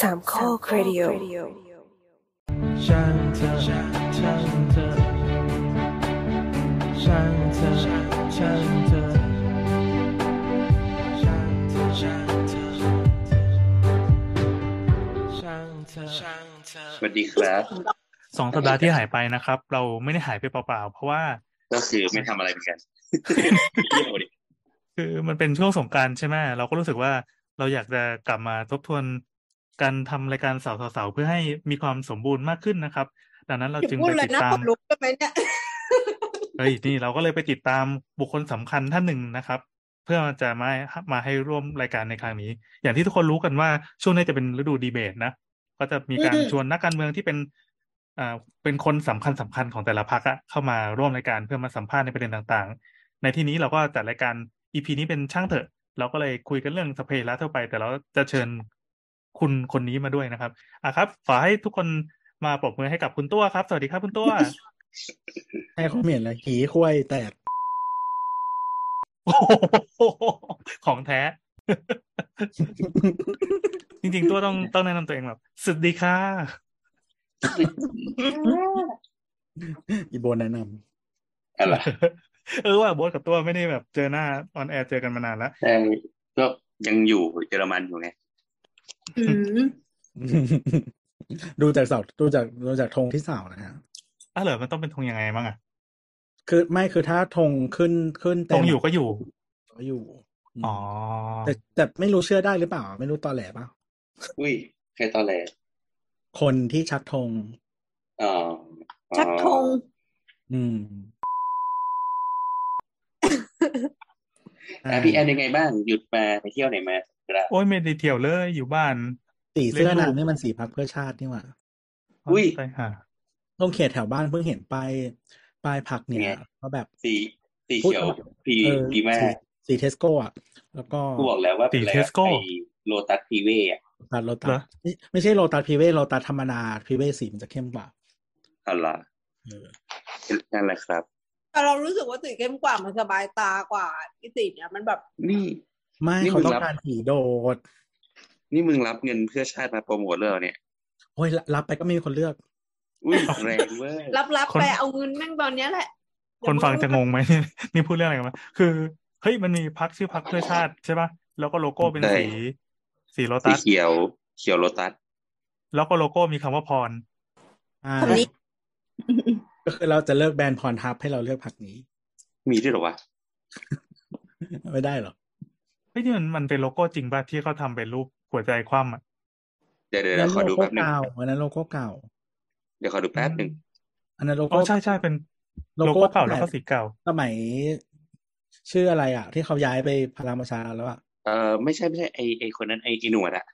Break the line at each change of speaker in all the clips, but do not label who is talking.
สามข้อครดิโอ
ช่างเธอช่างเธอช่างเธอช่างเธอช่างเธอช่างเธอช่างเธอช่างเธอ
สวัสดีครับ
สองสัปดาห์ที่หายไปนะครับ เราไม่ได้หายไปเปล่าๆ เพราะว่า
ก็คือไม่ทำอะไรเหมือนกันเยี่ยมกว่าดิ
คือมันเป็นช่วงสงกรารใช่ไหมเราก็รู้สึกว่าเราอยากจะกลับมาทบทวนการทำรายการเสาวๆเพื่อให้มีความสมบูรณ์มากขึ้นนะครับ ดังนั้นเราจึง
พู
ไป
ดเลย
ติด
นะ
ตา
คน
ม
ลุกกันไหมเนี่ย
เอ้ยนี่เราก็เลยไปติดตามบุคคลสำคัญท่านหนึ่งนะครับ เพื่อจะมามาให้ร่วมรายการในครั้งนี้ อย่างที่ทุกคนรู้กันว่าช่วงนี้จะเป็นฤดูดีเบตนะ ก็จะมีการ
อืม
ชวนนักการเมืองที่เป็นอ่าเป็นคนสำคัญสำคัญของแต่ละพรรคอะเข้ามาร่วมรายการเพื่อมาสัมภาษณ์ในประเด็นต่างๆ ในที่นี้เราก็จัดรายการอีพีนี้เป็นช่างเถอะ เราก็เลยคุยกันเรื่องสเปรละทั่วไป แต่เราจะเชิญคุณคนนี้มาด้วยนะครับอ่ะครับขอให้ทุกคนมาปรบมือให้กับคุณตัวครับ สวัสดีครับคุณตัว
ให้คอมเมนต์นะหีควยแตก
โอ้โหของแท้ จริงๆ ตัวต้องต้องแนะนำตัวเองแบบสวัสดีค่ะ
อีโบนแนะน
อะไร
เออว่าโบทกับตัวไม่ได้แบบเจอหน้าออนแอร์เจอกันมานานแล้ว
แต่ก็ยังอยู่เยอรมันอยู่ไง
อืม
ำ ดูจากเสาดูจากดูจากธงที่เสานะฮะ
อ้าวเหรอมันต้องเป็นธงยังไงบ้างอะ
คือไม่คือถ้าธงขึ้นขึ้น
ธ
เต็ม
งอยู่ก็อยู่
ก็อยู่ม
อ๋อ
แต่แต่ไม่รู้เชื่อได้หรือเปล่า ไม่รู้ตอแหลเปล่า
อุ้ยใครตอนแรก
คนที่ชักธง
อ๋ออ๋อ
ชักธง
อืม
อ่ะพี่แอนยังไงบ้างหยุดมาไปเที่ยวไหนมาก็ได้
โอ้ยไม่ได้เที่ยวเลยอยู่บ้าน
สีเสื้อนางนี่มันสีพักเพื่อชาตินี่หว่า
อุ้ย
ไปหา
ลงเขตแถวบ้านเพิ่งเห็นป้ายป้ายพักเนี่ย
ไง
ก็แบบ
สีสีเขียวพี
เออ
พีมาก
สีสีเทสโก้อะแล้วก็
กูบอกแล้วว่าเป็นอะไรอะไอโลตัสพีเว่อะ
โลตัสโลตัสไม่ไม่ใช่โลตัสพรีเวทโลตัสธรรมดาพรีเวทสีมันจะเข้มกว่า
อะไร
เออ
นั่นแหละครับ
แต่เรารู้สึกว่าสีเข้มกว่ามันสบายตากว่าไอ้สีเนี้ยมันแบบ
นี่
ไม่
นี่
เขาต้อ
มึงรั
ง
บ
การสีโดด
นี่มึงรับเงินเพื่อชาติมาโปรโมทเรื่องเนี่ย
โอ้ยรับรับไปก็ไม่มีคนเลือก
อุ้ยแรงเว้ย
รับๆไปเอาเงินแม่งตอนเนี้ยแหละ
คนฟังจะงงไหม นี่พูดเรื่องอะไรกันมาคือเฮ้ยมันมีพักชื่อพักเพื่อชาติใช่ปะแล้วก็โลโก้เป็นสีสีโล
สี
ตัส
เขียวเขียวโลตัส
แล้วก็โลโก้มีคำว่าพร
อ่า
คนนี้
ก็คือเราจะเลิกแบรนด์พรทับให้เราเลือกผักนี้
มีด้วยเหรอวะ
ไม่ได้หรอ
เฮ้ยนี่มันมันเป็นโลโก้จริงป่ะที่เขาทำเป็นรูปหัวใจคว่ำอ่ะ
เดี๋ยวเดี๋ยว
นั้
เดี๋ยวน ขอ
โล
ดู
โก้
แป๊บหนึ่ง
เก่าอันนั้นโลโก้เก่า
เดี๋ยวขอดูแป๊บหนึ่ง
อันนั้นโล
อ๋
โก้
อใช่ใช่เป็น
โล
โล
โก้
โก้เก่าแล้วก็
ตั้งต่
สีเก่า
สมัย ชื่ออะไรอ่ะ ที่เขาย้ายไปพลังประชารัฐแล้วอ่ะ
เออไม่ใช่ไม่ใช่ไอไอคนนั้นไอไอหนวดอะ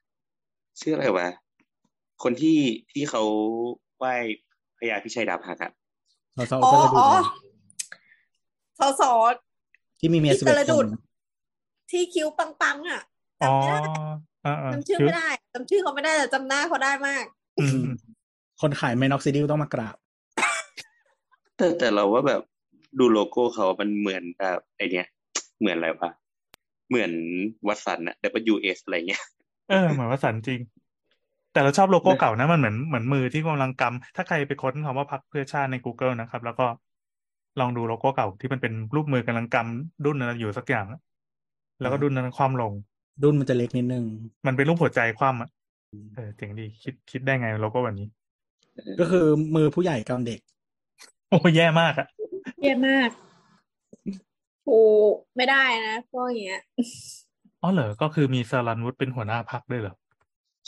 ชื่ออะไรวะ คนที่ที่เขาไหว้พญาพิชัยดาบหักอะ
สส
อ๋
อุ
อ
ตรดิ
อ๋
ต
อ
ถ์
สอสอ
ที่มีเมีย
อุ
สิบ
ต
เอ็
ร
ด
ดิ
ค
ต
น
ถ์ ที่คิ้วปังๆอ่ะ
อ๋อ
จำไม่ได้
อ่าอ่า
จำชื่อไม่ได้จำชื่อเขาไม่ได้แต่จำหน้าเขาได้มาก
อืมอืม
คนขายไมน็อกซิดิลต้องมากราบ
แต่แต่เราว่าแบบดูโลโก้เขามันเหมือนแบบไอเนี้ย เหมือนอะไรวะ เหมือนวัตสันอะ WS อะไรเงี้ย
เออเหมือนว่าสันจริง แต่เราชอบโลโก้เก่านะมันเหมือนเหมือนมือที่กำลังกำถ้าใครไปค้นคำว่าพักเพื่อชาติใน Google นะครับ แล้วก็ลองดูโลโก้เก่าที่มันเป็นรูปมือกำลังกำดุนอะไรอยู่สักอย่างอะแล้วก็ดุนนั้นความลง
รุ่นมันจะเล็กนิดนึง
มันเป็นรูปหัวใจคว่ำอ่ะเออเจ๋งดีคิดคิดได้ไงโลโก้แบบนี้
ก็คือมือผู้ใหญ่กำเด็ก
โอ้แย่มากอ่ะ
เยี่ยมมากโอ้ไม่ได้นะพวกอย่างเงี้ย
อ๋อเหรอ ก็คือมีสรันวุฒิเป็นหัวหน้าพักด้วยเหรอ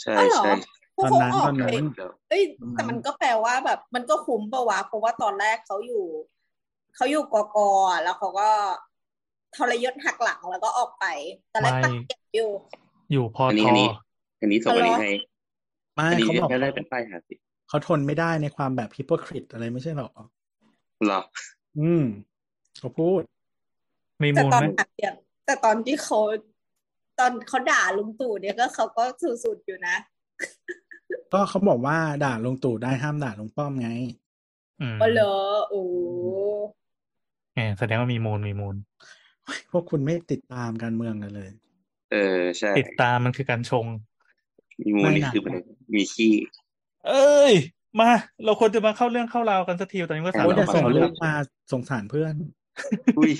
ใช่
อ๋อเหรอ
ใช่
พวก
ตอน
เขา
นั้น
ออก
ตอนนั้น
เอง
เดี๋ยว
เอ้ย
อืม
แต่มันก็แปลว่าแบบ มันก็คุ้มปะวะเพราะว่าตอนแรกเขาอยู่เขาอยู่กกอะแล้วเขาก็ทรยศหักหลังแล้วก็ออกไปตอนแรก
ไม่
ตักเก็บอยู่
อยู่พอ
อัน
ท
นี้
อ
อันนี้ อันนี้ส่งอัน
อ๋
นี้
อเหรอ
ให้
ไม่
อันนี้
เขาบอก
ได้เป็นป้ายหาสิ
เขาทนไม่ได้ในความแบบฮิปโปคริตอะไรไม่ใช่หรอ
เหรอ
อืม เขาพูด
มี
แต่
มูล
ตอน
ไหม
หักเก็บแต่ตอนที่เขาตอนเขาด่าลุงตู่เนี่ยก็เขาก็สุดๆอยู่นะ
ก็เขาบอกว่าด่าลงตู่ได้ห้ามด่าลงป้อมไง
อืม
ก็เหรอโอ้
เออแสดงว่ามีมูลมีมูล
พวกคุณไม่ติดตามการเมืองกันเลย
เออใช่
ติดตามมันคือการชง
มีมูล
ไม่
นี่
นะ
คือมันมีขี้
เอ้ย มาเราควรจะมาเข้าเรื่องเข้าราวกันสักทีตอนนี้ก็สาม
โอ้ยแต่
ทุ่ม
ส่ง
แล้ว
เรื่องมาสงสารเพื่อน
อุ้ย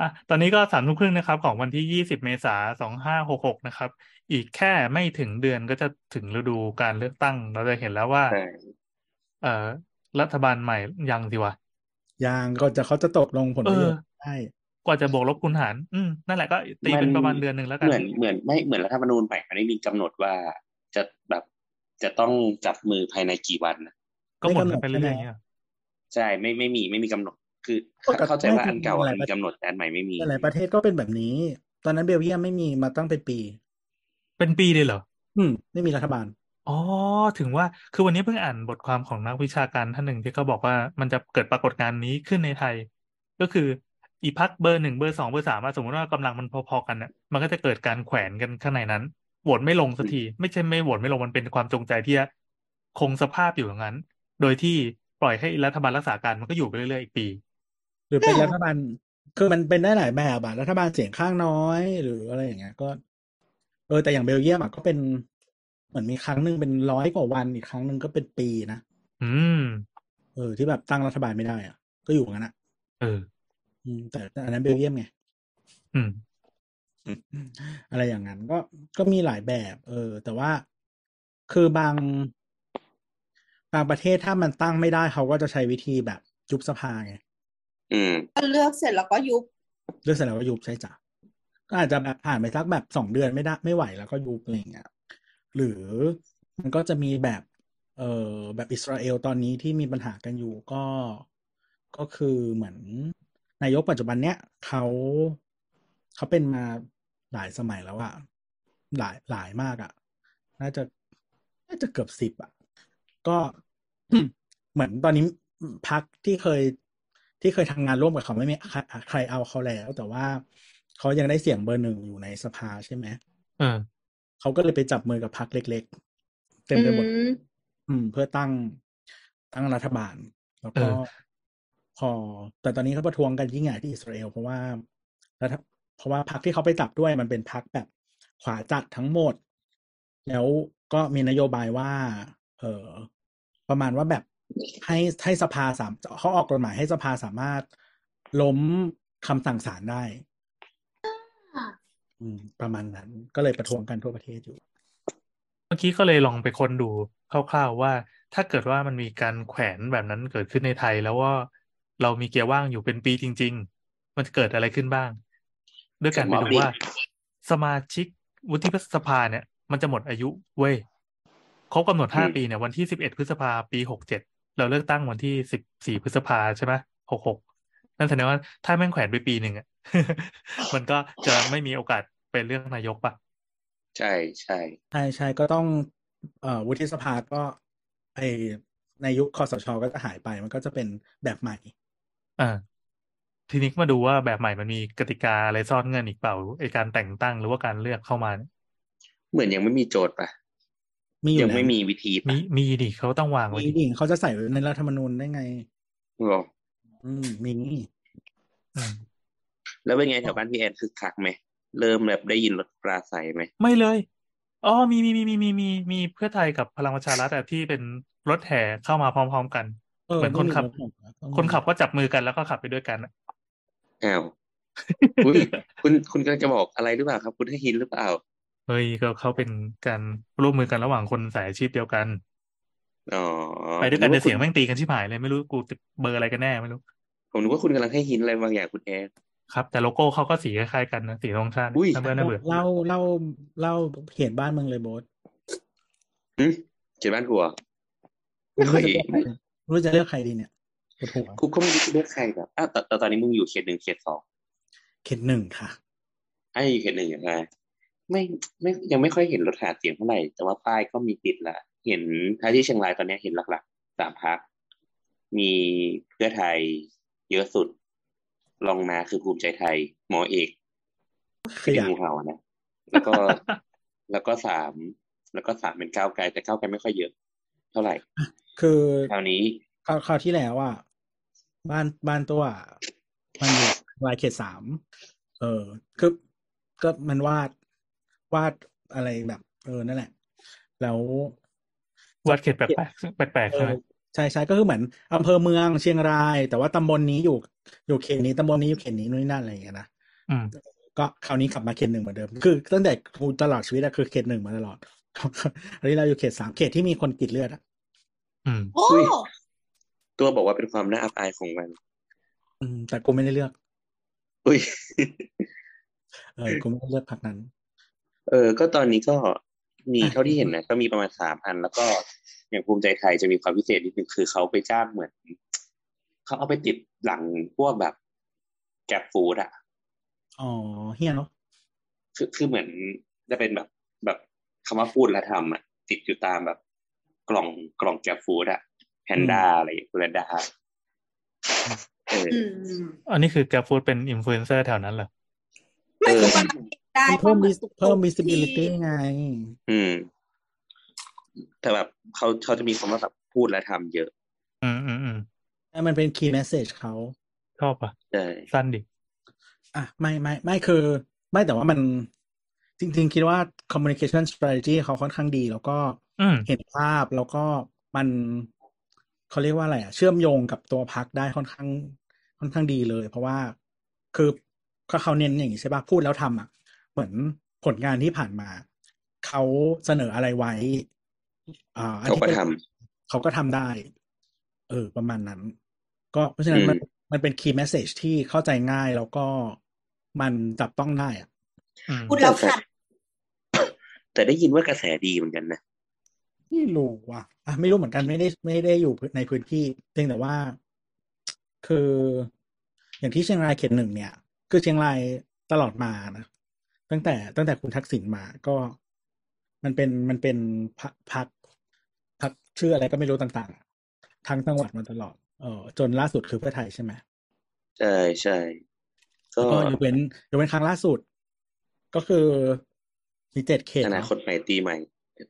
อ่ะตอนนี้ก็สามทุ่มครึ่งนะครับ ของวันที่ยี่สิบเมษาสองห้าหกหกนะครับ อีกแค่ไม่ถึงเดือนก็จะถึงฤดูการเลือกตั้ง เราจะเห็นแล้วว่า
ใช่
เอ่อ รัฐบาลใหม่ยังสิวะ
ยางก็จะเขาจะตกลงผลประโยชน์ได้
กว่าจะบวกลบคูณหาร อืมนั่นแหละก็ตีเป็นประมาณเดือนหนึ่งแล้วกัน
เหมือนเหมือนไม่เหมือนรัฐธรรมนูญใหม่มันไม่มีกำหนดว่าจะแบบจะต้องจับมือภายในกี่วันนะ
ก็หมดกันไปเรื่อยๆอย่างเงี้ย
ใช่ไม่ไม่มีไม่มีกำหนด คือ
ปกติ
เข้าใจว่าอันเก่าอะ
หลาย
มีกำหนดแต่อันใหม่ไม่มี
หลายๆประเทศก็เป็นแบบนี้ ตอนนั้นเบลเยียมไม่มีมาตั้งเป็นปี
เป็นปีเลยเหรอ
อืม ไม่มีรัฐบาล
อ๋อ ถึงว่าคือวันนี้เพิ่งอ่านบทความของนักวิชาการท่านหนึ่งที่เขาบอกว่ามันจะเกิดปรากฏการณ์นี้ขึ้นในไทย ก็คืออีพักเบอร์หนึ่งเบอร์สองเบอร์สามอะสมมติว่ากำลังมันพอๆกันเนี่ยมันก็จะเกิดการแขวนกันข้างในนั้นโหวตไม่ลงสักทีไม่ใช่ไม่โหวตไม่ลงมันเป็นความจงใจที่จะคงสภาพอยู่อย่างนั้น โดยที่ปล่อยให้รัฐบาลรักษาการมันก็อยู่ไปเรื่อยๆอีกปี
หรือเป็น
อืม
รัฐบาล คือมันเป็นได้หลายแบบอะรัฐบาลเสียงข้างน้อยหรืออะไรอย่างเงี้ย ก็ เออ แต่อย่างเบลเยียมอะก็เป็น เหมือนมีครั้งหนึ่งเป็นร้อยกว่าวันอีกครั้งหนึ่งก็เป็นปีนะ
อืม
เออ ที่แบบตั้งรัฐบาลไม่ได้อะก็อยู่กันอะ
เออ
อืมแต่อันนั้นเบลเยียมไง
อืม
อะไรอย่างนั้นก็ก็มีหลายแบบ เออ แต่ว่าคือบาง บางประเทศถ้ามันตั้งไม่ได้เขาก็จะใช้วิธีแบบยุบสภาไง
อืม
ก็เลือกเสร็จแล้วก็ยุบ
เลือกเสร็จแล้วก็ยุบใช่จ้ะก็อาจจะแบบผ่านไปสักแบบสองเดือนไม่ได้ไม่ไหวแล้วก็ยุบอะไรอย่างเงี้ยหรือมันก็จะมีแบบ เออแบบอิสราเอลตอนนี้ที่มีปัญหากันอยู่ก็ก็คือเหมือนนายกปัจจุบันเนี้ยเขาเขาเป็นมาหลายสมัยแล้วอะหลายหลายมากอะน่าจะน่าจะเกือบสิบอะก็ เหมือนตอนนี้พักที่เคยที่เคยทำงานร่วมกับเขาไม่มีใครใครเอาเขาแล้ว แต่ว่าเขายังได้เสียงเบอร์หนึ่งอยู่ในสภาใช่ไหม
เออ
เขาก็เลยไปจับมือกับพักเล็ก ๆ เต็มไปหมด
อืม
อืมเพื่อตั้งตั้งรัฐบาล แล้วก็
เออ
พอ แต่ตอนนี้เขาประท้วงกันยิ่งใหญ่ที่อิสราเอลเพราะว่ารัฐเพราะว่าพรรคที่เขาไปจับด้วยมันเป็นพรรคแบบขวาจัดทั้งหมด แล้วก็มีนโยบายว่า เออประมาณว่าแบบให้ให้สภาสามเขาออกกฎหมายให้สภาสามารถล้มคำสั่งศาลได้ อืม ประมาณนั้น ก็เลยประท้วงกันทั่วประเทศอยู่
เมื่อกี้ก็เลยลองไปค้นดูคร่าวๆว่า ถ้าเกิดว่ามันมีการแขวนแบบนั้นเกิดขึ้นในไทยแล้วว่าเรามีเกียร์ว่างอยู่เป็นปีจริง ๆ มันจะเกิดอะไรขึ้นบ้าง ด้วยการไปดูว่า สมาชิกวุฒิสภาเนี่ย มันจะหมดอายุเว้ยครบกำหนดห้า
อืม
ปีเนี่ยวันที่สิบเอ็ดพฤษภาปีหกเจ็ดเราเลือกตั้งวันที่สิบสี่พฤษภาใช่ไหมหกหกนั่นแสดงว่าถ้าแม่งแขวนไปปีหนึ่งอ่ะ มันก็จะไม่มีโอกาสเป็นเรื่องนายกปะ
ใช่ใช่
ใช่ใช่ก็ต้องเอ่อวุฒิสภาก็ไอในยุคคอสชก็จะหายไปมันก็จะเป็นแบบใหม่
อ่าทีนี้มาดูว่าแบบใหม่มันมีกติกาอะไรซ่อนเงื่อนอีกเปล่าไอการแต่งตั้งหรือว่าการเลือกเข้ามาเนี่ย
เหมือนยังไม่มีโจทย์ปะ
มีอยู่
ยัง
แล้ว
ไม่มีวิธีปะ
มีมีดิเขาต้องวาง
มี
ไว้ดิ
ดิเขาจะใส่ไว้ในรัฐธรรมนูญได้ไง
หรอ
อืมมี
อืม
แล้วเป็นไงแถวบ้านพี่แอนคึกคักไหมเริ่มแบบได้ยินรถปราศัยไหม
ไม่เลยอ๋อมีมีมีมีมีมีมีเพื่อไทยกับพลังประชารัฐอะที่เป็นรถแห่เข้ามาพร้อม ๆ กัน เหมือนคนขับ
ต้องมีะต้องมี
คนขับก็จับมือกันแล้วก็ขับไปด้วยกันอะ
อ้าวอุ้ยคุณคุณกำลังจะบอกอะไรหรือเปล่าครับ คุณให้หินหรือเปล่า
เฮ้ยก็เขาเป็นการร่วมมือกันระหว่างคนสายอาชีพเดียวกัน
อ๋อ
ไปด้วยกันแต่
ผมว่าคุณ
เสียงแม่งตีกันชิบหายเลยไม่รู้กูเบอร์อะไรกันแน่ไม่รู้
ผมนึกว่าคุณกำลังให้หินอะไรบางอย่างคุณแอน
ครับ แต่โลโก้เขาก็สีคล้ายๆกันนะสีธงชาติ
อุ้ย
น่าเบื่อน่าเบื่อ
เล่าเล่าเล่าเหตุบ้านเมืองเลยโบส
หึเขียนบ้านกูเหรอ
ไม่
เฮ้ย
รู้จะเลือกใครดีเนี่ยปวดหัว
กูก็ไม่รู้จะเลือกใครแบบอ้าวแต่แต่ตอนนี้มึงอยู่เขตหนึ่งเขตสอง
เขตหนึ่งค่ะ
ไอ้อยู่เขตหนึ่งอย่างไรไม่ไม่ยังไม่ค่อยเห็นรถหาเสียงเท่าไหร่ แต่ว่าป้ายก็มีติดละ เห็นถ้าที่เชียงรายตอนเนี้ยเห็นหลักๆสามพัก มีเพื่อไทย เยอะสุดรองมาคือภูมิใจไทย หมอเอก
ข
ที่เป็น
ยะ
งูเห่านะ แล้วก็ แล้วก็สามแล้วก็สามเป็นก้าวไกลแต่ก้าวไกลไม่ค่อยเยอะ เท่าไหร่
คือ
คราวนี้
คราวคราวที่แล้วอ่ะบ้านบ้านตัวอะมันอยู่ลายเขตสาม เออคือก็มันวาดวาด อะไรแบบเออนั่นแหละ แล้ว
วัดเขตแปลกๆซึ่งแปลกๆใช่ไหม
ใช่ใช่ก็คือเหมือนอำเภอเมืองเชียงราย แต่ว่าตำบลนี้อยู่อยู่เขตนี้ตำบลนี้อยู่เขตนี้นู่นนนั่นอะไรอย่างเงี้ยนะ
อืม
ก็คราวนี้กลับมาเขตหนึ่งเหมือนเดิม คือตั้งแต่กูตลอดชีวิตอะคือเขตหนึ่งมาตลอด อันนี้เราอยู่เขตสามเขตที่มีคนกรีดเลือดอะ
อืม
โอ้
อุ๊ย ตัวบอกว่าเป็นความน่าอับอายของมัน
อืมแต่กูไม่ได้เลือก
อุ้ย
เออกูไม่ได้เลือกพรรคนั้น
เออ ก็ตอนนี้ก็มี
อ่ะ
เท่าที่เห็นนะ ก็มีประมาณสามอัน แล้วก็อย่างภูมิใจไทยจะมีความพิเศษนิดนึงคือเขาไปจ้างเหมือน เขาเอาไปติดหลังพวกแบบแกร็บฟู้ดอะ
อ๋อเฮียเนาะ
คือคือเหมือนจะเป็นแบบแบบคำว่าพูดและทำอะติดอยู่ตามแบบกล่องกล่องแกร็บฟู้ดอะแพนด้าอะไรอย่างเงี้ยแพนด้าเออ
อืม
อันนี้คือแกฟูดเป็นอินฟลูเอนเซอร์แถวนั้นเหรอ
ไม่
เออ
รู้ว่าได้
เพิ่ม
พราะ
vis- เพิ่ม
ทุก
visibility
ที่
ไง
อืม แต่แบบเขาเขาจะมีคำว่าแบบพูดและทำเยอะ
อืมอืมอืม
แต่มันเป็น key message เขา
ชอบอ่ะ
ใช่
สั้นดิ
อ่ะไม่ไม่ไม่คือ ไม่แต่ว่ามันจริง ๆ คิดว่า communication strategy เขาค่อนข้างดี แล้วก็
อืม
เห็นภาพแล้วก็มันเขาเรียกว่าอะไรอ่ะ เชื่อมโยงกับตัวพักได้ค่อนข้าง ค่อนข้างดีเลย เพราะว่าคือเขาเขาเน้นอย่างนี้ใช่ป่ะพูดแล้วทำอ่ะ เหมือนผลงานที่ผ่านมา เขาเสนออะไรไว้ อ่าอัน
เขา
นี้
ก็
เป็น
ทำ
เขาก็ทำได้ เออ ประมาณนั้น ก็เพราะฉะนั้นมันมันเป็น key message ที่เข้าใจง่ายแล้วก็มันจับต้องได้อะ
อืม
พูดแล้วขัด
แต่ได้ยินว่ากระแสดีเหมือนกันนะ
ไม่รู้ว่ะอ่ะไม่รู้เหมือนกันไม่ได้ไม่ได้อยู่ในพื้นที่เพียงแต่ว่า คือ อย่างที่เชียงรายเขตหนึ่งเนี่ย คือเชียงรายตลอดมานะ ตั้งแต่ตั้งแต่คุณทักษิณมาก็ มันเป็นมันเป็นพักพักพักชื่ออะไรก็ไม่รู้ต่างๆอะทั้งจังหวัดมาตลอดเออจนล่าสุดคือเพื่อไทยใช่ไหม
ใช่ใช่ ก็
แล้วก็ยกเว้นยกเว้นครั้งล่าสุด ก็คือมีเจ็ดเขต
อ
เะ
นาคตใหม่ตีใหม่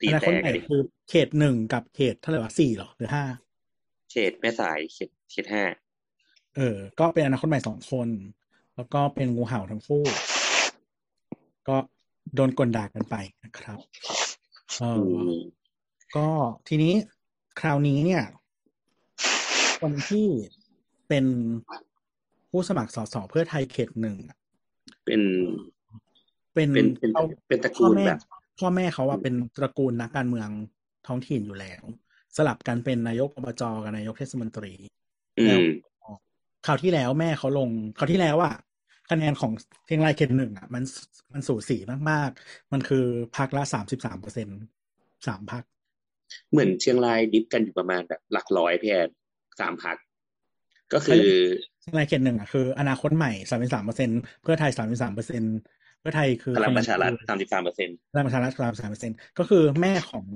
ตี
อนาค
แต
ต
ก
ใหม่
ดิ
คือเขตหนึ่งกับเขตเท่าไหร่วะสี่เหรอหรือห้า
เขตแม่สายเขตเขตห้า
เออ ก็เป็นอนาคตใหม่สองคน แล้วก็เป็นงูเห่าทั้งคู่ ก็โดนกลด่ากันไปนะครับเออ
อื
อ
ม
ก็ทีนี้คราวนี้เนี่ย คนที่เป็นผู้สมัครสสเพื่อไทยเขตหนึ่งอะ
เป็น
เป็น
เป็นเป็น
ขา
เป็นตระกูล
พ่อแม่
แบบ
พ่อแม่เขา
อื
อะ
ม
เป็นตระกูลนักการเมืองท้องถิ่นอยู่แล้ว สลับกันเป็นนายกอบจกับนายกเทศมนตรี
อืม
คราวที่แล้วแม่เขาลงคราวที่แล้วอะคะแนนของเชียงรายเขตหนึ่งอะมันมันสูสีมากๆ มันคือพักละสามสิบสามเปอร์เซ็นสามพัก
เหมือนเชียงรายดิฟกันอยู่ประมาณแบบหลักร้อยพี่แอนสามพัก ก็คือ
เชียงรายเขตหนึ่งอะคือ อนาคตใหม่สามสามเปอร์เซ็นเพื่อไทยสามสามเปอร์เซ็นเพื่อไทยคือ
พลังประชารัฐสามสิบสามเปอร์เซ็นต์
พลังประชารัฐพลังประชารัฐเปอร์เซ็นต์ก็คือแม่ของ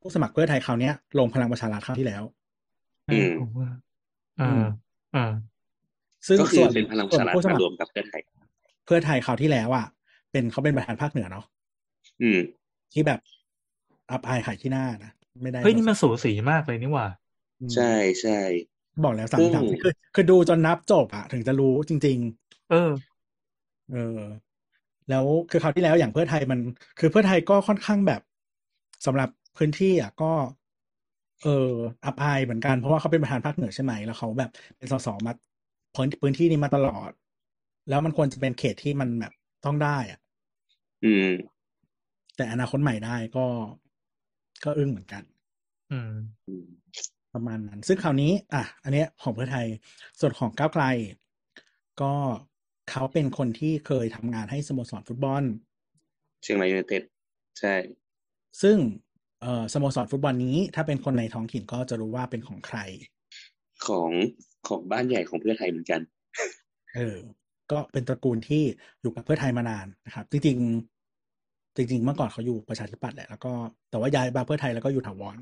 ผู้สมัครเพื่อไทยคราวเนี้ย ลงพลังประชารัฐคราวที่แล้ว
อืม
ผมว่าอ่าอ่า
ซึ่ง
ก็คื
ส่
อ
วน
เป็นพลังประ
ส่ว
ชาน รัฐ
ผู้ส
มา
มัค
ร
ร
วมกับเพื่อไทย
เพื่อไทยคราวที่แล้วอ่ะเป็นเขาเป็นประธานภาคเหนือเนาะ
อืม
ที่แบบอับอายขายที่หน้านะไม่ได้
เฮ้ยนี่มันสูสีมากเลยนี่หว่า
อืม
ใช่ใช่
บอกแล้วสา
ซึ่
ม
ง
สามคือคือดูจนนับจบอ่ะ ถึงจะรู้จริง ๆ
เออ
เออแล้วคือคราวที่แล้วอย่างเพื่อไทยมัน คือเพื่อไทยก็ค่อนข้างแบบสำหรับพื้นที่อ่ะก็ เอออับอายเหมือนกันเพราะว่าเขาเป็นประธานภาคเหนือใช่ไหมแล้วเขาแบบเป็นสสมาพื้นพื้นที่นี้มาตลอด แล้วมันควรจะเป็นเขตที่มันแบบต้องได้อ่ะ
อืม
แต่อนาคตใหม่ได้ก็ ก็อึ้งเหมือนกัน
อืม
ประมาณนั้น ซึ่งคราวนี้ อ่ะ อันเนี้ยของเพื่อไทย ส่วนของก้าวไกล ก็เขาเป็นคนที่เคยทำงานให้สโมสรฟุตบอล
เชียงรายยูไนเต็ดใช่
ซึ่งเอ่อสโมสรฟุตบอลนี้ถ้าเป็นคนในท้องถิ่นก็จะรู้ว่าเป็นของใคร
ของของบ้านใหญ่ของเพื่อไทยเหมือนกัน
เออ ก็เป็นตระกูลที่อยู่กับเพื่อไทยมานานนะครับ จริงๆจริง ๆ เมื่อก่อนเขาอยู่ประชาธิปัตย์แหละแล้วก็แต่ว่าย้ายมาเพื่อไทยแล้วก็อยู่ถาวร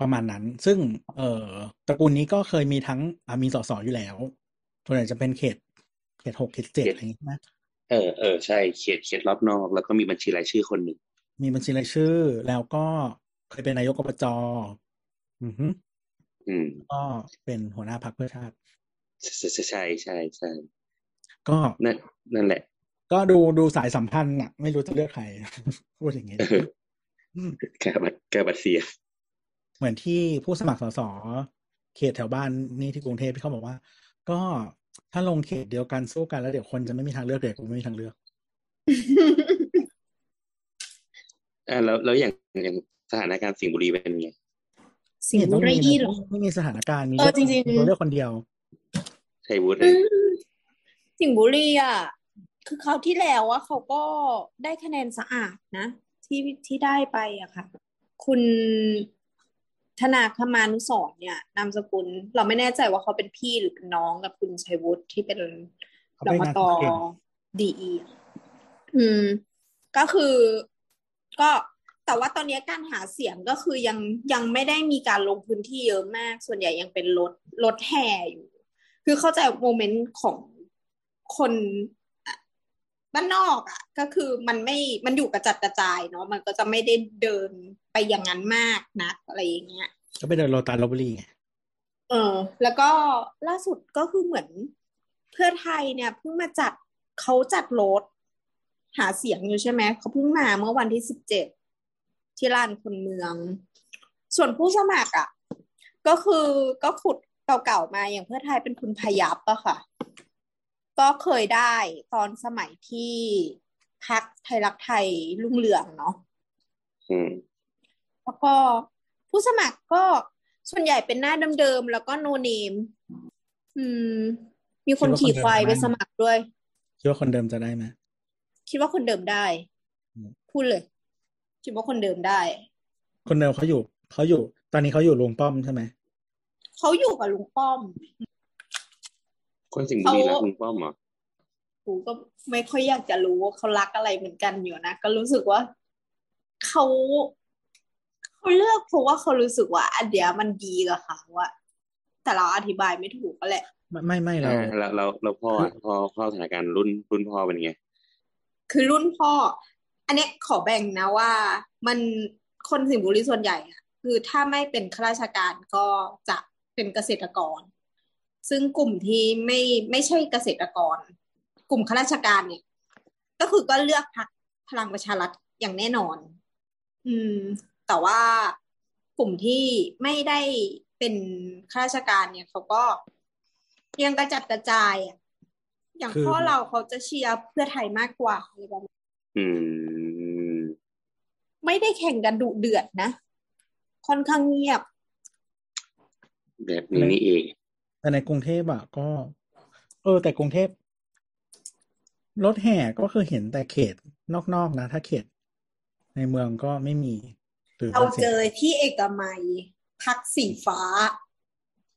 ประมาณนั้น ซึ่ง เอ่อตระกูลนี้ก็เคยมีทั้งอ่ะมีสสอยู่แล้วส่วนใหญ่จะเป็นเขต เขตหกเขตเจ็ดอะไรอย่างเงี้ยนะ
เออเออใช่เขตเขตรอบนอก แล้วก็มีบัญชีรายชื่อคนหนึ่ง
มีบัญชีรายชื่อ แล้วก็เคยเป็นนายกอบจอือฮึ
อืม
ก็เป็นหัวหน้าพรรคเพื่อชาติ
ใช่ใช่ใช่ใช่ใช่
ก็
นั่นนั่นแหละ
ก็ดูดูสายสัมพันธ์อะไม่รู้จะเลือกใคร พูดอย่างนี้
เออแกบัตรแกบัตรเสีย
เหมือนที่ผู้สมัครสสเขตแถวบ้านนี่ที่กรุงเทพที่เขาบอกว่า ก็ถ้าลงเขตเดียวกันสู้กันแล้วเดี๋ยวคนจะไม่มีทางเลือกเด็กกูไม่มีทางเลือก
อ่าแล้วแล้วอย่างอย่างสถานการณ์สิงห์บุรีเป็นไง
สิงห์บุรี
เห็น
เหร
ว่า
อ
มีไม่มีสถานการณ์มี
เออจริงๆ
มีคนเลือกคนเดียว
ชัยวุฒิ
อืมสิงห์บุรีอ่ะ คือเขาวที่แล้วว่าเขาก็ได้คะแนนสะอาดนะ ที่ที่ได้ไปอะค่ะ คุณธนาคมานุสรณ์เนี่ย นามสกุล เราไม่แน่ใจว่าเขาเป็นพี่หรือเป็นน้องกับคุณชัยวุฒิที่เป็นร
เขาเป็น
ม
งาน
ต
สังเกต
ดีอีอืม ก็คือก็แต่ว่าตอนนี้การหาเสียงก็คือยังยังไม่ได้มีการลงพื้นที่เยอะมาก ส่วนใหญ่ยังเป็นรถรถแห่อยู่ คือเข้าใจโมเมนต์ของคนอะบ้านนอกอ่ะ ก็คือมันไม่มันอยู่กระจัดกระจายเนาะมันก็จะไม่ได้เดินไปอย่างนั้นมากนักอะไรอย่างเงี้ย
ก็ไปเดินโลตัสลพบุรีไง
เออแล้วก็ล่าสุดก็คือเหมือนเพื่อไทยเนี่ยเพิ่งมาจัดเขาจัดโรดหาเสียงอยู่ใช่ไหมเขาเพิ่งมาเมื่อวันที่สิบเจ็ดที่ลานคนเมือง ส่วนผู้สมัครอ่ะ ก็คือก็ขุดเก่าๆมาอย่างเพื่อไทยเป็นคุณพยับอะค่ะ ก็เคยได้ตอนสมัยที่พักไทยรักไทยรุ่งเรืองเนาะ
อืม
แล้วก็ผู้สมัครก็ส่วนใหญ่เป็นหน้าเดิมๆ แล้วก็โนเนม อืม มีคนขี่ควายไปสมัครด้วย
คิดว่าคนเดิมจะได้ไหม
คิดว่าคนเดิมได้
อืม
พูดเลย คิดว่าคนเดิมได้
คนเดิมเขาอยู่เขาอยู่ ตอนนี้เขาอยู่ลุงป้อมใช่ไหม
เขาอยู่กับลุงป้อม
คนสิงห์บุรี
เขารั
รักลุงป้อมเหรอ
กูก็ไม่ค่อยอยากจะรู้ว่าเขารักอะไรเหมือนกันอยู่นะ ก็รู้สึกว่าเขาเขาเลือกเพราะว่าเขารู้สึกว่า อันเดียมันดีกับเขาอะแต่เราอธิบายไม่ถูกก็แหละ
ไม่ไม่ไม่เรา
อ่าเราเราเราพ่ออะพ่อพ่อสถานการณ์รุ่นรุ่นพ่อเป็นไง
คือรุ่นพ่อ อันเนี้ยขอแบ่งนะว่ามันคนสิงห์บุรีส่วนใหญ่อะคือถ้าไม่เป็นข้าราชการก็จะเป็นเกษตรกร ซึ่งกลุ่มที่ไม่ไม่ใช่เกษตรกร กลุ่มข้าราชการเนี่ย ก็คือก็เลือกพรรคพลังประชารัฐอย่างแน่นอน อืม แต่ว่ากลุ่มที่ไม่ได้เป็นข้าราชการเนี่ยเขาก็ยังกระจัดกระจายอ่ะอย่าง
คือ
พ่อเราเขาจะเชียร์เพื่อไทยมากกว่าอะไรประมาณ
อืม
ไม่ได้แข่งกันดุเดือดนะ ค่อนข้างเงียบ
แบบนี้นี่เอง
แต่ในกรุงเทพอ่ะก็ เออ แต่กรุงเทพรถแห่ก็คือเห็นแต่เขตนอกๆนะ ถ้าเขต ในเมืองก็ไม่มีหรือ
เรา
ป็นสียง
เจอที่เอกมัยพักสีฟ้า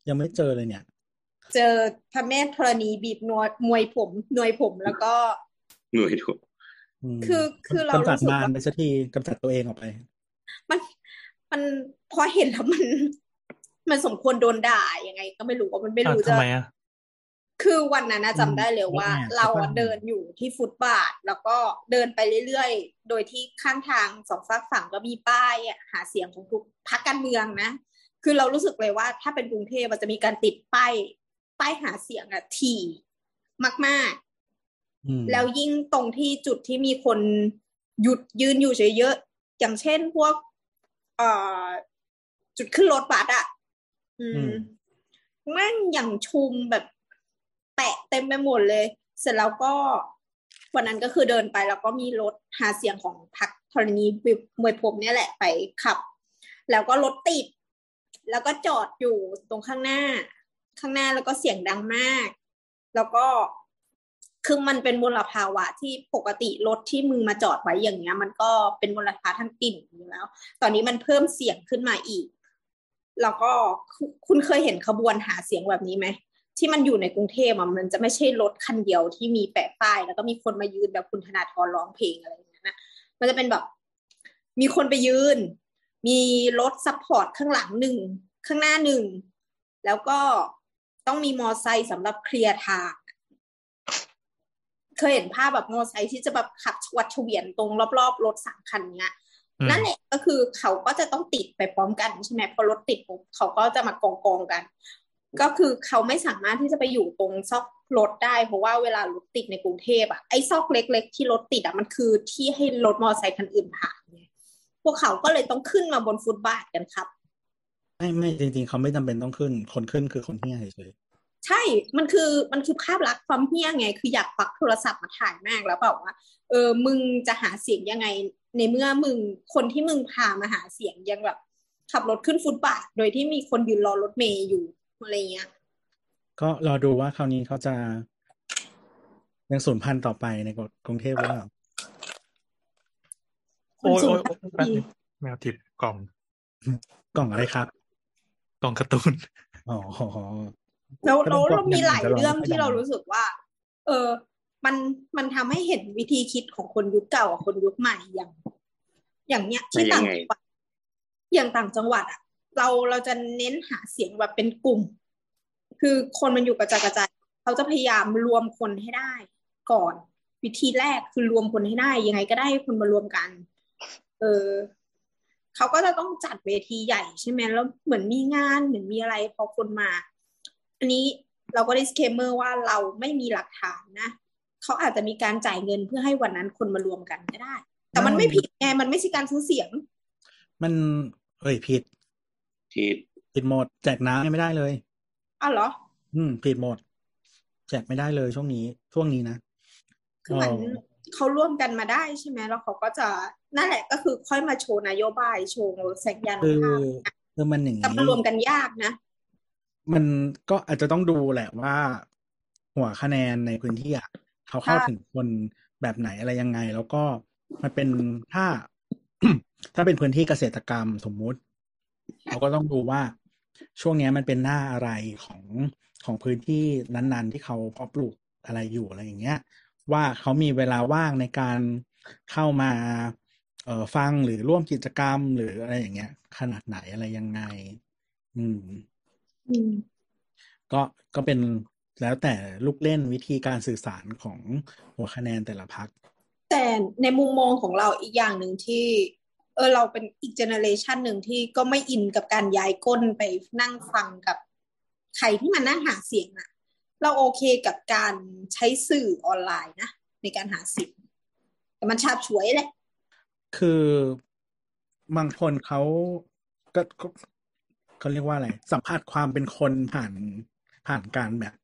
ยังไม่เจอเลยเนี่ย
เจอพระแม่ธรณีบีบนวดมวยผมนวยผมแล้วก็
หน่วย ถูก
ม
คือคือเรา
กำจัด
รู้สึก
มาร
ว่า
ไปสักทีกำจัดตัวเองออกไป
มันมันพอเห็นแล้วมัน มันสมควรโดนด่ายังไง ก็ไม่รู้ว่ามันไม่
อ่ะ
รู้
ทำ
จะ
ไมอ่ะ
คือวันนั้นนะ
อืม
จำได้เลยว่า
รถแห่
เราอะ
รถแห่
เดินอยู่ที่ฟุตบาท แล้วก็เดินไปเรื่อยๆ โดยที่ข้างทางสองฝากฝั่งก็มีป้ายอะหาเสียงของทุกพรรคการเมืองนะ คือเรารู้สึกเลยว่า ถ้าเป็นกรุงเทพมันจะมีการติดป้ายป้ายหาเสียงอะถี่มากๆ
อืม
แล้วยิ่งตรงที่จุดที่มีคนหยุดยืนอยู่เฉยเยอะ อย่างเช่นพวกเอ่อจุดขึ้นรถบัสอ่ะ อืมแม่งอย่างชุมแบบแปะเต็มไปหมดเลย เสร็จแล้วก็วันนั้นก็คือเดินไปแล้วก็มีรถหาเสียงของพรรคธรณีวิบมวยผมเนี่ยแหละไปขับ แล้วก็รถติด แล้วก็จอดอยู่ตรงข้างหน้า ข้างหน้าแล้วก็เสียงดังมาก แล้วก็คือมันเป็นมลภาวะที่ปกติรถที่มึงมาจอดไว้อย่างเงี้ย มันก็เป็นมลภาวะทางกลิ่นอยู่แล้ว ตอนนี้มันเพิ่มเสียงขึ้นมาอีก แล้วก็คุคุณเคยเห็นขบวนหาเสียงแบบนี้ไหม ที่มันอยู่ในกรุงเทพอะมันจะไม่ใช่รถคันเดียวที่มีแปะป้าย แล้วก็มีคนมายืนแบบคุณธนาธรร้องเพลงอะไรอย่างนั้นนะมันจะเป็นแบบ มีคนไปยืน มีรถซัพพอร์ตข้างหลังหนึ่งข้างหน้าหนึ่ง แล้วก็ต้องมีมอไซค์สำหรับเคลียร์ทาง เคยเห็นภาพแบบมอไซค์ที่จะแบบขับวัดเฉวียนตรงรอบๆรถสามคันเนี้ย
อืม
นั่นแหละก็คือเขาก็จะต้องติดไปพร้อมกันใช่ไหมพอรถติดปุ๊บเขาก็จะมากองกองๆกัน ก็คือเขาไม่สามารถที่จะไปอยู่ตรงซอกรถได้ เพราะว่าเวลารถติดในกรุงเทพอ่ะไอ้ซอกเล็ก ๆ ที่รถติดอ่ะมันคือที่ให้รถมอเตอร์ไซค์คันอื่นผ่านไงพวกเขาก็เลยต้องขึ้นมาบนฟุตบาทกันครับ
ไม่ไม่จริง ๆ เขาไม่จำเป็นต้องขึ้น คนขึ้นคือคนเฮี้ยเฉย
ใช่ มันคือ มันคือภาพลักษณ์ความเฮี้ยไง คืออยากปักโทรศัพท์มาถ่ายมากแล้วแบบว่า เออ มึงจะหาเสียงยังไง ในเมื่อมึง คนที่มึงพามาหาเสียงยังแบบ ขับรถขึ้นฟุตบาท โดยที่มีคนยืนรอรถเมย์อยู่อะไรเงี้ย
ๆก็รอดูว่าคราวนี้เขาจะ ยังสูญพันธุ์ต่อไปในกรุงเทพหรือเปล่า
คอน
โอ้ย
สูง
โอ้ยโอ้ยแป๊บนึงแมวทิพย์กล่อง
กล่องอะไรครับ
กล่องการ์ตูน
อ๋อ
แล้ว
ถ้า
เรา
เป็นพวก
เรามีหลาย
อย่างอื่น
เรื่อง
จะลองไม่
ที่
ได้
เรารู้สึกว่า เออ มัน มันทำให้เห็นวิธีคิดของคนยุคเก่ากับคนยุคใหม่อย่าง อย่างเนี้ยที่
ไปยั
ต่าง ง
ไง
จังหวัดอย่างต่างจังหวัดอะเราเราจะเน้นหาเสียงแบบเป็นกลุ่ม คือคนมันอยู่กระจายกระจายเขาจะพยายามรวมคนให้ได้ ก่อน วิธีแรกคือรวมคนให้ได้ ยังไงก็ได้ให้คนมารวมกัน เออเขาก็จะต้องจัดเวทีใหญ่ใช่ไหมแล้วเหมือนมีงานเหมือนมีอะไรพอคนมา อันนี้เราก็ disclaimer ว่าเราไม่มีหลักฐานนะเขาอาจจะมีการจ่ายเงินเพื่อให้วันนั้นคนมารวมกันก็ได้ แต่มันไม่ผิดไงมันไม่ใช่การซื้อเสียง
มันเอ้ยผิด
ที่
ผิดหมด แจกน้ำยังไม่ได้เลย
อ้าวเหรอ
อืมผิดหมด แจกไม่ได้เลยช่วงนี้ช่วงนี้นะ
คือเหมือน
เ
เขาร่วมกันมาได้ใช่ไหมแล้วเขาก็จะนั่นแหละก็คือค่อยมาโชว์นโยบายโชว์แสงยาน
คือ
ภาพ
คือมันอย่าง
แต่
นี้
มันรวมกันยากนะ
มันก็อาจจะต้องดูแหละว่า หัวคะแนนในพื้นที่อ่ะเขาเข้าถึงคนแบบไหนอะไรยังไง แล้วก็มันเป็นถ้า ถ้าเป็นพื้นที่เกษตรกรรมสมมุติเราก็ต้องดูว่าช่วงเนี้ยมันเป็นหน้าอะไรของของพื้นที่นั้นๆ ที่เขาเพาะปลูกอะไรอยู่อะไรอย่างเงี้ย ว่าเขามีเวลาว่างในการเข้ามาเอ่อฟังหรือร่วมกิจกรรมหรืออะไรอย่างเงี้ย ขนาดไหนอะไรยังไง อืม
อืม
ก็ก็เป็นแล้วแต่ลูกเล่นวิธีการสื่อสารของหัวคะแนนแต่ละพัก
แต่ในมุมมองของเราอีกอย่างหนึ่งที่ เออเราเป็นอีกเจเนอเรชันหนึ่งที่ก็ไม่อินกับการย้ายก้นไปนั่งฟังกับใครที่มานั่งหาเสียงอะเราโอเคกับการใช้สื่อออนไลน์นะในการหาเสียงแต่มันชาบฉวยแหละ
คือบางคนเขาก็ก็เขาเรียกว่าอะไร สัมผัสความเป็นคนผ่านผ่านการแบบ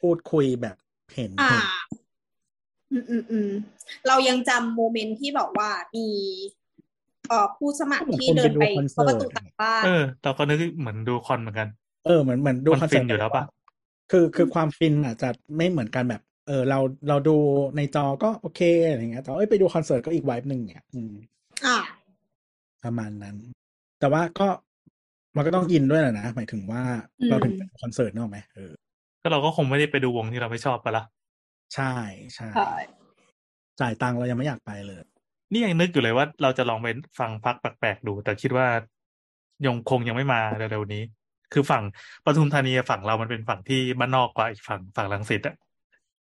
พูดคุยแบบเห็น
อ่า
เห็น
อืมอืมอืมเรายังจำโมเมนต์ที่แบบว่ามีเอ่อผู้สมัครที่เดินไปเคาะประตูตักบ้าน
เออ เราก็นึกเหมือนดูคอนเหมือนกัน
เออเหมือนเหมือนดู
มัน
คอน
ฟิ
เสิร์ต
นอยู่แล้วป่ะ
คือคือความฟินอาจจะไม่เหมือนกันแบบ เออ เราเราดูในจอก็โอเคอะไรอย่างเงี้ยแต่ว่าเอ้ยไปดูคอนเสิร์ตก็อีกไวบ์หนึ่งเนี่ยอืม
อ่า
ประมาณนั้น แต่ว่าก็มันก็ต้องอินด้วยแหละนะ หมายถึงว่า
อืม
เราถึงไปดูคอนเสิร์ตนึกออกไหมเออ
ก็เราก็คงไม่ได้ไปดูวงที่เราไม่ชอบไปะละ
ใช่ใช่
ใช่
จ่ายตังค์เรายังไม่อยากไปเลย
นี่ยังนึกอยู่เลยว่าเราจะลองไปฟังพักแปลกๆดู แต่คิดว่ายังคงยังไม่มาเร็วๆนี้ คือฝั่งปทุมธานีฝั่งเรามันเป็นฝั่งที่บ้านนอกกว่าอีกฝั่งฝั่งรังสิตอะ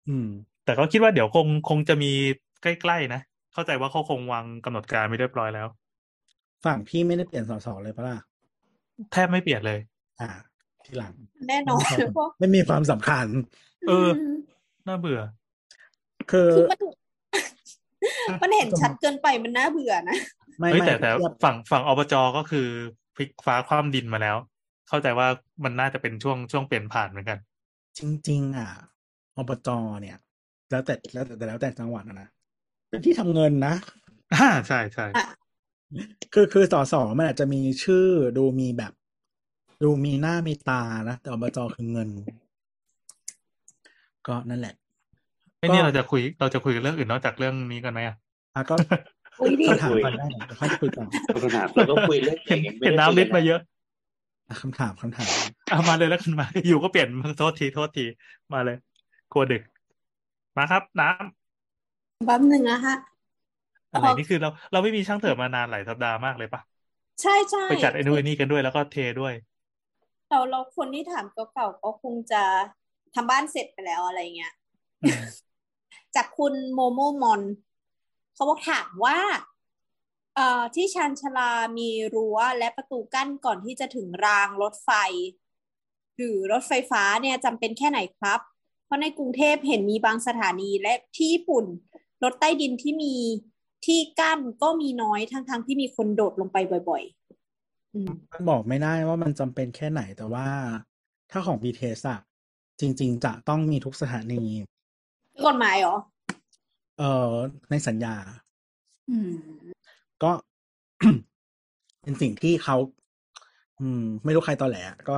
อืม
แต่ก็คิดว่าเดี๋ยวคงคงจะมีใกล้ๆนะ เข้าใจว่าเขาคงวางกำหนดการไม่เรียบร้อยแล้ว
ฝั่งพี่ไม่ได้เปลี่ยนสสเลยปะล่ะ
แทบไม่เปลี่ยนเลย
อ่า ทีหลัง
แน่นอน
ไม่มี
เพ
ควา
ราะ
มไม่มีความสำคัญ
เออ
ม
น่าเบื่อ
คือ
คือมันมันเห็นชัดเกินไปมันน่าเบื่อนะ
ไม่
เฮ้ย
ไม่
แต่แต่
เทียบ
ฝั่งฝั่งอบจก็คือพลิกฟ้าคว่ำดินมาแล้ว เข้าใจว่ามันน่าจะเป็นช่วงช่วงเปลี่ยนผ่านเหมือนกัน
จริง ๆ อ่ะอบจเนี่ย แล้วแต่แล้วแต่แล้วแต่จังหวัดอะนะเป็นที่ทำเงินนะ
อ่าใช่ใช่
คือคือสอสอมันอาจจะมีชื่อดูมีแบบ ดูมีหน้ามีตานะ แต่อบจคือเงิน ก็นั่นแหละ
ไอ้ยนี่เราจะคุยเราจะคุยกันเรื่องอื่นนอกจากเรื่องนี้กันไหมอ่ะ
อ่ะก็
อุ้ยดิ
คำถามก่อนได้เดี๋ยวค่อยคุยต่อ
เราก็ถามเราก็คุยเรื่อง
เห็น
องไม่ไคุ
เห็นน้ำลิตร
กั
มาเยอะ
อ่ะคำถามคำถาม
เอามาเลยแล้วกันมา อยู่ก็เปลี่ยนโทษทีโทษทีมาเลยกลัวดึก มาครับน้ำ
แป๊บหนึ่งนะฮะ
อะไร
อ๋อ
นี่คือเราเราไม่มีช่างเถิดมานานหลายสัปดาห์มากเลยปะ
ใช่ใช่
ไปจัดไอ้นู่นไอ้นี่กันด้วยแล้วก็เทด้วย
เราเราคนที่ถามเก่าๆก็คงจะทำบ้านเสร็จไปแล้วอะไรเงี้ย
อืม
จากคุณโมโมมอน เขาบอกถามว่าเอ่อที่ชานชาลามีรั้วและประตูกั้นก่อนที่จะถึงรางรถไฟ หรือรถไฟฟ้าเนี่ยจำเป็นแค่ไหนครับ เพราะในกรุงเทพเห็นมีบางสถานีและที่ญี่ปุ่น รถใต้ดินที่มีที่กั้นก็มีน้อยทั้งๆทที่มีคนโดดลงไปบ่อยๆ อืม
มันบอกไม่ได้ว่ามันจำเป็นแค่ไหนแต่ว่าถ้าของ BTS อะจริง ๆ จะต้องมีทุกสถานี
กฎหมายเหรอ
เอ่อในสัญญา
อืม
ก็ เป็นสิ่งที่เขา อืม ไม่รู้ใครตอแหลก็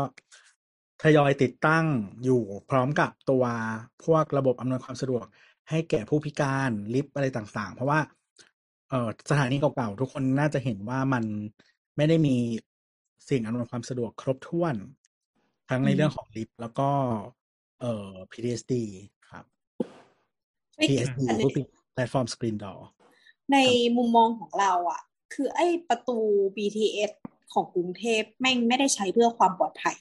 ทยอยติดตั้งอยู่พร้อมกับตัวพวกระบบอำนวยความสะดวก ให้แก่ผู้พิการลิฟต์อะไรต่างๆ เพราะว่า เอ่อสถานีเก่าๆ ทุกคนน่าจะเห็นว่ามันไม่ได้มีสิ่งอำนวยความสะดวกครบถ้วน ทั้งในเรื่องของลิฟต์แล้วก็ เอ่อ PTSD ครับ PTSD
อันนี้
ก็คือ Platform Screen Door
ในมุมมองของเราอะ่ะ คือไอ้ประตู BTS ของกรุงเทพแม่งไม่ได้ใช้เพื่อความปลอดภัย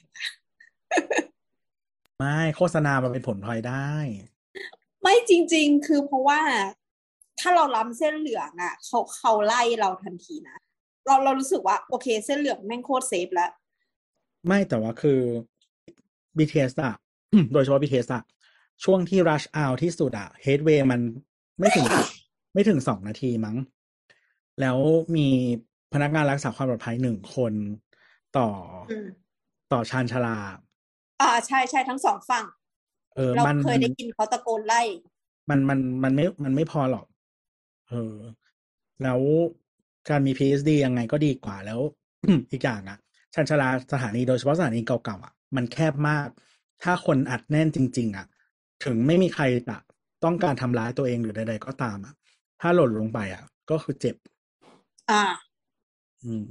ไม่โฆษณามันเป็นผลพลอยได้
ไม่จริง ๆ คือเพราะว่าถ้าเราล้ำเส้นเหลืองอะ่ะ เขาเขาไล่เราทันทีนะ เราเรารู้สึกว่า โอเคเส้นเหลืองแม่งโคตรเซฟแล้ว
ไม่แต่ว่าคือ BTS อะ โดยเฉพาะ BTS อะช่วงที่ rush hour ที่สุดอะ headway มันไม่ถึง ไม่ถึงสองนาทีมั้ง แล้วมีพนักงานรักษาความปลอดภัยหนึ่งคนต่ออ
อืม
ต่อชานชาลา
อ่าใช่ใช่ทั้งสองฝั่ง
เออ
เรา
มัน
เคยได้ยินเขาตะโกนไล่
มันมันมันไม่มันไม่พอหรอก เออ แล้วการมี PSD ยังไงก็ดีกว่าแล้ว อีกอย่างอะชันชาลาสถานีโดยเฉพาะสถานีเก่าๆอะมันแคบมาก ถ้าคนอัดแน่นจริง ๆอะถึงไม่มีใครจะต้องการทำร้ายตัวเองหรือใดๆก็ตามอะถ้าหล่นลงไปอะก็คือเจ็บ
อ่า
อืม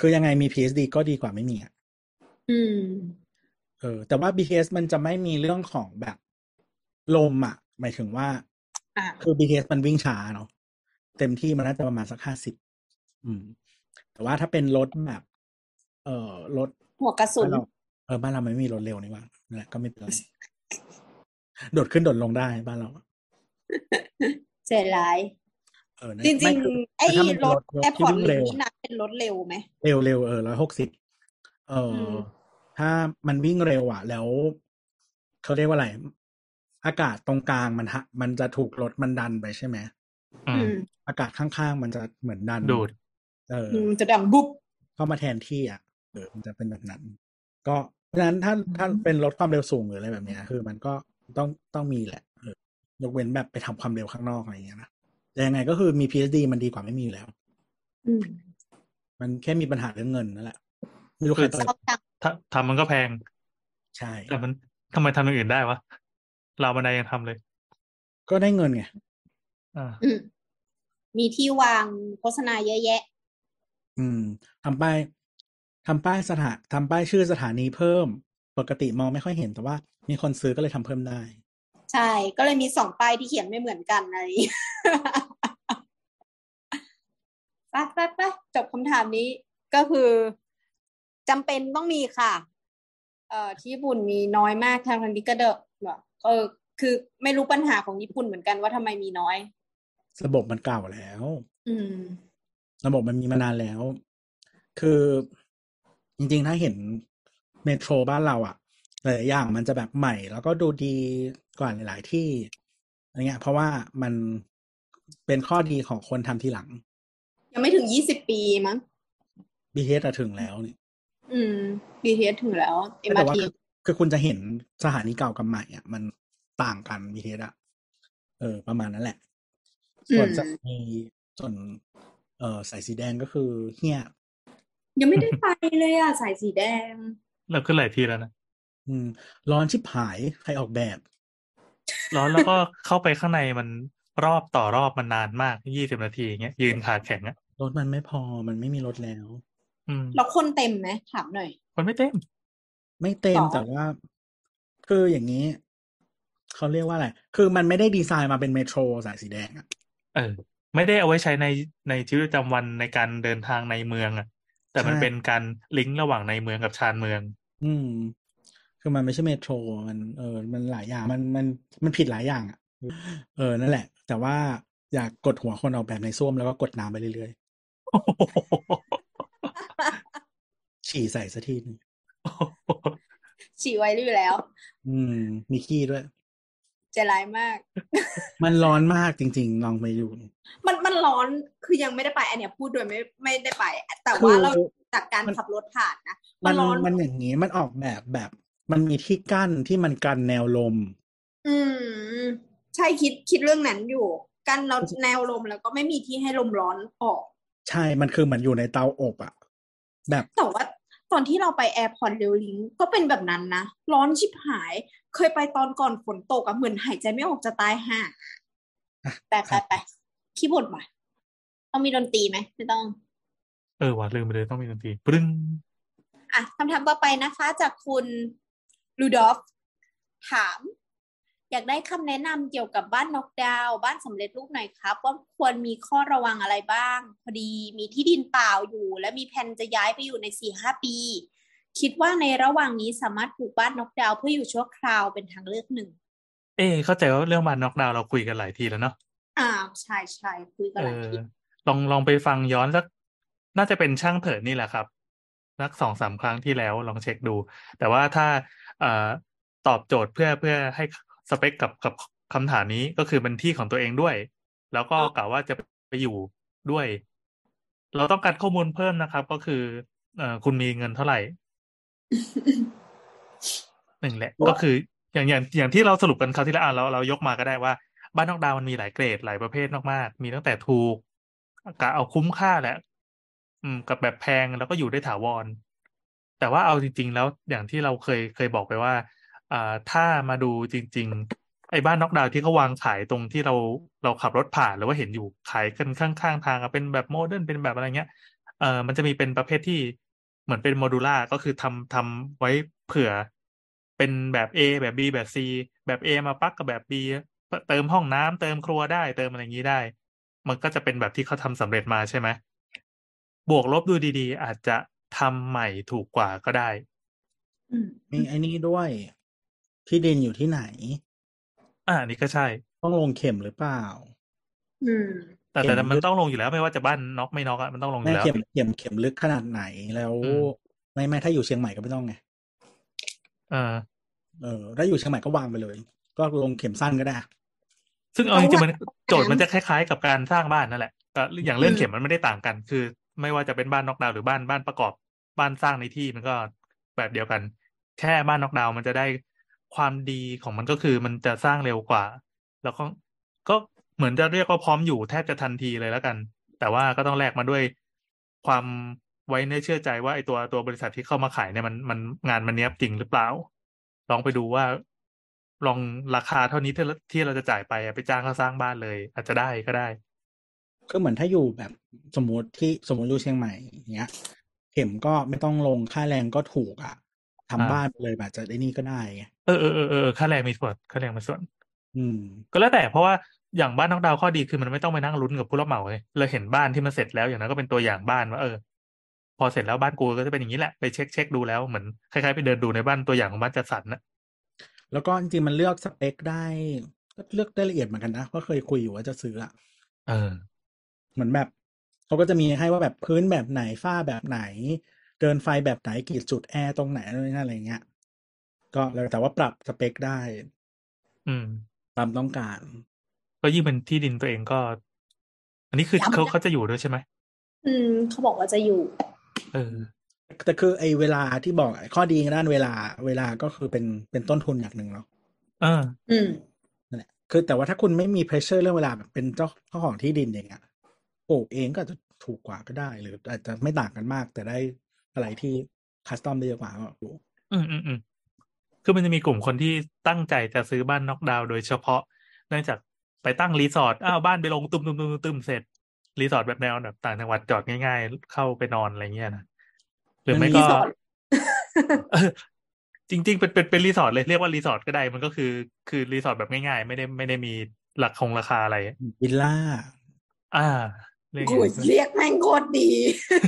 คือยังไงมี PSD ก็ดีกว่าไม่มีอะ
อืม
เออ แต่ว่า BTS มันจะไม่มีเรื่องของแบบลมอะหมายถึงว่า
อ่า
คือ BTS มันวิ่งช้าเนาะเต็มที่มันน่าจะประมาณสักห้าสิบอืม แต่ว่าถ้าเป็นรถแบบ เอ่อรถ
หัวกระสุ
บ้าน
น
เราเออบ้านเราไม่มีรถเร็วนี่หว่านั่นแหละก็ไม่ เป็นไรโดดขึ้นโดดลงได้บ้านเราอะ
ใจร้าย
เออนั่น
จริ
ไม่
ง
คือ
ๆ ไอ้
ถ้ามัน
ร
เป็นร
ถแอร์
ถรถที่
พอร์ตลิ
วิ่งเร็
ง
ว
นี่นับเป็นรถเร็วไหม
เร็วเร็วเออร้อยหกสิบเอออ
ม
ถ้ามันวิ่งเร็วอ่ะ แล้วเขาเรียกว่าอะไร อากาศตรงกลางมันฮะ มันจะถูกรถมันดันไปใช่ไหม
อื
อื
ม
ม
อากาศข้างๆมันจะเหมือนดัน
ดูด
เอออ
อืมจะดังบุ๊บ
เข้ามาแทนที่อ่ะเออมันจะเป็นแบบนั้น ก็เพราะฉะนั้นถ้าถ้าเป็นลดความเร็วสูงหรืออะไรแบบเนี้ย คือมันก็ต้องต้องมีแหละเออยกเว้นแบบไปทำความเร็วข้างนอกอะไรอย่างเงี้ยนะแต่ยังไงก็คือมี PSD มันดีกว่าไม่มีอยู่แล้ว
อืม
มันแค่มีปัญหาเรื่องเงินนั่นแหละไม่รู้ใคร
คือ
ตอ
เศ
น
ร้าจัง
ถ้าทำมันก็แพง
ใช่
แต่มันทำไมทำอย่างอื่นได้วะเราวบันไดยังทำเลย
ก็ได้เงินไง
อ่า
อืม มีที่วางโฆษณาเยอะแยะ
อืมทำป้ายทำป้ายสถานทำป้ายชื่อสถานีเพิ่ม ปกติมองไม่ค่อยเห็นแต่ว่า มีคนซื้อก็เลยทำเพิ่มได้
ใช่ ก็เลยมีสองป้ายที่เขียนไม่เหมือนกันอะไรอย่างเงี้ยไปไปไปจบคำถามนี้ก็คือจำเป็นต้องมีค่ะ เอ่อที่ญี่ปุ่นมีน้อยมากทางทางนี้ก็เดอะเออ คือไม่รู้ปัญหาของญี่ปุ่นเหมือนกันว่าทำไมมีน้อย
ระบบมันเก่าแล้ว
อืม
ระบบมันมีมานานแล้ว คือจริงๆ ถ้าเห็นเมโทรบ้านเราอะหลายๆอย่างมันจะแบบใหม่ แล้วก็ดูดีกว่าหลายๆที่อะไรเงี้ย เพราะว่ามันเป็นข้อดีของคนทำทีหลัง
ยังไม่ถึงยี่สิบปีมั้ง
BTS อะถึงแล้วนี่
อืม BTS ถึงแล้ว
แต่ว่า
MRT
คือคือคุณจะเห็นสถานีเก่ากับใหม่อะมันต่างกัน BTS อะเออ ประมาณนั้นแหละ ส่วน
อืม
สถานีส่วนเออสายสีแดงก็คือเฮีย
ยังไม่ได้ไปเลยอ่ะ สายสีแดง
เราขึ้นหลายทีแล้วนะ
อืม ร้อนชิบหายใครออกแบบ
ร้อนแล้วก็เข้าไปข้างในมันรอบต่อรอบมันนานมากยี่สิบนาทีอย่างเงี้ยยืนขาแข็งอ่ะ
รถมันไม่พอ มันไม่มีรถแล้ว
อืม
แล้วคนเต็มไหมถามหน่อย
มันไม่เต็ม
ไม่เต็
ห
ม
รอ
แต่ว่า คืออย่างนี้ เขาเรียกว่าอะไร คือมันไม่ได้ดีไซน์มาเป็นเมโทรสายสีแดงอะ
เออ ไม่ได้เอาไว้ใช้ในในชีวิตประจำวันในการเดินทางในเมืองอ่ะ แต่มันเป็นการลิงก์ระหว่างในเมืองกับชานเมือง
อืม คือมันไม่ใช่เมโทร มัน เออ มันหลายอย่าง มัน มัน มันผิดหลายอย่างอะเออ นั่นแหละ แต่ว่าอยากกดหัวคนออกแบบในส้วมแล้วก็กดน้ำไปเรื่อยๆ ฉี่ใส่สักทีหนึง
ฉี่ไว้อยู่แล้ว
อืม มีขี้ด้วย
ใจร้ายมาก
มันร้อนมากจริง ๆ ลองไปอยู่
มันมันร้อนคือยังไม่ได้ไปอันเนี้ยพูดโดยไม่ไม่ได้ไป แต่
คื
ว่า
อ
เราจากการขับรถผ่านนะ มั
มัน น
ร้อน
มันอย่างนี้มันออกแบบแบบ มันมีที่กั้นที่มันกันแนวลม
อืม ใช่คิดคิดเรื่องนั้นอยู่ กันเราแนวลมแล้วก็ไม่มีที่ให้ลมร้อนออก
ใช่ มันคือเหมือนอยู่ในเตาอบอะแบบ
แต่ว่าตอนที่เราไปแอร์พอร์ตเรลลิงก็เป็นแบบนั้นนะ ร้อนชิบหาย เคยไปตอนก่อนฝนตกอะเหมือนหายใจไม่ออกจะตายห่า
อ่ะ
แต่ไปไปขี้บ่นมาต้องมีดนตรีไหมไม่ต้อง
เออว่ะลืมไปเลยต้องมีดนตรีปรึ้ง
อ่ะคำถามต่อไปนะคะจากคุณลูดอฟ ถาม อยากได้คำแนะนำเกี่ยวกับบ้านนกดาวน์บ้านสำเร็จรูปหน่อยครับ ว่าควรมีข้อระวังอะไรบ้าง พอดีมีที่ดินเปล่าอยู่ และมีแผนจะย้ายไปอยู่ในสี่ห้าปี คิดว่าในระหว่างนี้สามารถปลูกบ้านนกดาวน์เพื่ออยู่ชั่วคราวเป็นทางเลือกหนึ่ง
เอ๊ะเข้าใจว่าเรื่องบานน็อกดาวน์เราคุยกันหลายทีแล้วเนาะ
อ่าวใช่ใช่คุยกัน
เอ
หลาย
อ
ที
ลองลองไปฟังย้อนสัก น่าจะเป็นช่างเถิดนี่แหละครับสักสองสามครั้งที่แล้วลองเช็คดู แต่ว่าถ้าเอ่อตอบโจทย์เพื่อเพื่อให้สเปคกับกับคำถามนี้ก็คือเป็นที่ของตัวเองด้วย แล้วก็กล่าวว่าจะไปอยู่ด้วย เราต้องการข้อมูลเพิ่มนะครับ ก็คือ เอ่อคุณมีเงินเท่า ไหร่ หนึ่งแหละก็คืออย่างอย่างอย่างที่เราสรุปกันคราวที่แล้วอ่ะเราเรายกมาก็ได้ว่า บ้านนอกดาวน์มันมีหลายเกรดหลายประเภทมากๆ มีตั้งแต่ถูกกะเอาคุ้มค่าแหละ อืม กับแบบแพงแล้วก็อยู่ได้ถาวร แต่ว่าเอาจริง ๆ แล้วอย่างที่เราเคยเคยบอกไปว่าอ่าถ้ามาดูจริง ๆ ไอ้บ้านนอกดาวน์ที่เขาวางขายตรงที่เราเราขับรถผ่านหรือว่าเห็นอยู่ขายกันข้างๆทางอะเป็นแบบโมเดิร์นเป็นแบบอะไรเงี้ย เออมันจะมีเป็นประเภทที่เหมือนเป็นโมดูล่าก็คือทำทำไว้เผื่อเป็นแบบ A แบบ B แบบ C แบบ A มาปักกับแบบ B เติมห้องน้ำเติมครัวได้เติมอะไรอย่างนี้ได้ มันก็จะเป็นแบบที่เขาทำสำเร็จมาใช่ไหมบวกลบดูดีๆ อาจจะทำใหม่ถูกกว่าก็ได้
อืม
มีไอ้นี่ด้วย ที่ดินอยู่ที่ไหน
อ่าอันนี้ก็ใช่
ต้องลงเข็มหรือเปล่า
อืม
แต่
เห็น
แต่มัน
ด้วย
ต้องลงอยู่แล้ว ไม่ว่าจะบ้านน็อกไม่น็อกอะมันต้องลงอ
ไม่
ยู่แล้ว
เข็มเข็มเข็มลึกขนาดไหนแล้ว
อืม
ไม่ไม่ถ้าอยู่เชียงใหม่ก็ไม่ต้องไง
เออ
เออถ้าอยู่เชียงใหม่ก็วางไปเลย ก็ลงเข็มสั้นก็ได้
ซึ่งเอาจริงๆมัน
ต้
โจ
อง
ทย์
ว่า
มันจะคล้ายๆ กับการสร้างบ้านนั่นแหละก็อย่างเรื่องเข็มมันไม่ได้ต่างกัน คือ ไม่ว่าจะเป็นบ้านน็อกดาวน์หรือบ้านบ้านประกอบบ้านสร้างในที่มันก็แบบเดียวกัน แค่บ้านน็อกดาวน์มันจะได้ความดีของมันก็คือมันจะสร้างเร็วกว่า แล้วก็ก็เหมือนจะเรียกว่าพร้อมอยู่แทบจะทันทีเลยแล้วกัน แต่ว่าก็ต้องแลกมาด้วยความไว้เนื้อเชื่อใจว่าไอ้ตัวตัวบริษัทที่เข้ามาขายเนี่ยมันมันงานมันเนี้ยบจริงหรือเปล่า ลองไปดูว่า ลองราคาเท่านี้ที่เราที่เราจะจ่ายไปอะไปจ้างเขาสร้างบ้านเลย อาจจะได้ก็ได้
ก็เหมือนถ้าอยู่แบบสมมติที่สมมติอยู่เชียงใหม่อย่างเงี้ย เข็มก็ไม่ต้องลงค่าแรงก็ถูกอ่ะทำ
อ่า
บ้านไปเลยแบบจะได้นี่ก็ได้ไง
เออเออเออเออค่าแรงมีส่วนค่าแรงมีส่วน
อืม
ก็แล้วแต่เพราะว่าอย่างบ้านนอกดาวน์ข้อดีคือมันไม่ต้องไปนั่งลุ้นกับผู้รับเหมาเลยเราเห็นบ้านที่มันเสร็จแล้วอย่างนั้นก็เป็นตัวอย่างบ้านว่าเออ พอเสร็จแล้วบ้านกูก็จะเป็นอย่างนี้แหละไปเช็คเช็คดูแล้วเหมือนคล้ายๆไปเดินดูในบ้านตัวอย่างของบ้านจัดสรรนะ
แล้วก็จริงๆมันเลือกสเปคได้ก็เลือกได้ละเอียดเหมือนกันนะก็เคยคุยอยู่ว่าจะซื้ออ่ะ
เออ
เหมือนแบบเขาก็จะมีให้ว่าแบบพื้นแบบไหนฝ้าแบบไหน เดินไฟแบบไหนกี่จุดแอร์ตรงไหนนู่นนนั่นอะไรเงี้ย ก็แล้วแต่ว่าปรับสเปคได้
อืม
ตามต้องการ
ก็ยิ่งเป็นที่ดินตัวเองก็ อันนี้คือเขาเขาจะอยู่ด้วยใช่ไหม
อืม เขาบอกว่าจะอยู่
เออ
แต่คือไอ้เวลาที่บอกอะข้อดีด้านเวลาเวลาก็คือเป็นเป็นต้นทุนอย่างหนึ่งเนาะ
เออ
อืม
นั่นแหละคือแต่ว่าถ้าคุณไม่มี pressure เรื่องเวลาแบบเป็นเจ้าเจ้าของที่ดินอย่างเงี้ยปลูกเองก็อาจจะถูกกว่าก็ได้ หรืออาจจะไม่ต่างกันมาก แต่ได้อะไรที่คัสตอมได้เยอะกว่าก็ปลูก
อืมอืมอืมคือมันจะมีกลุ่มคนที่ตั้งใจจะซื้อบ้านน็อกดาวน์โดยเฉพาะ เนื่องจากไปตั้งรีสอร์ทอ้าวบ้านไปลงตุ้มตุ้มตุ้มตุ้มเสร็จ รีสอร์ทแบบแนวแบบต่างจังหวัดจอดง่ายๆ เข้าไปนอนอะไรเงี้ยนะหรือไม่
รี
ก็
สอร์ท
เออ จริง ๆ เป็นเป็นเป็นรีสอร์ทเลยเรียกว่ารีสอร์ทก็ได้ มันก็คือ คือรีสอร์ทแบบง่ายๆ ไม่ได้ไม่ได้มีหลักคงราคาอะไร
วิลล่า
อ่าเรียกไง
โอ้ยเรียกแม่งโคตรดี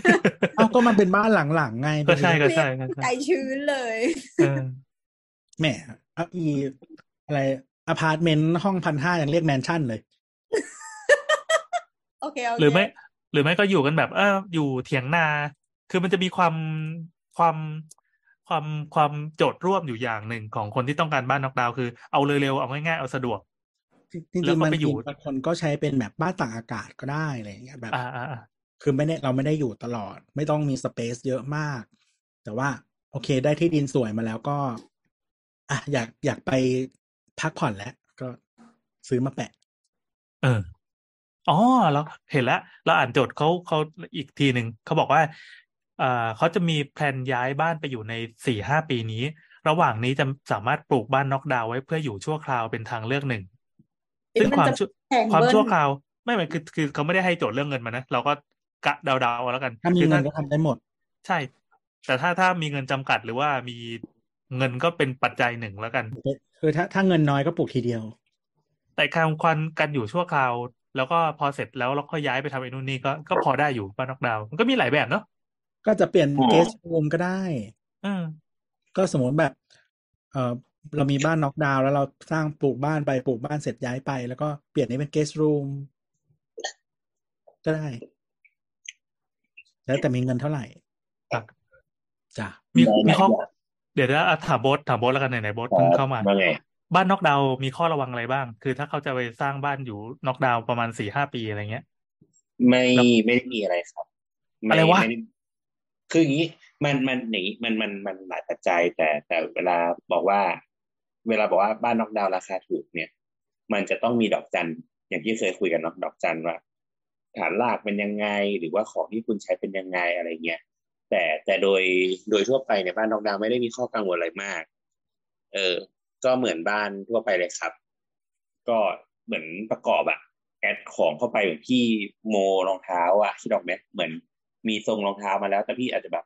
เอ้าก็มันเป็นบ้านหลังๆไง
ก็ใช่
ดูดิ
ก็ใช่ก็ใช่
ใจชื้นเลย
เออ
แหมเอาอีอะไรอพาร์ตเมนต์ห้องพันห้ายังเรียกแมนชั่นเลย
โอเค โอเค
หรือไม่ หรือไม่ก็อยู่กันแบบ เอออยู่เถียงนา คือมันจะมีความความ ความความโจทย์ร่วมอยู่อย่างหนึ่งของคนที่ต้องการบ้านน็อกดาวน์คือเอาเร็วๆเอาง่ายๆเอาสะดวก
จริง
แล้
ๆ
วก็
มัน
ไปอยู่
มีบางคนก็ใช้เป็นแบบบ้านต่างอากาศก็ได้อะไรอย่างเงี้ยแบบ
อ่าอ่าอ่า
คือไม่ได้เราไม่ได้อยู่ตลอด ไม่ต้องมีสเปซเยอะมาก แต่ว่า โอเคได้ที่ดินสวยมาแล้วก็ อ่ะอยากอยากไปพักผ่อนแล้วก็ซื้อมาแปะ
เออ อ๋อเราเห็นแล้ว เราอ่านโจทย์เขาเขาอีกทีหนึ่ง เขาบอกว่าเอ่อเขาจะมีแพลนย้ายบ้านไปอยู่ในสี่ห้าปีนี้ ระหว่างนี้จะสามารถปลูกบ้านน็อกดาวน์ไว้เพื่ออยู่ชั่วคราวเป็นทางเลือกหนึ่ง
เอ๊ะ
ซึ่ง
มัน
ความ
จะ
ชั่ว
แพง
ความ
เบิ้ล
ชั่วคราว ไม่ไม่คือคือเขาไม่ได้ให้โจทย์เรื่องเงินมานะ เราก็กะเดาๆเอาแล้วกัน
ถ้ามี
คือ
เงิ
ถ้า
นก็ทำได้หมด
ใช่ แต่ถ้าถ้ามีเงินจำกัดหรือว่ามีเงินก็เป็นปัจจัยหนึ่งแล้วกัน
คือถ้าถ้าเงินน้อยก็ปลูกทีเดียว
แต่การควันกันอยู่ชั่วคราว แล้วก็พอเสร็จแล้วเราก็ย้ายไปทำไอ้นู่นนี่ก็ก็พอได้อยู่บ้านนอกดาวน์มันก็มีหลายแบบเนาะ
ก็จะเปลี่ยน
อ๋อ
เกสต์รูมก็ได้
เออ
ก็สมมติแบบ เออเรามีบ้านน็อกดาวน์แล้วเราสร้างปลูกบ้านไปปลูกบ้านเสร็จย้ายไป แล้วก็เปลี่ยนนี้เป็นเกสต์รูมก็ได้ แล้วแต่มีเงินเท่าไหร่
ครับ
จ้ะ
มี
หลายๆ
มีข้อ
แบบ
เดี๋ยวนะอ่ะถามโบทถามโบทแล้วกันไหนไหนโบท
ค
เพิ่ง
รับ
เข้ามา
ว่าไง
บ้านนอกดาวน์มีข้อระวังอะไรบ้าง คือถ้าเขาจะไปสร้างบ้านอยู่นอกดาวน์ประมาณสี่ห้าปีอะไรเงี้ย
ไม่
แล้ว
ไม่ได้มีอะไรครับ
อะไรวะ
ม่ด้คืออย่างนี้มันมันอย่างนี้มันมันมันหลายปัจจัยแต่แต่เวลาบอกว่า เวลาบอกว่าบ้านน็อกดาวน์ราคาถูกเนี่ย มันจะต้องมีดอกจันอย่างที่เคยคุยกันเนาะดอกจันว่า ฐานรากเป็นยังไง หรือว่าของที่คุณใช้เป็นยังไงอะไรเงี้ยแต่แต่โดยโดยทั่วไปเนี่ยบ้านน็อกดาวน์ไม่ได้มีข้อกังวลอะไรมาก เออ ก็เหมือนบ้านทั่วไปเลยครับ ก็เหมือนประกอบอะแอดของเข้าไปเหมือนพี่โมรองเท้าอะคิดออกไหมเหมือนมีทรงรองเท้ามาแล้ว แต่พี่อาจจะแบบ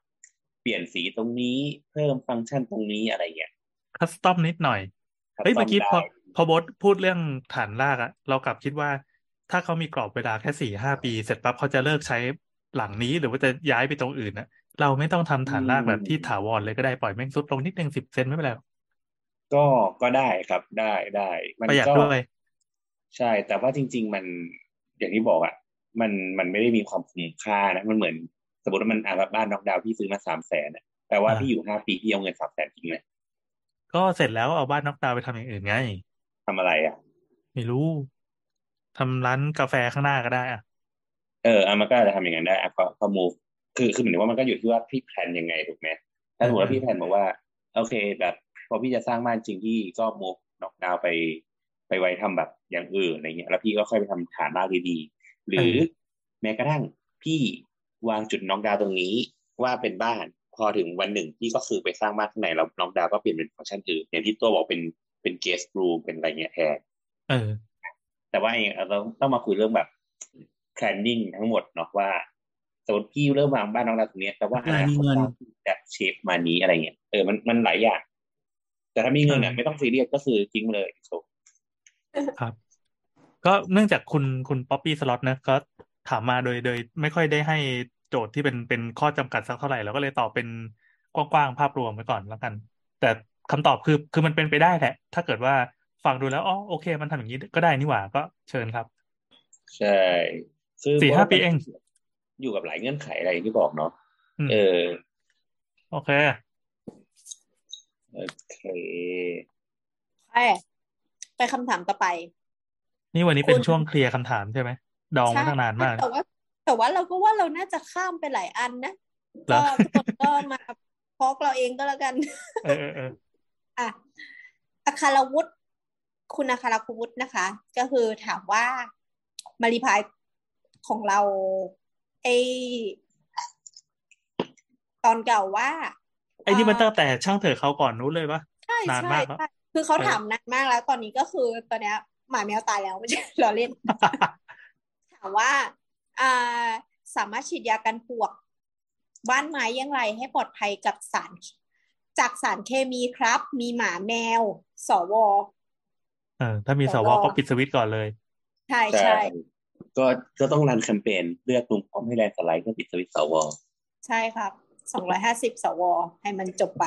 เปลี่ยนสีตรงนี้เพิ่มฟังก์ชันตรงนี้อะไรเงี้ย
คัสตอมนิดหน่อย
ครับ
เฮ้ยเมื่อกี้พ
ซ่
อ
อมได้
พอโบทพูดเรื่องฐานรากอะเรากลับคิดว่า ถ้าเขามีกรอบเวลาแค่สี่ห้าปี เสร็จปั๊บเขาจะเลิกใช้หลังนี้หรือว่าจะย้ายไปตรงอื่นนะเราไม่ต้องทำฐานรากแบบที่ถาวรเลยก็ได้ปล่อยแม่งซุดลงนิดนึงสิบเซนไม่เป็นไร
ก็ก็ได้ครับได้ได้มัน
ประหยัด
ก็
ด้วย
ใช่ แต่ว่าจริง ๆ มันอย่างที่บอกอะมันมันไม่ได้มีความคุ้มค่านะมันเหมือน สมมติว่ามันอ่ะบ้านน็อกดาวน์พี่ซื้อมาสามแสนแปลว่า
อ่า
พี่อยู่ห้าปีพี่เอาเงินสามแสนทิ้งเลย
ก็เสร็จแล้วเอาบ้านน็อกดาวน์ไปทำอย่างอื่นไง
ทำอะไรอะ
ไม่รู้ทำร้านกาแฟข้างหน้าก็ได้อะ
เอออ่ะมันก็อาจจะทำอย่างนั้นได้อ่ะก็ก็ move คือคือหมายถึงว่ามันก็อยู่ที่ว่าพี่แพลนยังไงถูกไหมถ้าสมมติว่าพี่แพลนบอกว่า โอเค แบบพอพี่จะสร้างบ้านจริงพี่ก็ move น็อกดาวน์ไป ไปไว้ทำแบบอย่างอื่นอะไรเงี้ย แล้วพี่ก็ค่อยไปทำฐานรากดีๆหรือแม้กระทั่งพี่วางจุดน็อกดาวน์ตรงนี้ว่าเป็นบ้าน พอถึงวันหนึ่งพี่ก็คือไปสร้างบ้านข้างในแล้วน็อกดาวน์ก็เปลี่ยนเป็นฟังก์ชันอื่นอย่างที่ตัวบอกเป็นเป็น guest room เป็นอะไรเงี้ยแทน
เออ
แต่ว่าเองเราต้องมาคุยเรื่องแบบ planning ทั้งหมดเนาะว่าสมมติพี่เริ่มวางบ้านน้องเราตรงเนี้ยแต่ว่าอนาคต
เงิน
บ้านพี่จะเชฟมานี้อะไรเงี้ยเออมันมันหลายอย่าง แต่ถ้ามีเงินอ่ะ
ใช่
ไม่ต้องซีเรียสก็คือทิ้งเลยจบ
ก็เนื่องจากคุณคุณป๊อปปี้สล็อตนะก็ถามมาโดยโดยไม่ค่อยได้ให้โจทย์ที่เป็นเป็นข้อจำกัดสักเท่าไหร่เราก็เลยตอบเป็นกว้างๆภาพรวมไปก่อนแล้วกัน แต่คำตอบคือคือมันเป็นไปได้แหละ ถ้าเกิดว่าฟังดูแล้วอ๋อโอเค มันทำอย่างนี้ก็ได้นี่หว่าก็เชิญครับ
ใช่คือ
สี่ห้า
พระว่
ปีเอง
อยู่กับหลายเงื่อนไขอะไรที่บอกเนาะ
อืม
เออ
โอเค
โอเค
ใช่ไปคำถามต่อไป
นี่วันนี้
คุณ
เป็นช่วงเคลียร์คำถามใช่ไหมดองมาตั้งนานมาก
แต่ว่า แต่ว่าเราก็ว่าเราน่าจะข้ามไปหลายอันนะ
เหร
ก็
อ
ทุกคนก็มาพอกเราเองก็แล้วกัน
เออเออเออ
อ่ะอาคารวุฒิคุณอาคารวุฒินะคะ ก็คือถามว่ามารีพายของเราไอตอนเก่าว่า
ไอ้นี่มันตั้งแต่ช่างเถอะเขาก่อนนู้นเลยปะ
ใช่
นาน
ใช่
มากแล้ว
ใช่คือเขา
เออ
ถามนานมากแล้วตอนนี้ก็คือตอนเนี้ยหมาแมวตายแล้วไม่ใช่ ล้อเล่น ถามว่าอ่าสามารถฉีดยากันปลวก บ้านไม้อยังไรให้ปลอดภัยกับสาร จากสารเคมีครับ มีหมาแมว สว
เออถ้ามีสวก็ปิดสวิตช์ก่อนเลย
ใช่ใช่
ก็ก็ต้องรันแคมเปญเลือกลุงพร้อมให้แลนด์สไลด์เพื่อปิดสวิตช์สว
ใช่ครับ สองร้อยห้าสิบสว ให้มันจบไป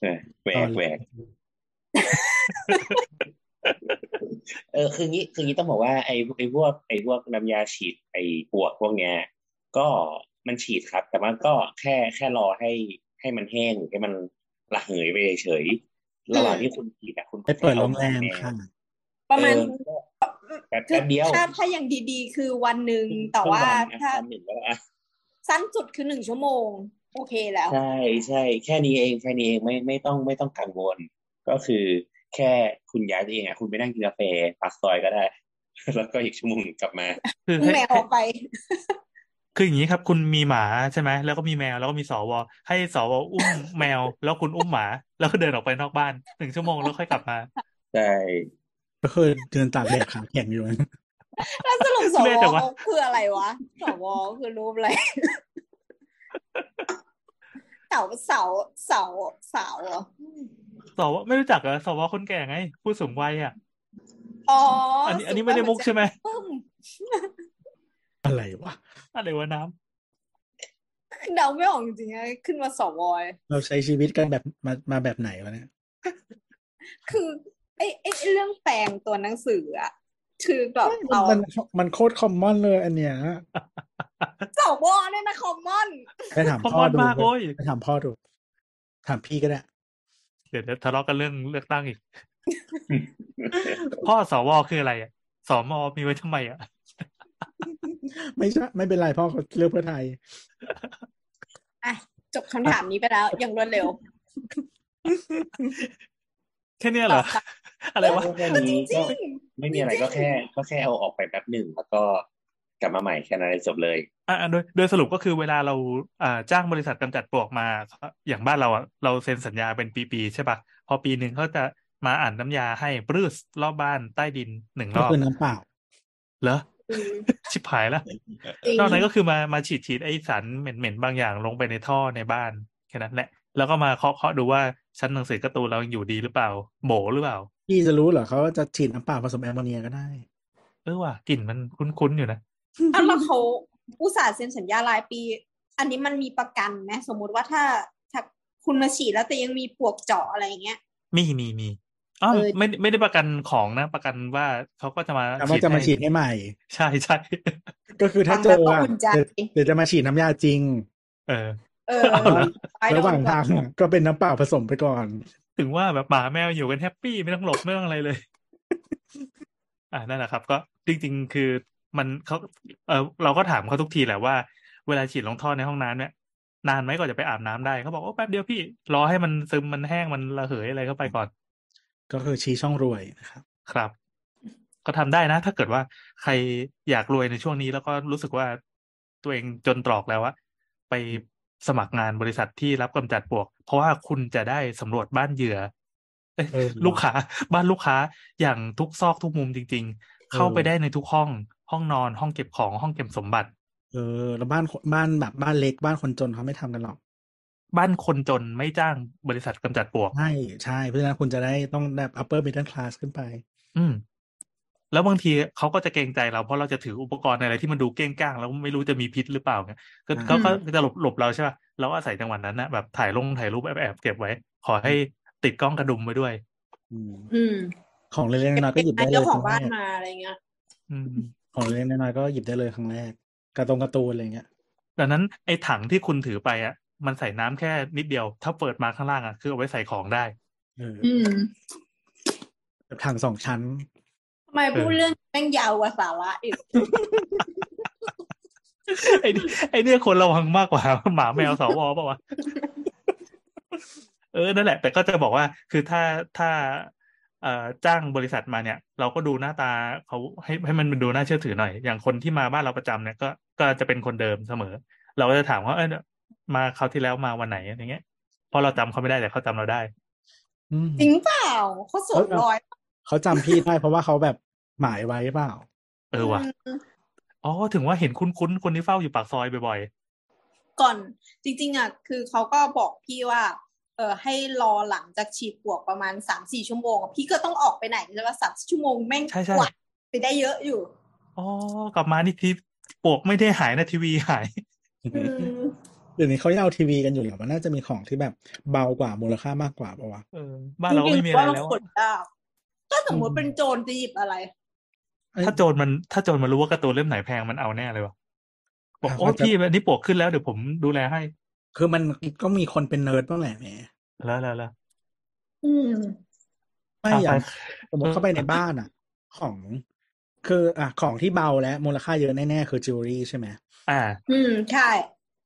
เออแหวกแหวก เออ คืองี้คืองี้ต้องบอกว่าไอ้ไอ้พวกไอ้พวกน้ำยาฉีดไอ้ปวกพวกเนี้ย ก็มันฉีดครับ แต่มันก็แค่แค่รอให้ ให้มันแห้งหรือให้มันระเหยไปเฉยๆระหว่างที่คุณฉีดอะคุณ
ไปเปิดโรงแรมค่ะ
ประมาณ
เออก็ แป๊บแป๊บเดียว
ถ้าถ้าอย่างดีๆ คือวันหนึ่งแต่ว่า
ครึ่งนอะ
ถ้า
วันหนึ่งแล้วอะ
สั้นสุดคือหนึ่งชั่วโมง โอเคแล้ว
ใช่ใช่แค่นี้เองแค่นี้เองไม่ไม่ต้องไม่ต้องกังวล ก็คือแค่คุณย้ายตัวเองอ่ะคุณไปนั่งกินกาแฟปากซอยก็ได้ แล้วก็อีกชั่วโมงหนึ่งกลับมา
คือ
แม
ให้
วออกไป
คืออย่างนี้ครับ คุณมีหมาใช่ไหมแล้วก็มีแมวแล้วก็มีสวให้สวอุ้มแมว แล้วคุณอุ้มหมา แล้วก็เดินออกไปนอกบ้านหนึ่งชั่วโมงแล้วค่อยกลับมา
ใช่
ก็คือเดินตากแดดขาแข็งอยู่นะ
แล้วสรุปส
เรียกแต่
ว
ว่า
คืออะไรวะสวคือรูปอะไรเสาเสาเสาเสาเหรอ
สวไม่รู้จักเหรอสวคนแก่ไง ผู้สูงวัยอ่ะ
อ๋ออั
อันนี้อันนี้ไม่ได้มุกใช่ไหม
อะไรวะ
อะไรวะน้ำ
เดาไม่ออกจริงๆนะขึ้นมาสว
เราใช้ชีวิตกันแบบมามาแบบไหนวะเนี่ย
คือไอ้ไอ้ไอ้เรื่องแปลงตัวหนังสืออะคือแบบเรา
มันมันโคตรคอมมอนเลยอันเนี้ย
สวเนี่ยนะคอมมอน
ไปถาม
คอม
พ่
ม
อ
อน
ดู
มากเว้ย
ไปถามพ่อดู ถามพี่ก็ได้
เดี๋ยวเดี๋ยวทะเลาะกันเรื่องเลือกตั้งอีก พ่อสวคืออะไรอ่ะสมมีไว้ทำไมอ่ะ
ไม่ใช่ไม่เป็นไรพ่อเขาเลือกเพื่อไทย
จบคำถามนี้ไปแล้ว อย่างรวดเร็ว
แค่เนี้ยเหรอ
ต่อค่ะ
อะไรวะ
แค่นี้
จริ
ก็
ง
ไม่ มีอะไรก็แค่ ก็แค่เอาออกไปแป๊บหนึ่งแล้วก็กลับมาใหม่แค่นั้นเลยจบเลย
อ่ะอ่ะโดยโดยสรุปก็คือเวลาเราอ่าจ้างบริษัทกำจัดปลวกมาอย่างบ้านเราอ่ะเราเซ็นสัญญาเป็นปีๆใช่ปะพอปีหนึ่งเขาจะมาอ่านน้ำยาให้ปรื้สรอบบ้านใต้ดินหนึ่งร
ก็
อบ
คือน้ำเปล่า
เหรอ ชิบหายละ
จริง
นอกนั้นก็คือมามาฉีดฉีดไอสารเหม็นๆบางอย่างลงไปในท่อในบ้านแค่นั้นแหละ แล้วก็มาเคาะเคาะดูว่าชั้นหนังสือการ์ตูนเรายังอยู่ดีหรือเปล่าโบหรือเปล่า
พี่จะรู้เหรอเขาจะฉีดน้ำเปล่าผสมแอมโมเนียก็ได้
เออว่ะกลิ่นมันคุ้นๆอยู่นะ
อ้าวแล้วเขาอุตส่าห์เซ็นสัญญารายปี อันนี้มันมีประกันไหมสมมุติว่าถ้าถ้าคุณมาฉีดแล้วแต่ยังมีปวกเจาะอะไรอย่างเงี้ย
มีมีมีอ๋อ
เออ
ไม่ไม่ได้ประกันของนะ ประกันว่าเขาก็จะมา
แต่ว่าจะมาฉีดให้ใหม่
ใช่ใช่
ก็คือถ้าเจ
ฟัแล้วก็
องอะ
อุ่นใจ
เดี๋ยวเดี๋ยวจะมาฉีดน้ำยาจริง
เออ
เออ
เอาเหรอ
ไอ้
ระหว่าง
โดน
ทางอะก็เป็นน้ำเปล่าผสมไปก่อน
ถึงว่าแบบหมาแมวอยู่กันแฮปปี้ไม่ต้องหลบไม่ต้องอะไรเลย อ่านั่นแหละครับ ก็จริง ๆ คือมันเขาเออเราก็ถามเขาทุกทีแหละว่าเวลาฉีดลงท่อในห้องน้ำเนี่ย นานไหมกว่อนจะไปอาบน้ำได้เขาบอกโอ้แป๊บเดียวพี่ รอให้มันซึมมันแห้งมันระเหยอะไรเข้าไปก่อน
ก็คือชี้ช่องรวยนะครับ
ครับ ก็ทำได้นะ ถ้าเกิดว่าใครอยากรวยในช่วงนี้แล้วก็รู้สึกว่าตัวเองจนตรอกแล้วอะไปสมัครงานบริษัทที่รับกำจัดปลวก เพราะว่าคุณจะได้สำรวจบ้านเหยื่อเอ้ย
เออ
ลูกค้า บ้านลูกค้าอย่างทุกซอกทุกมุมจริง ๆ เข้าไปได้ในทุกห้อง ห้องนอนห้องเก็บของห้องเก็บสมบัติ
เออแล้วบ้านบ้านแบบบ้านเล็กบ้านคนจนเขาไม่ทำกันหรอก
บ้านคนจนไม่จ้างบริษัทกำจัดปลวก
ใช่ใช่เพราะฉะนั้นคุณจะได้ต้องแบบ upper middle class ขึ้นไป
อืม แล้วบางทีเขาก็จะเกรงใจเราเพราะเราจะถืออุปกรณ์อะไรที่มันดูเก้งก้างแล้วไม่รู้จะมีพิษหรือเปล่าเนี่ยก็
อ่า
เขาก็จะหลบหลบเราใช่ป่ะเราก็อาศัยจังหวะนั้นนะแบบถ่ายลงถ่ายรูปแอบแอบเก็บไว้ ขอให้ติดกล้องกระดุมไว้ด้วย
อืม
อืม
ของเล็กๆน้อยๆก็หยิบได้เล
เจ้ายข
ค
อง
รั้ง
บ้าน
แรก
มาอะไรเงี้ย
อืม
ของเล็กๆน้อยๆก็หยิบได้เลยครั้งแรกการะตรงการะตูนอะไรเงี้ย
ดังนั้นไอ้ถังที่คุณถือไปอ่ะ มันใส่น้ำแค่นิดเดียว ถ้าเปิดมาข้างล่างอ่ะคือเอาไว้ใส่ของได้
เออ
อืม
แบบถังสองชั้น
ทำไมพูดเรื่องแม่งยาวกว่าสาระอีก
ไอ้นี่ไอ้เนี่ยคนระวังมากกว่า หมาแมวสวป่าวะ เออนั่นแหละ แต่ก็จะบอกว่าคือถ้าถ้าเอ่อจ้างบริษัทมาเนี่ย เราก็ดูหน้าตาเขาให้ให้มันดูน่าเชื่อถือหน่อย อย่างคนที่มาบ้านเราประจำเนี่ยก็ก็จะเป็นคนเดิมเสมอ เราก็จะถามว่าเออมาคราวที่แล้วมาวันไหนอะไรเงี้ยเพราะเราจำเขาไม่ได้แต่เขาจำเราได้
อืม
จริงเปล่าเขาสวมรอย
เขาจำพี่ได้เพราะว่าเขาแบบหมายไว้เปล่า
เออว่ะ
ม
อ๋อถึงว่าเห็นคุ้นๆคนที่เฝ้าอยู่ปากซอยบ่อย
ก่อน จริง ๆอ่ะคือเขาก็บอกพี่ว่า เออให้รอหลังจากฉีดปวกประมาณสามสี่ชั่วโมงอะพี่ก็ต้องออกไปไหนใช่ปะสามชั่วโมงแม่ง
ๆ ใช่ใช่
กวาดไปได้เยอะอยู่
อ๋อกลับมานี่ทีปลวกไม่ได้หายนะทีวีหาย
อืม
เดี๋ยวนี้เขายังเอาทีวีกันอยู่เหรอมันน่าจะมีของที่แบบเบากว่ามูลค่ามากกว่าปะวะ
เออบ้านเราก็ไม่มีอะไรแล้
จง
ว
ๆาข
อะ
นยากถ้าสมมติเป็นโจรจะหยิบอะไร
ถ้าโจรมันถ้าโจรมันรู้ว่าการ์ตูนเล่มไหนแพงมันเอาแน่เลยวะบอก
ะ
โอ้
เขาจะ
พี่อันนี้ปวกขึ้นแล้วเดี๋ยวผมดูแลให้
คือมันก็มีคนเป็นเนิร์ดบ้างแหละแหม
แล้วแล้วแล้ว
อืม
ไม่
อ่ะ
อย่า
ไป
ง สมมติเข้าไปในบ้านอ่ะ ของ คืออ่ะของที่เบาและมูลค่าเยอะแน่ๆคือจิวเวลรี่ใช่ไหม
อ่า
อืม ใช่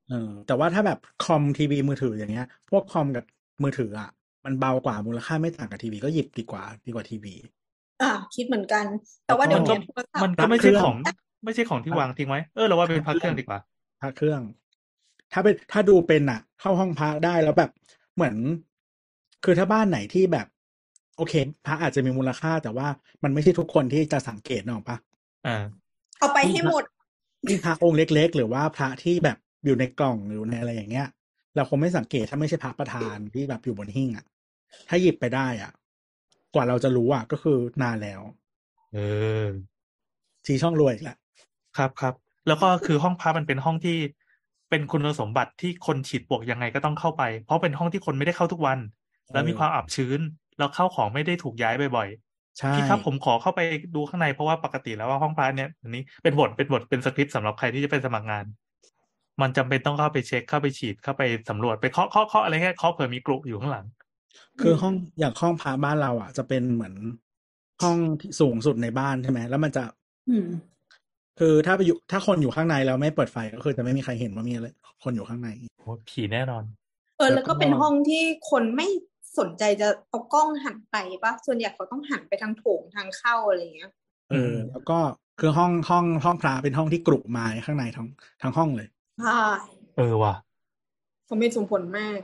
เออแต่ว่าถ้าแบบคอมทีวีมือถืออย่างเงี้ย พวกคอมกับมือถืออ่ะ มันเบากว่ามูลค่าไม่ต่างกับทีวีก็หยิบดีกว่าดีกว่าทีวี
อ่า คิดเหมือนกัน แต่ว่าเดี๋ยว
มันก็
เนี้ยโทรศัพ
มัน
ท์
ก็ไม่ใช่
เครื่
ข
อง
อง ไม่ใช่ของที่วางทิ้งไว้ เออเราว่าเป็นพักเครื่องดีกว่า
พระเครื่อง ถ้าเป็นถ้าดูเป็นอ่ะ เข้าห้องพระได้แล้วแบบเหมือน คือถ้าบ้านไหนที่แบบ โอเค พระอาจจะมีมูลค่า แต่ว่ามันไม่ใช่ทุกคนที่จะสังเกตนกออกปะ
อ่า
เอาไปให้หมด
ยิ่งพระองค์เล็ก ๆ หรือว่าพระที่แบบอยู่ในกล่องหรือในอะไรอย่างเงี้ย เราคงไม่สังเกตถ้าไม่ใช่พระประธานที่แบบอยู่บนหิ้งอ่ะ ถ้าหยิบไปได้อ่ะ กว่าเราจะรู้อ่ะก็คือนานแล้ว
เออ
ชี้ช่องรวยอีกละ
ครับครับ แล้วก็คือห้องพักมันเป็นห้องที่เป็นคุณสมบัติที่คนฉีดปลวกยังไงก็ต้องเข้าไป เพราะเป็นห้องที่คนไม่ได้เข้าทุกวัน แล้วมีความอับชื้น แล้วเข้าของไม่ได้ถูกย้ายบ่อย
ใช่
ๆพี่ครับผมขอเข้าไปดูข้างในเพราะว่าปกติแล้วว่าห้องพักเนี่ยอันนี้เป็นบทเป็นบทเป็นสคริปต์สำหรับใครที่จะไปสมัครงาน มันจำเป็นต้องเข้าไปเช็คเข้าไปฉีดเข้าไปสำรวจไปเคาะเคาะเคาะอะไรแค่เคาะเผื่อมีกรุอยู่ข้างหลัง
คือห้องอย่างห้องพระบ้านเราอ่ะ จะเป็นเหมือนห้องที่สูงสุดในบ้านใช่ไหมแล้วมันจะ
อืม
คือถ้าไปอยู่ถ้าคนอยู่ข้างในแล้วไม่เปิดไฟก็คือจะไม่มีใครเห็นว่ามีอะไรคนอยู่ข้างใน
โอ้ผีแน่นอน
เออ แล้วก็เป็น
แล้วก็
ห้องที่คนไม่สนใจจะเอากล้องหันไปปะส่วนใหญ่เขาต้องหันไปทางโถงทางเข้าอะไรอย่างเงี้ย
เอออ
ม
แล้วก็คือห้องห้องห้องพระเป็นห้องที่กรุไม้ข้างในทั้งทั้งห้องเลย
ใช่
เออว่ะ
สมเหตุสมผลมาก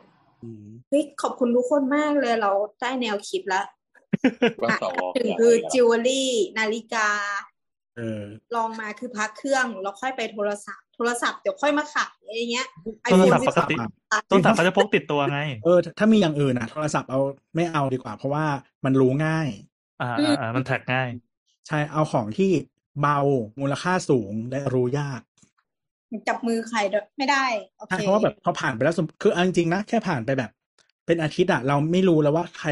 เฮ้ย ขอบคุณทุกคนมากเลยเราได้แนวคิดละ
ว่า
อ่ะ
สว
หนึ่งคือจิวเวลรี่ นาฬิกา
เออ
ลองมาคือพักเครื่อง แล้วค่อยไปโทรศัพท์ โทรศัพท์เดี๋ยวค่อยมาขายอะไรเงี้ย
โทรศัพท์
iPhone
ปกติ
12
ต้นสับก็จะพกติดตัวไง
เออ ถ้ามีอย่างอื่นอ่ะ โทรศัพท์เอาไม่เอาดีกว่า เพราะว่ามันรู้ง่าย
อ่าอ่าอ่ามันแท็กง่าย
ใช่เอาของที่เบามูลค่าสูงและรู้ยาก
จับมือใครด้วยไม่ได้ โอเค
ใช่เพราะว่าแบบพอผ่านไปแล้วสมคือเอาจริงๆนะแค่ผ่านไปแบบ เป็นอาทิตย์อ่ะเราไม่รู้แล้วว่าใคร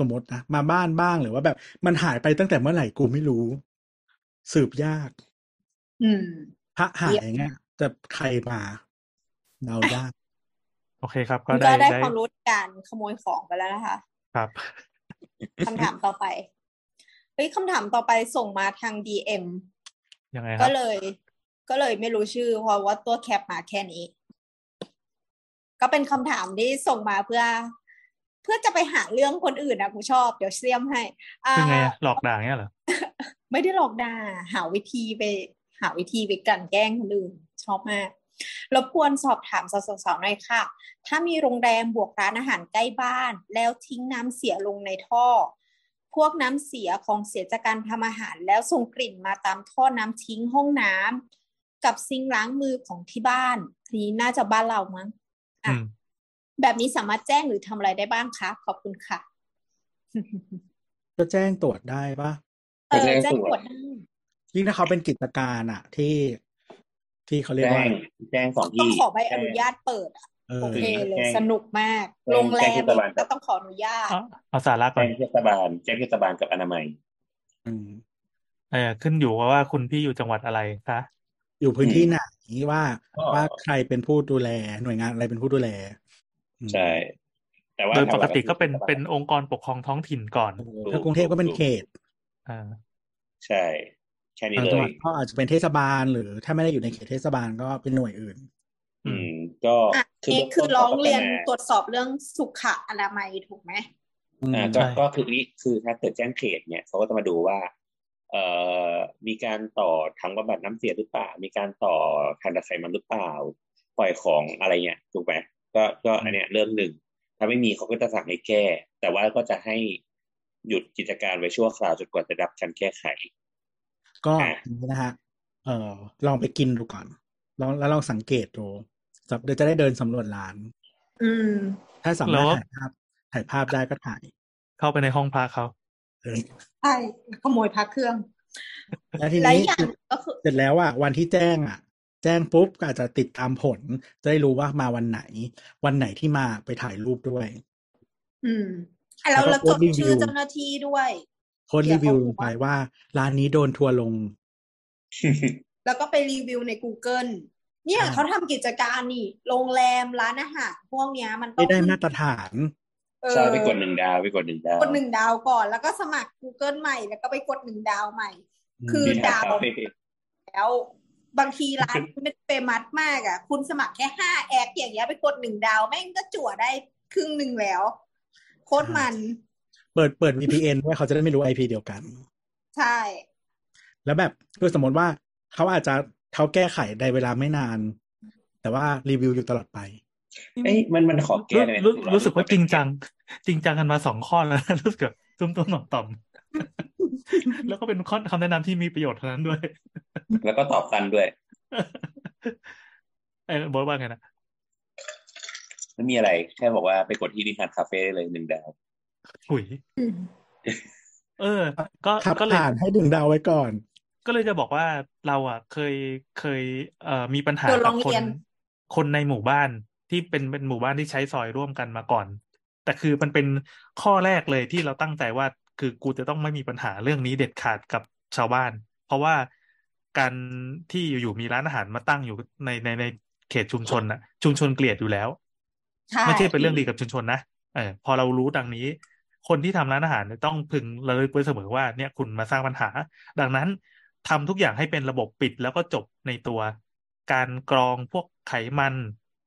สมมตินะมาบ้านบ้างหรือว่าแบบมันหายไปตั้งแต่เมื่อไหร่กูไม่รู้ สืบยาก
อืม
พระหายอย่างเงี้ยแต่ใครมาเรายาก
โอเคครับ ก็
ก็
ได้
ได้
ได้
ความรู้การขโมยของไปแล้วนะคะ
ครับ
คำถามต่อไป เฮ้ยคำถามต่อไปส่งมาทาง DM
ยังไงค
ก็
รับ
เลย ก็เลยไม่รู้ชื่อ เพราะว่าตัวแคปมาแค่นี้ ก็เป็นคำถามที่ส่งมาเพื่อ เพื่อจะไปหาเรื่องคนอื่นนะกูชอบเดี๋ยวเสียมให้อ่า
คือไงอะหลอกด่าเงี้ยเหรอ
ไม่ได้หลอกด่าหาวิธีไป หาวิธีไปกลั่นแกล้งคนอื่นชอบมากรบกวนสอบถามสาวๆหน่อยค่ะ ถ้ามีโรงแรมบวกร้านอาหารใกล้บ้าน แล้วทิ้งน้ำเสียลงในท่อ พวกน้ำเสียของเสียจากการทำอาหารแล้วส่งกลิ่นมาตามท่อน้ำทิ้งห้องน้ำกับซิงค์ล้างมือของที่บ้านอันนี้น่าจะบ้านเรามั้ง
อื
อ่ะ
ม
แบบนี้สามารถแจ้งหรือทำอะไรได้บ้างคะขอบคุณค่ะ
ก็แจ้งตรวจได้ปะ
เออ
แจ้
แจ้
ง
ง
ต
ต
ร
ร
ว
ว
จ
จได้
ยิ่งถ้าเขาเป็นกิจการอะที่ที่เขาเรียก
แจ้
ว่าง
แจ้งสอง
ต้อง
ที่
ขอใบอนุญาตเปิดอะ
เอ
โอ
อ
เคเลย
แจ้ง
สนุกมาก
แจ้ง
โรงแรม
แจ้งเทศบาล
ก็ต้องขออนุญาต
เอาเอาสาระก่อ
แจ้ง
น
เทศบาลแจ้งเทศบาลกับอนามัย
อืม
เออขึ้นอยู่กับว่าคุณพี่อยู่จังหวัดอะไรคะ
อยู่พื้น
อืม
ที่ไหนว่า
ก็
ว่าใครเป็นผู้ดูแลหน่วยงานอะไรเป็นผู้ดูแลอืม
ใช่ แต่ว่า
โดย
ทาง
ป
หลั
ก
ๆ
ติก็เป็น
คือทศบาล
เป็นองค์กรปกครองท้องถิ่นก่อน
เออ
ถูก
ถ้ากรุงเทพก็เป็นเขต
อ่า
ใช่ แค่นี้
บาง
เล
จังหวั
ย
ดก็อาจจะเป็นเทศบาล หรือถ้าไม่ได้อยู่ในเขตเทศบาลก็เป็นหน่วยอื่น
อื
อื
ม
ม ก็
อ่ะ
คือ
นี่
เบื้ง
คือ
ต้น
ร้อง
ขาพัฒา
เรียนตรวจสอบเรื่องสุขอนามัยถูกไหม
อืม
อ่าก็
ใช่
ก็คือนี้คือถ้าเกิดแจ้งเขตเนี่ยเขาก็จะมาดูว่า เอ่อมีการต่อถังบำบัดน้ำเสียหรือเปล่า มีการต่อคานดักไขมันหรือเปล่า ปล่อยของอะไรเงี้ยถูกไหมก็ก็อันเนี้ยเรื่องหนึ่ง ถ้าไม่มีเขาก็จะสั่งให้แก้ แต่ว่าก็จะให้หยุดกิจการไว้ชั่วคราวจนกว่าจะรับการแก้ไข
ก็
อ่ะ
นี่นะฮะเออลองไปกินดูก่อนลองแล้วลองสังเกตดูสับเดี๋ยวจะได้เดินสำรวจร้าน
อืม
ถ้าสามารถ
แล้ว
ถ่ายภาพถ่ายภาพได้ก็ถ่าย
เข้าไปในห้องพักเขา
เอ อ
ใช่ ขโมยพักเครื่อง
แล้วที
และ
นี้
อย่างก็คือ
เสร็จแล้วอ่ะวันที่แจ้งอ่ะ แจ้งปุ๊บก็อาจจะติดตามผล จะได้รู้ว่ามาวันไหน วันไหนที่มาไปถ่ายรูปด้วย
อืมอ่ะแล้ว
แล้
เรา
วก็
จ
โพสต์
ด
รีวิว
ชื่อเจ้าหน้าที่ด้วย
โพสต์
เดี๋
รี
ยว
วิว
เขาบ
ล
อกว่า
งไปว่าร้านนี้โดนทัวร์ลง
แล้วก็ไปรีวิวใน Google เนี่ย
ใช่
เขาทำกิจการนี่ โรงแรมร้านอาหารพวกเนี้ยมันต้
ไม่
อง
ได้มาตรฐาน
เออ
ใช่ไปกดหนึ่งดาวไปกดหนึ่งดาว
กดหนึ่งดาวก่อน แล้วก็สมัคร Google ใหม่แล้วก็ไปกดหนึ่งดาวใหม่ คือ
มี
ดาว
คาเฟ่
แล้วบางทีร้าน ไม่ได้เปมัดมากอ่ะ คุณสมัครแค่ห้าแอคอย่างเงี้ยไปกดหนึ่งดาวแม่งก็จั่วได้ครึ่งหนึ่งแล้ว โคตรมัน
เปิดเปิด VPN ด้วยเขาจะได้ไม่รู้ IP เดียวกัน
ใช่
แล้วแบบคือสมมติว่าเขาอาจจะเขาแก้ไขในเวลาไม่นาน แต่ว่ารีวิวอยู่ตลอดไป
เอ้ยมันมันขอแก้
รู้
ได้ไหม
รู้
ถูกหอ
รู้สึกว่าจริงจัง จริงจังกันมาสองข้อแล้ว นะรู้สึกแบบตุ้มตุ้มต่อมต่อม ๆแล้วก็เป็นข้อคำแนะนำที่มีประโยชน์เท่านั้นด้วย
แล้วก็ตอบกันด้วย
เออโบอสว่าไงนะ
ไม่มีอะไร แค่บอกว่าไปกดที่นิทานคาเฟ่ได้เลยหนึ่งดาว
หุยเออ ก็
ขับ
ก็เลย
ผ่านให้ดึงดาวไว้ก่อน
ก็เลยจะบอกว่าเราอ่ะ เคยเคย เอ่อมีปัญหา
โดนร้
กั
อบ ง
ค
เรีย
น
น
คนในหมู่บ้านที่เป็นเป็นหมู่บ้านที่ใช้ซอยร่วมกันมาก่อน แต่คือมันเป็นข้อแรกเลยที่เราตั้งใจว่า คือกูจะต้องไม่มีปัญหาเรื่องนี้เด็ดขาดกับชาวบ้าน เพราะว่าการที่อยู่ๆมีร้านอาหารมาตั้งอยู่ในในในเขตชุมชนน่ะ ชุมชนเกลียดอยู่แล้ว
ใช่
ไม่ใช่เป็นเรื่องดีกับชุมชนนะ เออพอเรารู้ดังนี้ คนที่ทำร้านอาหารเนี่ยต้องพึงระลึกไว้เสมอว่าเนี่ยคุณมาสร้างปัญหา ดังนั้นทำทุกอย่างให้เป็นระบบปิดแล้วก็จบในตัว การกรองพวกไขมัน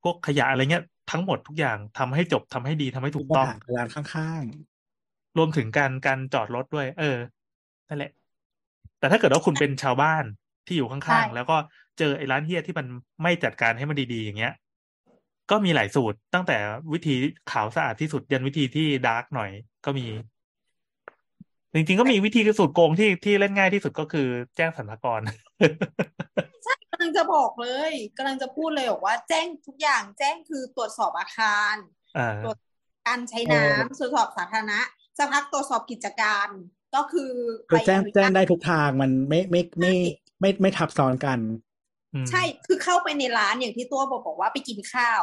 พวกขยะอะไรเงี้ย ทั้งหมดทุกอย่างทำให้จบทำให้ดีทำให้ถูก
ปัญ
ต้อง
หาร้านข้าง
รวมถึงการการจอดรถด้วย เออนั่นแหละ แต่ถ้าเกิดว่าคุณเป็นชาวบ้านที่อยู่ข้างๆ แล้วก็เจอไอ้ร้านเฮี้ยที่มันไม่จัดการให้มันดีๆ อย่างเงี้ย ก็มีหลายสูตรตั้งแต่วิธีขาวสะอาดที่สุดยันวิธีที่ดาร์กหน่อยก็มี จริงๆ ก็มีวิธีคือสูตรโกงที่ที่เล่นง่ายที่สุดก็คือแจ้งสรรพากร
กำลังจะบอกเลยกำลังจะพูดเลยบอกว่าแจ้งทุกอย่างแจ้งคือตรวจสอบอาคาร
อ่า
การใช้น้ำตรวจสอบสาธารณะสักพักตรวจสอบกิจการ ก็คือ
ๆคือแจ้ง
ไป
แจ้งได้ทุกทางมันไม่ไม่ไม่ไม่ไม่ไม่ทับซ้อนกัน
อืม
ใช่คือเข้าไปในร้านอย่างที่ตัวบอกบอกว่าไปกินข้าว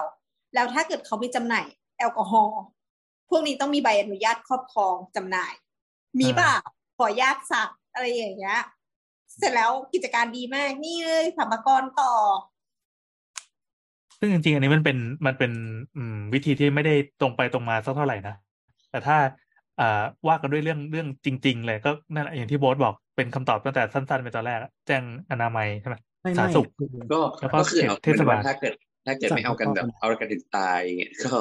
แล้วถ้าเกิดเขามีจำหน่ายแอลกอฮอล์พวกนี้ต้องมีใบอนุญาตครอบครองจำหน่าย มีเปล่าขออนุญาตสั่งอะไรอย่างเงี้ยเสร็จแล้วกิจการดีมากนี่เลยสัมภากรต่อ
ซึ่งจริงๆ อันนี้มันเป็นมันเป็นอืมวิธีที่ไม่ได้ตรงไปตรงมาสักเท่าไหร่นะ แต่ถ้าอ่าว่ากันด้วยเรื่องเรื่องจริง ๆ เลยก็นั่นแหละอย่างที่โบ๊ทบอกเป็นคำตอบตั้งแต่สั้นๆไปตอนแรกอะแจ้งอนามัยใช่ไหม
ไม่
สา
ไม่
ธารณสุข
คือ
ก็
แล้วก็
ก็คือเอา
เทศบาล
หมยถึงว่ถ้าเกิด ถ้าเกิดไม่เอากันแบบ
สรรพากร
เอากันถึงตายเงี้ยก็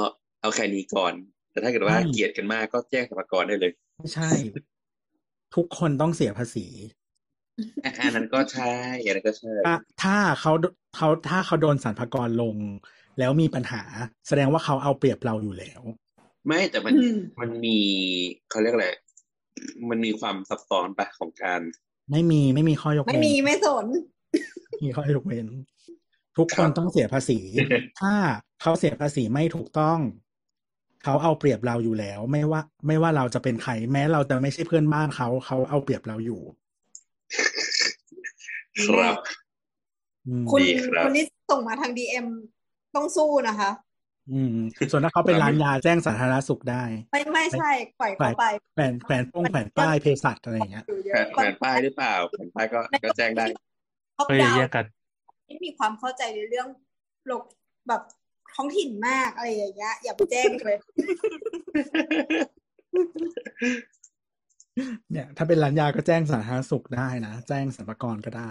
เอาแค่นี้ก่อน แต่ถ้าเกิดว่า
ใช่
เกลียดกันมากก็แจ้งสรรพากรได้เลย
ไม่ใช่ ทุกคนต้องเสียภาษี
อ่ะอันนั้นก็ใช่อันนั้นก็ใช่
อ่ะถ้าเขาเขาถ้าเขาโดนสรรพากรลง แล้วมีปัญหา แสดงว่าเขาเอาเปรียบเราอยู่แล้ว
ไม่แต่มันมันมีเขาเรียกอะไรมันมีความซับซ้อนปะของการ
ไม่มีไม่มีข้อยก
ไม่
เว้น
มีไม่สน
มีข้อยกเว้น ทุกคน
ครับ
ต้องเสียภา ษี ถ้าเขาเสียภาษีไม่ถูกต้อง เขาเอาเปรียบเราอยู่แล้ว ไม่ว่า ไม่ว่าเราจะเป็นใครแม้เราจะไม่ใช่เพื่อนบ้านเขาเขาเอาเปรียบเราอยู่
ครับ
อืม
คุณ
ดีครับ
คนที่ส่งมาทางดีเอ็มต้องสู้นะคะ
อืมส่วนถ้าเขาเป็นร้านยาแจ้งสาธารณสุขได้
ไม่ไม่ใช่ปล่อยเข้าไป
แผนแผนป้องแผนป้ายเภสัชอะไรอย่างเงี้ย
อยู่เย
แขว
อะ
นแขวนป้ายหรือเปล่าแขวนป้ายก็ก็แจ้งได้
ท็อป
เฮ้ย
ดาว
แยกกัน
ไม่มีความเข้าใจในเรื่องโลกแบบท้องถิ่นมากอะไรอย่างเงี้ยอย่าไปแจ้งเลย
เนี่ย ถ้าเป็นร้านยาก็แจ้งสาธารณสุขได้นะ แจ้งสรรพากรก็ได้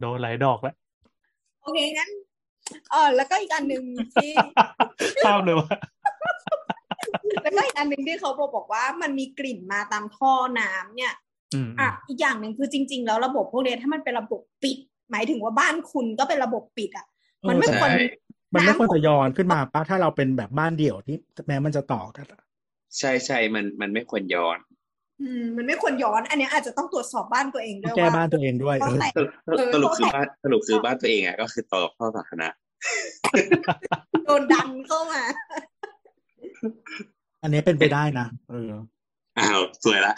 โดนหลายดอกแล้ว
โอเคงั้นเออแล้วก็อีกอันหนึ่งที่
ข้ามเลยว่า
แล้วก็อีกอันหนึ่งที่เขาบอกบอกว่ามันมีกลิ่นมาตามท่อน้ำเนี่ย
อืมอื
อ่ะ
ม
อีกอย่างหนึ่งคือจริง ๆ แล้วระบบพวกเนี้ยถ้ามันเป็นระบบปิด หมายถึงว่าบ้านคุณก็เป็นระบบปิดอ่ะ มันไม่
เออ
ควร
ใช่ มันไม่ควรจะย้อนขึ้นมาปะถ้าเราเป็นแบบบ้านเดี่ยวที่แม้มันจะต่อกันอะ
ใช่ใช่มันมันไม่ควรย้อน
อืมมันไม่ควรย้อน อันเนี้ยอาจจะต้องตรวจสอบบ้านตัวเองด้วย
แก้
ว่า
บ้านตัวเองด้วย
เพ
เอ
ราะ
อ
แต่
สรุป
เออ
สรุปคือ
เขาแตะ
บ้านสรุปคือบ้านตัวเองอ่ะก็คือต่อข้อสาธารณะ
โดนดันเข้ามา
อันนี้เป็นไปได้นะเออ
อ้าวสวยละ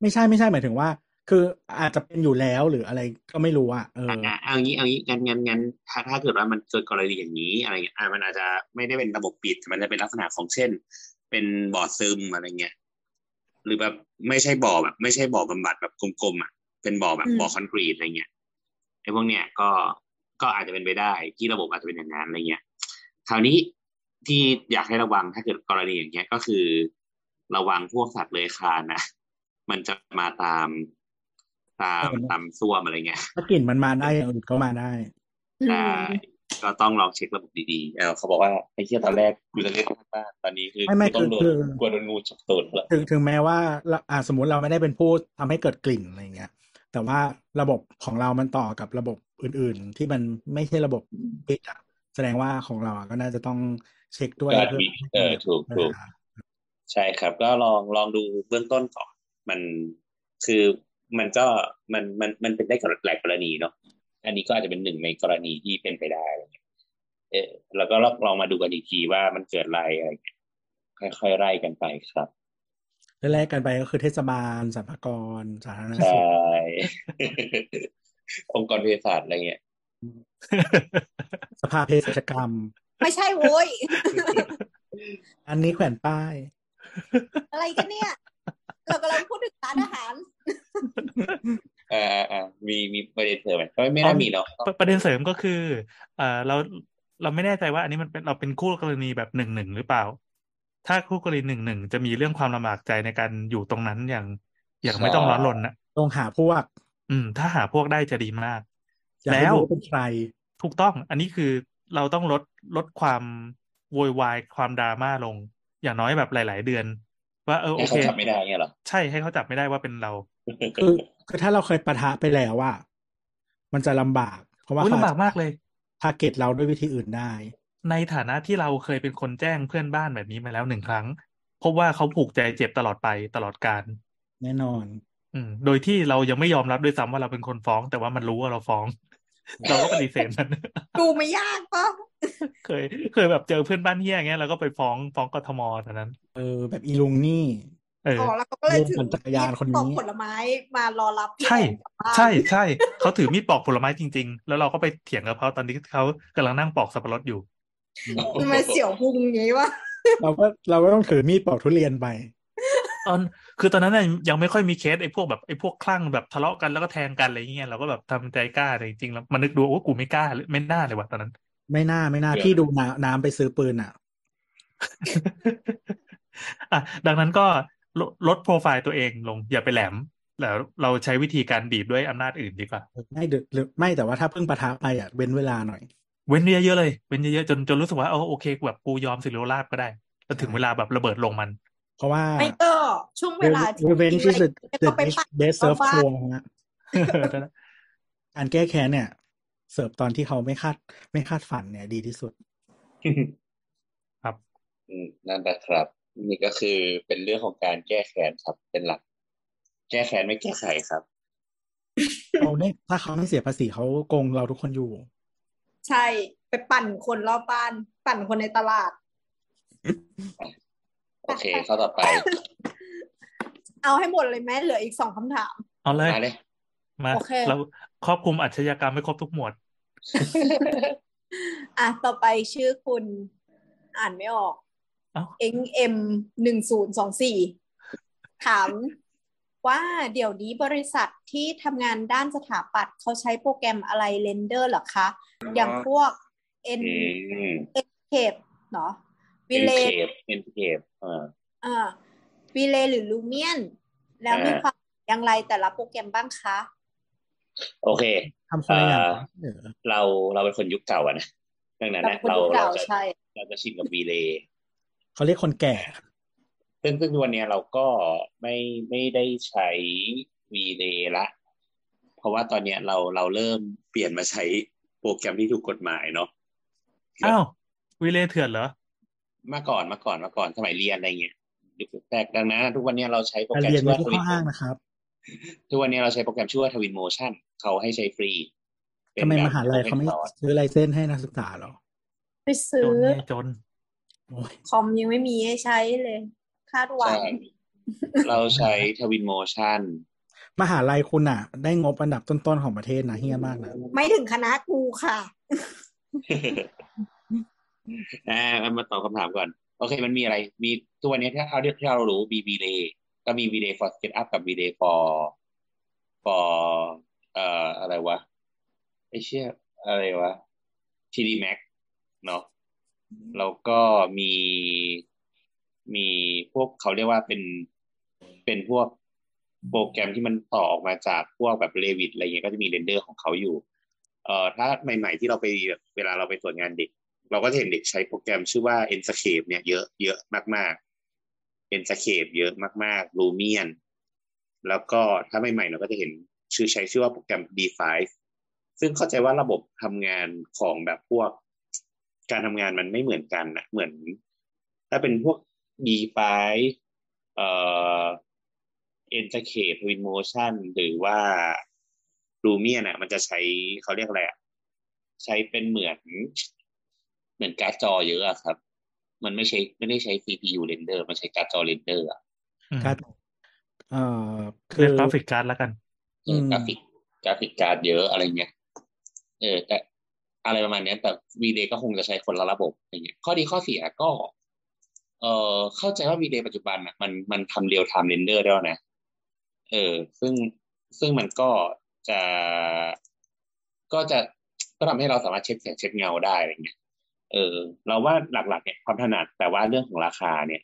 ไม่ใช่ไม่ใช่หมายถึงว่า คืออาจจะเป็นอยู่แล้วหรืออะไรก็ไม่รู้อ่ะเออ
ะเอางี้เอางี้งั้นงั้นงั้นถ้าถ้าเกิดว่ามันเกิดกรณีอย่างนี้อะไรเงี้ยอ่ะมันอาจจะไม่ได้เป็นระบบปิดแต่มันจะเป็นลักษณะของเช่น เป็นบ่อซึมอะไรเงี้ยหรือแบบไม่ใช่บ่อแบบ ไม่ใช่บ่อบำบัดแบบกลมๆอ่ะเป็นบ่อแบบบ่อคอนกรีตอะไรเงี้ยไอ้พวกเนี้ยก็ ก็อาจจะเป็นไปได้ที่ระบบอาจจะเป็นอย่างนั้นอะไรเงี้ยคราวนี้ที่อยากให้ระวังถ้าเกิดกรณีอย่างเงี้ยก็คือ ระวังพวกสัตว์เลื้อยคลานนะมันจะมาตามตาม
เออ
ตามซ่วมอะไรเงี้ย
ถ้ากลิ่นมันมาได้อย่างอื่นก็มาได้
อื
ได้
ม
ก็ต้องลองเช็คระบบดีๆเออเขาบอกว่าไอ้เที่ยตอนแรกกูจะเรียกข้างบ้านตอนนี้คือ
ไม่ไม่
กูต้องโดน
คือ
กลัวโดนงูฉกตูดละ
ถึงถึงแม้ว่าเราอ่าสมมติเราไม่ได้เป็นผู้ทำให้เกิดกลิ่นอะไรเงี้ย แต่ว่าระบบของเรามันต่อกับระบบอื่น ๆ ที่มันไม่ใช่ระบบปิดอะแสดงว่าของเราอะก็น่าจะต้องเช็คด้วย
ก็
เพื่อ
มีเออถูกถูก ใช่ครับ ก็ลองลองดูเบื้องต้นก่อนมันคือมันก็มันมันมันเป็นได้กับหลายกรณีเนาะอันนี้ก็อาจจะเป็นหนึ่งในกรณีที่เป็นไปได้อะไรเงี้ยเออแล้วก็ลองลองมาดูกันอีกทีว่ามันเกิดอะไรอะไรเงี้ยค่อยๆไล่กันไปครับ
แรกๆกันไปก็คือเทศบาลสรรพากรสาธารณ
ใช่
สุข
องค์กรเภสัชอะไรเงี้ย
สภาเภสัชกรรม
ไม่ใช่โว้ย
อันนี้แขวนป้าย
อะไรกันเนี่ย เรากำลังพูดถึงร้านอาหาร
อ่าอ่าอ่ามีมีประเด็นเสริมไหมก็ไม่น่ามีเนาะก็
ประประเด็นเสริมก็คือเอ่อเราเราไม่แน่ใจว่าอันนี้มันเป็นเราเป็นคู่กรณีแบบหนึ่งหนึ่งหรือเปล่า ถ้าคู่กรณีหนึ่งหนึ่งจะมีเรื่องความลำบากใจในการอยู่ตรงนั้นอย่างอย่างไม่ต้องร้อนรนนะ
ตรงหาพวก
อืม ถ้าหาพวกได้จะดีมาก
อยาก
แล้
ให้
ว
รู้ว่าเป็นใคร
ถูกต้อง อันนี้คือเราต้องลดลดความโวยวายความดราม่าลง อย่างน้อยแบบหลาย ๆ เดือน ว่าเออโอ
ให้
เค
เขาจับไม่ได้เงี้ยเหรอ
ใช่ให้เขาจับไม่ได้ว่าเป็นเรา
คือคือถ้าเราเคยปะทะไปแล้วอะมันจะลำบาก เพราะว่า
อุ้ย
เขา
ลำบากมากเลย
ทาร์เก็ตเราด้วยวิธีอื่นได้
ในฐานะที่เราเคยเป็นคนแจ้งเพื่อนบ้านแบบนี้มาแล้วหนึ่งครั้ง พบว่าเขาผูกใจเจ็บตลอดไปตลอดการ
แน่นอน
อืม โดยที่เรายังไม่ยอมรับด้วยซ้ำว่าเราเป็นคนฟ้อง แต่ว่ามันรู้ว่าเราฟ้อง เราก็ปฏิเสธมัน
ดูไม่ยากปะ
เคย เคยแบบเจอเพื่อนบ้านเฮี้ยอย่างเงี้ยเราก็ไปฟ้องฟ้องกทมตอนนั้น
เออ แบบอีลุงนี่
เออ
อ๋อแล้วเขาก็เลยถือ
คนจักรยานคนนี้
ปอกผลไม้มารอรับพี่
ใช่
แอนกลับบ้าน
ใช่ใช่ เขาถือมีดปอกผลไม้จริง ๆ แล้วเราก็ไปเถียงกับเขาตอนที่เขากำลังนั่งปอกสับปะรดอยู่
ทำไม เสี่ยวพุงอย่างนี้วะ
เราก็เราก็ต้องถือมีดปอกทุเรียนไป
ตอนคือตอนนั้นน่ะยังไม่ค่อยมีเคสไอ้พวกแบบไอ้พวกคลั่งแบบทะเลาะกันแล้วก็แทงกันอะไรอย่างเงี้ยเราก็แบบทำใจกล้าแต่จริงๆแล้วมันนึกดูโอ้กูไม่กล้าเลยไม่น่าเลยว่ะตอนนั้น
ไม่น่าไม่น่า
เดี๋ยว
พี่ดูน้ำน้ำไปซื้อปืนอ่ะ
อ่ะดังนั้นก็ลดลดโปรไฟล์ตัวเองลงอย่าไปแหลมแล้วเราใช้วิธีการบีบด้วยอำนาจอื่นดีกว่า
ไม่เดือหรือไม่แต่ว่าถ้าเพิ่งปะทะไปอ่ะเว้นเวลาหน่อย
เว้นเยอะๆเลยเว้นเยอะๆจนจนรู้สึกว่าเออโอเคแบบกูยอมสิโรลาบก็ได้แล้วถึงเวลาแบบระเบิดลงมัน
เพราะว่า
ไม่ก็ช่วงเวลาที่
revenge is the
ก็
the
ไปปัด
best serve
บ้าน
for ฮะ
นั่นแหละ
การแก้แค้นเนี่ย เสิร์ฟตอนที่เขาไม่คาดไม่คาดฝันเนี่ย ดีที่สุด
อืมนั่นแหละครับ นี่ก็คือเป็นเรื่องของการแก้แค้นครับเป็นหลัก แก้แค้นไม่แก้ไขครับ
เขาได้ถ้าเขาไม่เสียภาษีเขาโกงเราทุกคนอยู่
ใช่ไปปั่นคนรอบบ้าน ปั่นคนในตลาด
โอเค ข้อต่อไป
เอาให้หมดเลยไหมเหลืออีกสองคำถ าม
เอาเลย
มาเลย
มา
โอเค
เราครอบคลุมอาชญากรรมไม่ครบทุกหมวด
อ่ะ ต่อไปชื่อคุณอ่านไม่ออก
เอ้า
เอ็งเอ็มหนึ่งศูนย์สองสี่ถามว่าเดี๋ยวนี้บริษัทที่ทำงานด้านสถาปัตย์เขาใช้โปรแกรมอะไรเรนเดอร์เหรอคะ อย่างพวก N
อืม
เคปเหรอวิเล
Encave Encave อ่า
อ่าวิเลหรือลูเมียน แล้วมี
อ่า
ความอย่างไรแต่ละโปรแกรมบ้างคะ
โอเค
ทำคนละอย่าง
เอ่อ
เหรอ
เราเราเป็นคนยุคเก่าอะนะดังนั้นนะ
เรา
เรา
เป็นคนยุคเก่า
จะ
ใช่
เราจะชินกับวีเล
เขาเรียกคนแก่
ซึ่งซึ่งวันเนี้ยเราก็ไม่ไม่ได้ใช้วีเลละ เพราะว่าตอนเนี้ยเราเราเริ่มเปลี่ยนมาใช้โปรแกรมที่ถูกกฎหมายเนาะ
อ้าววิเลเถื่อนเหรอ
เมาก่อนเมาก่อนเมาก่อนสมัยเรียนอะไรเงี้ยยุคแรกดังนั้นทุกวันเนี้ยเราใช้โปร
การ
แกรม
เรียน
ชื่อ
ไม่ใช่
ว่าทวิ
ข้อน อ้างนะครับ
ทุกวันเนี้ยเราใช้โปรแกรมชื่อว่าทวินโมชั่นเขาให้ใช้ฟรีเป็น
ทำไม
แบบ
มหาลัยเขาไม่
สอน
ซื้อไลเส้นส์ให้นักศึกษาเหรอ
ไปซื้
จ
อ
นเนี่ยจน
โอ้ย
คอมยังไม่มีให้ใช้เลย คาดหวั
ใช่
ง
เราใช้ทวินโมชั่น
มหาลัยคุณอ่ะ ได้งบอันดับต้นๆของประเทศนะเฮี้ยมากนะ
ไม่ถึงคณะกูค่ะ
อ่ามาตอบคำถามก่อน โอเค มันมีอะไร มีทุกวันเนี้ยที่เอาที่เรารู้มีวีเลก็มีวีเล for SketchUp กับวีเล for for เอ่ออะไรวะไอเชี่ย อะไรวะ TD Max เนาะแล้วก็มีมีพวกเขาเรียกว่าเป็นเป็นพวกโปรแกรมที่มันต่อออกมาจากพวกแบบเลวิตอะไรเงี้ยก็จะมีเรนเดอร์ของเขาอยู่ เอ่อถ้าใหม่ๆที่เราไปแบบเวลาเราไปตรวจงานเด็ก เราก็จะเห็นเด็กใช้โปรแกรมชื่อว่า Enscape เนี่ยเยอะเยอะมากๆ Enscape เยอะมากๆ Lumion แล้วก็ถ้าใหม่ๆเราก็จะเห็นชื่อใช้ชื่อว่าโปรแกรม D5 ซึ่งเข้าใจว่าระบบทำงานของแบบพวก การทำงานมันไม่เหมือนกันนะเหมือน ถ้าเป็นพวก D5 เอ่อ Enscape Twin Motion หรือว่า Lumion น่ะมันจะใช้เขาเรียกอะไรอะใช้เป็นเหมือน เหมือนการ์ดจอเยอะอะครับ มันไม่ใช้ไม่ได้ใช้ CPU render มันใช้การ์ดจอ render อะ
อืม
การเอ่อคื
เรีย
อ
กกราฟิกการ์ดแล้วกัน
เอออ
ม
กราฟิกกราฟิกการ์ดเยอะอะไรเงี้ย เออ แต่อะไรประมาณเนี้ย แต่ V-Day ก็คงจะใช้คนละระบบอะไรเงี้ย ข้อดีข้อเสียก็ เออเข้าใจว่า V-Day ปัจจุบันนะมันมันทำเรียลไทม์เรนเดอร์ได้แล้วนะ เออ ซึ่งซึ่งมันก็จะก็จะก็ทำให้เราสามารถเช็คแสงเช็คเงาได้อะไรเงี้ย เออ เราว่าหลักๆเนี่ยความถนัดแต่ว่าเรื่องของราคาเนี่ย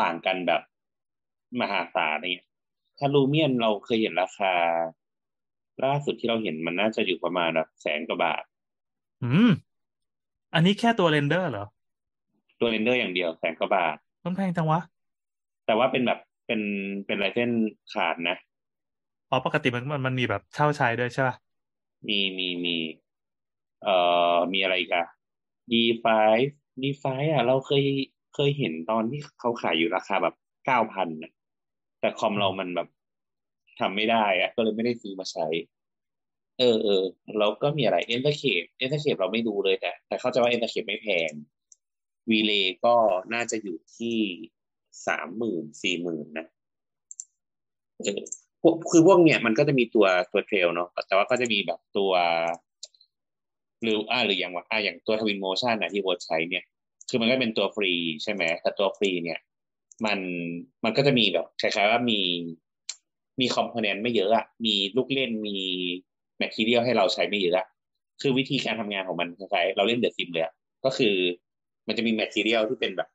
ต่างกันแบบมหาศาลอะไรเนี่ย ถ้าลูเมียนเราเคยเห็นราคา ล่าสุดที่เราเห็นมันน่าจะอยู่ประมาณแบบแสนกว่าบาท
อืม อันนี้แค่ตัวเรนเดอร์เหรอ
ตัวเรนเดอร์อย่างเดียวแสนกว่าบาท
มันแพงจังวะ
แต่ว่าเป็นแบบเป็นเป็นลายเส้นขาดนะ
อ๋อปกติมันมันมันมีแบบเช่าใช้ด้วยใช่ป่ะ
มีมีมีเอ่อมีอะไรอีกัน D5 D5 อ่ะ เราเคยเคยเห็นตอนที่เขาขายอยู่ราคาแบบเก้าพันะแต่คอมเรามันแบบทำไม่ได้อ่ะ ก็เลยไม่ได้ซื้อมาใช้ เออเออแล้วก็มีอะไร Enscape Enscape เราไม่ดูเลยแต่แต่เข้าใจว่า Enscape ไม่แพง V-Lay ก็น่าจะอยู่ที่สามหมื่นสี่หมื่นนะ เออพวกคือพวกเนี่ยมันก็จะมีตัวตัวเทรลเนาะแต่ว่าก็จะมีแบบตัว หรืออ่าหรืออย่างว่าอ่าอย่างตัวทวินโมชันนะที่โบทใช้เนี่ย คือมันก็เป็นตัวฟรีใช่ไหมแต่ตัวฟรีเนี่ย มันมันก็จะมีแบบคล้ายๆว่ามีมีคอมโพเนนต์ไม่เยอะอะมีลูกเล่นมีแมททีเรียลให้เราใช้ไม่เยอะอะคือวิธีการทำงานของมันคล้ายๆเราเล่นเดอะซิมเลยอะก็คือมันจะมีแมททีเรียลที่เป็นแบบ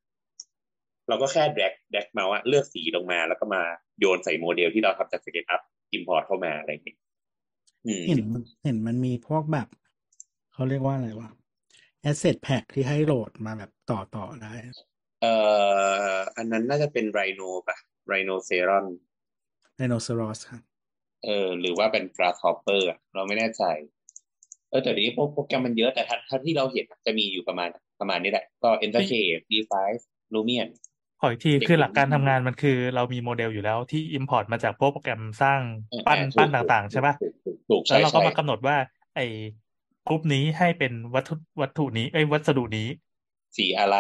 เราก็แค่แดกแดกเมาส์อะเลือกสีลงมาแล้วก็มาโยนใส่โมเดลที่เราทำจาก s เก t อัพอิมพอร์ตเข้ามาอะไรอย่างเงี้ยอืม
เห็นเห็นมันมีพวกแบบ เขาเรียกว่าอะไรวะ asset pack ที่ให้โหลดมาแบบต่อต่อได้
เอ่ออันนั้นน่าจะเป็นไรโนป่ะไรโนเซรอน
Rhinoceros ครับ
เออ หรือว่าเป็นกราสฮอปเปอร์เราไม่แน่ใจ เออแต่เดี๋ยวนี้โปรโปรแกรมมันเยอะแต่ถ้าถ้าที่เราเห็นจะมีอยู่ประมาณประมาณนี้แหละ ก็ e n t e r c a p e D5 Lumion
ขออีกทีคือหลักการทำงานมันคือ เรามีโมเดลอยู่แล้วที่ import มาจากพวกโปรแกรมสร้าง
เออ
ปั้น
เออ
ปั้น
ถูก
ต่างๆ ใช่ป่ะ
ถูกถูกถูก
แล้
ใช่
วเราก็
ใช่
มากำหนดว่า ไอ้กรุ๊ปนี้ให้เป็นวัตถุวัตถุนี้ เอ้ยวัสดุนี้
สีอะไร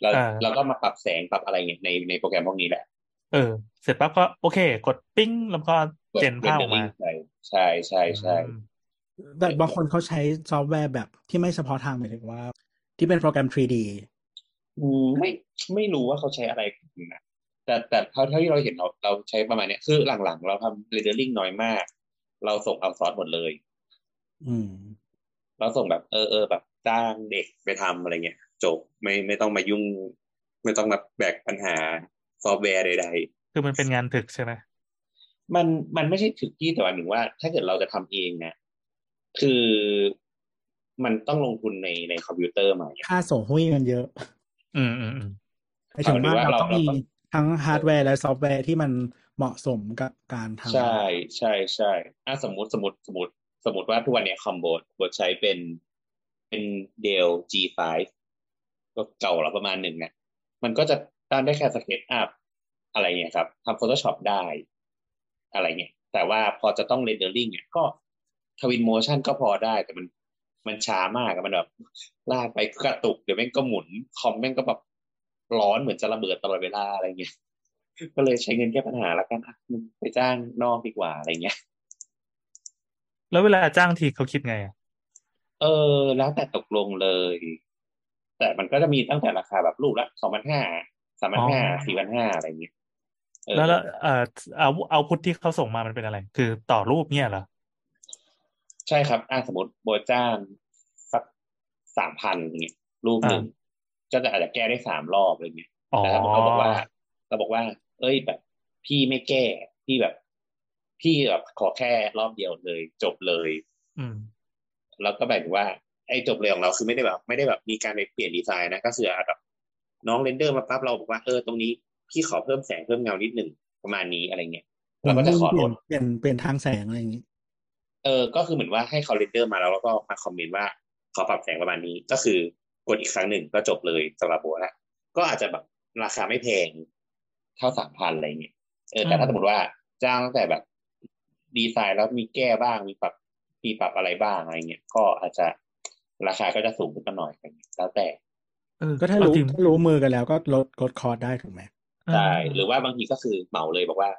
เรา
เออ
เราก็มาปรับแสงปรับอะไรเงี้ยในในโปรแกรมพวกนี้แหละ
เออ เสร็จปั๊บก็โอเค กดปิ้ง แล้วก็เจนภาพออกมา
rendering ใช่ใช่ใช่
อืม
แต่บางคนเขาใช้ซอฟต์แวร์แบบที่ไม่เฉพาะทางหมายถึงว่า ที่เป็นโปรแกรม 3D
อืมไม่ไม่รู้ว่าเขาใช้อะไรกันนะแต่แต่เท่าเท่าที่เราเห็นเราเราใช้ประมาณเนี้ยคือหลังๆ เราทำ rendering น้อยมาก เราส่งเอาซอร์สหมดเลย
อืม
เราส่งแบบเออเออแบบจ้างเด็กไปทำอะไรเงี้ยจบไม่ไม่ต้องมายุ่ง ไม่ต้องมาแบกปัญหาซอฟต์แวร์ใด
คือมันเป็นงานถึกใช่ไหม
ๆ มันมันไม่ใช่ถึกที่แต่ว่าหนึ่งว่า ถ้าเกิดเราจะทำเองนะคือมันต้องลงทุนในในคอมพิวเตอร์ใหม่
ค่าโสหุ้ยมันเยอะ
อืมอืมอืม
หมายถึงว่า
เอาหรือว่า
เรา
เรา
ต้อง
เรา
มี
ต้อง
ทั้งฮาร์ดแวร์และซอฟต์แวร์ที่มันเหมาะสมกับการทำ
ใช่ใช่ใช่อ่ะสมมติสมมติสมมติสมมติว่าทุกวันเนี้ยคอมโบดบดใช้เป็นเป็นเดล G5 ก็เก่าแล้วประมาณหนึ่งเนี่ยมันก็จะตั้งได้แค่สเก็ตอัพอะไรเงี้ยครับทำ Photoshop ได้ อะไรเงี้ยแต่ว่าพอจะต้องเรนเดอร์ลิงเนี่ยก็ทวินโมชันก็พอได้ แต่มันมันช้ามากอะมันแบบลากไปกระตุกเดี๋ยวแม่งก็หมุน คอมแม่งก็แบบร้อนเหมือนจะระเบิดตลอดเวลาอะไรเงี้ย ก็เลยใช้เงินแก้ปัญหาแล้วกันอ่ะไปจ้างนอกดีกว่าอะไรเงี้ย
แล้วเวลาจ้างทีเขาคิดไงอะ
เออ แล้วแต่ตกลงเลย แต่มันก็จะมีตั้งแต่ราคาแบบลูกละสองพันห้าสามพันห้าสี่พันห้าอะไรเงี้ยเออ
แล้วแล้วเอ่อเอาเอาพุทที่เขาส่งมามันเป็นอะไร คือต่อรูปเนี่ยเหรอ
ใช่ครับอ่าสมมติโบจ้างสักสามพันอย่างเงี้ยรูปหนึ่งก็จะอาจจะแก้ได้สามรอบอะไรเงี้ย
อ๋อ
แต่ถ้าเราบอกว่า เราบอกว่า เอ้ยแบบ พี่ไม่แก้พี่แบบ พี่แบบขอแค่รอบเดียวเลย จบเลย
อืม
แล้วก็หมายถึงว่าไอ้จบเลยของเราคือไม่ได้แบบ ไม่ได้แบบมีการไปเปลี่ยนดีไซน์นะก็คือเอาแบบน้องเรนเดอร์มาปั๊บเราบอกว่าเออตรงนี้พี่ขอเพิ่มแสงเพิ่มเงานิดหนึ่งประมาณนี้อะไรเงี้ยเราก็จะขอ
เป
ล
ลี่ย
ด
นเปลี่ยนเปลี่ยนทางแสงอะไรอย่างนี้
เออ ก็คือเหมือนว่าให้เขาเรนเดอร์มาแล้วเราก็มาคอมเมนต์ว่าขอปรับแสงประมาณนี้ ก็คือกดอีกครั้งหนึ่งก็จบเลยสำหรับโบนะก็อาจจะแบบราคาไม่แพงเท่าสามพันอะไรเงี้ยเออแต่ถ้า
อืม
สมมติว่าจ้างตั้งแต่แบบดีไซน์แล้วมีแก้บ้างมีปรับมีปรับอะไรบ้างอะไรเงี้ยก็อาจจะราคาก็จะสูงขึ้นมาหน่อยอะไรเงี้ยแล้วแต่
เออ
ก็ถ้ารู้
เอจริง
ถ้ารู้มือกันแล้วก็ลดลดคอร์สได้ถูกไหม
เออ
ใช่หรือว่าบางทีก็คือเหมาเลยบอกว่า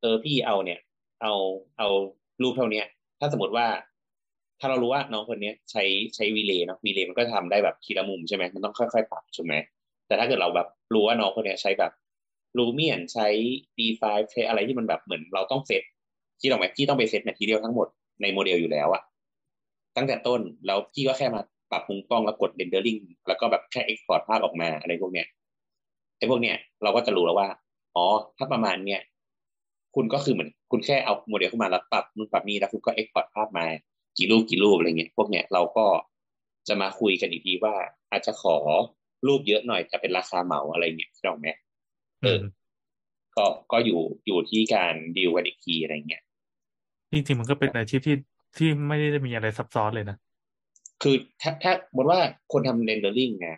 เออพี่เอาเนี่ย เอาเอารูปเท่าเนี้ย ถ้าสมมติว่า ถ้าเรารู้ว่าน้องคนเนี้ยใช้ใช้วีเลย์เนาะวีเลย์มันก็ทำได้แบบทีละมุมใช่ไหมมันต้องค่อยๆปรับใช่ไหมแต่ถ้าเกิดเราแบบรู้ว่าน้องคนเนี้ยใช้แบบลูเมียนใช้ D5 ใช้อะไรที่มันแบบเหมือนเราต้องเซตที่ต้องไหมพี่ต้องไปเซตแมททีเรียลทั้งหมดในโมเดลอยู่แล้วอะตั้งแต่ต้นแล้วพี่ก็แค่มาปรับมุมกล้องแล้วกดเรนเดอร์ลิงแล้วก็แบบแค่เอ็กซ์พอร์ตภาพออกมาอะไรพวกเนี้ยไอ้พวกเนี้ยเราก็จะรู้แล้วว่า อ๋อ ถ้าประมาณเนี้ยคุณก็คือเหมือน คุณแค่เอาโมเดลเข้ามาแล้วปรับนู่นปรับนี่แล้วคุณก็เอ็กพอร์ตภาพมากี่รูปกี่รูปอะไรเงี้ยพวกเนี้ยเราก็จะมาคุยกันอีกทีว่า อาจจะขอรูปเยอะหน่อยแต่เป็นราคาเหมาอะไรเงี้ยถูกไหมเออ ก็ก็อยู่อยู่ที่การดีลกันอีกทีอะไรเงี้ย
จริงๆมันก็เป็นอาชีพที่ที่ไม่ได้มีอะไรซับซ้อนเลยนะ
คือถ้าถ้าบนว่าคนทำเรนเดอร์ลิงนะ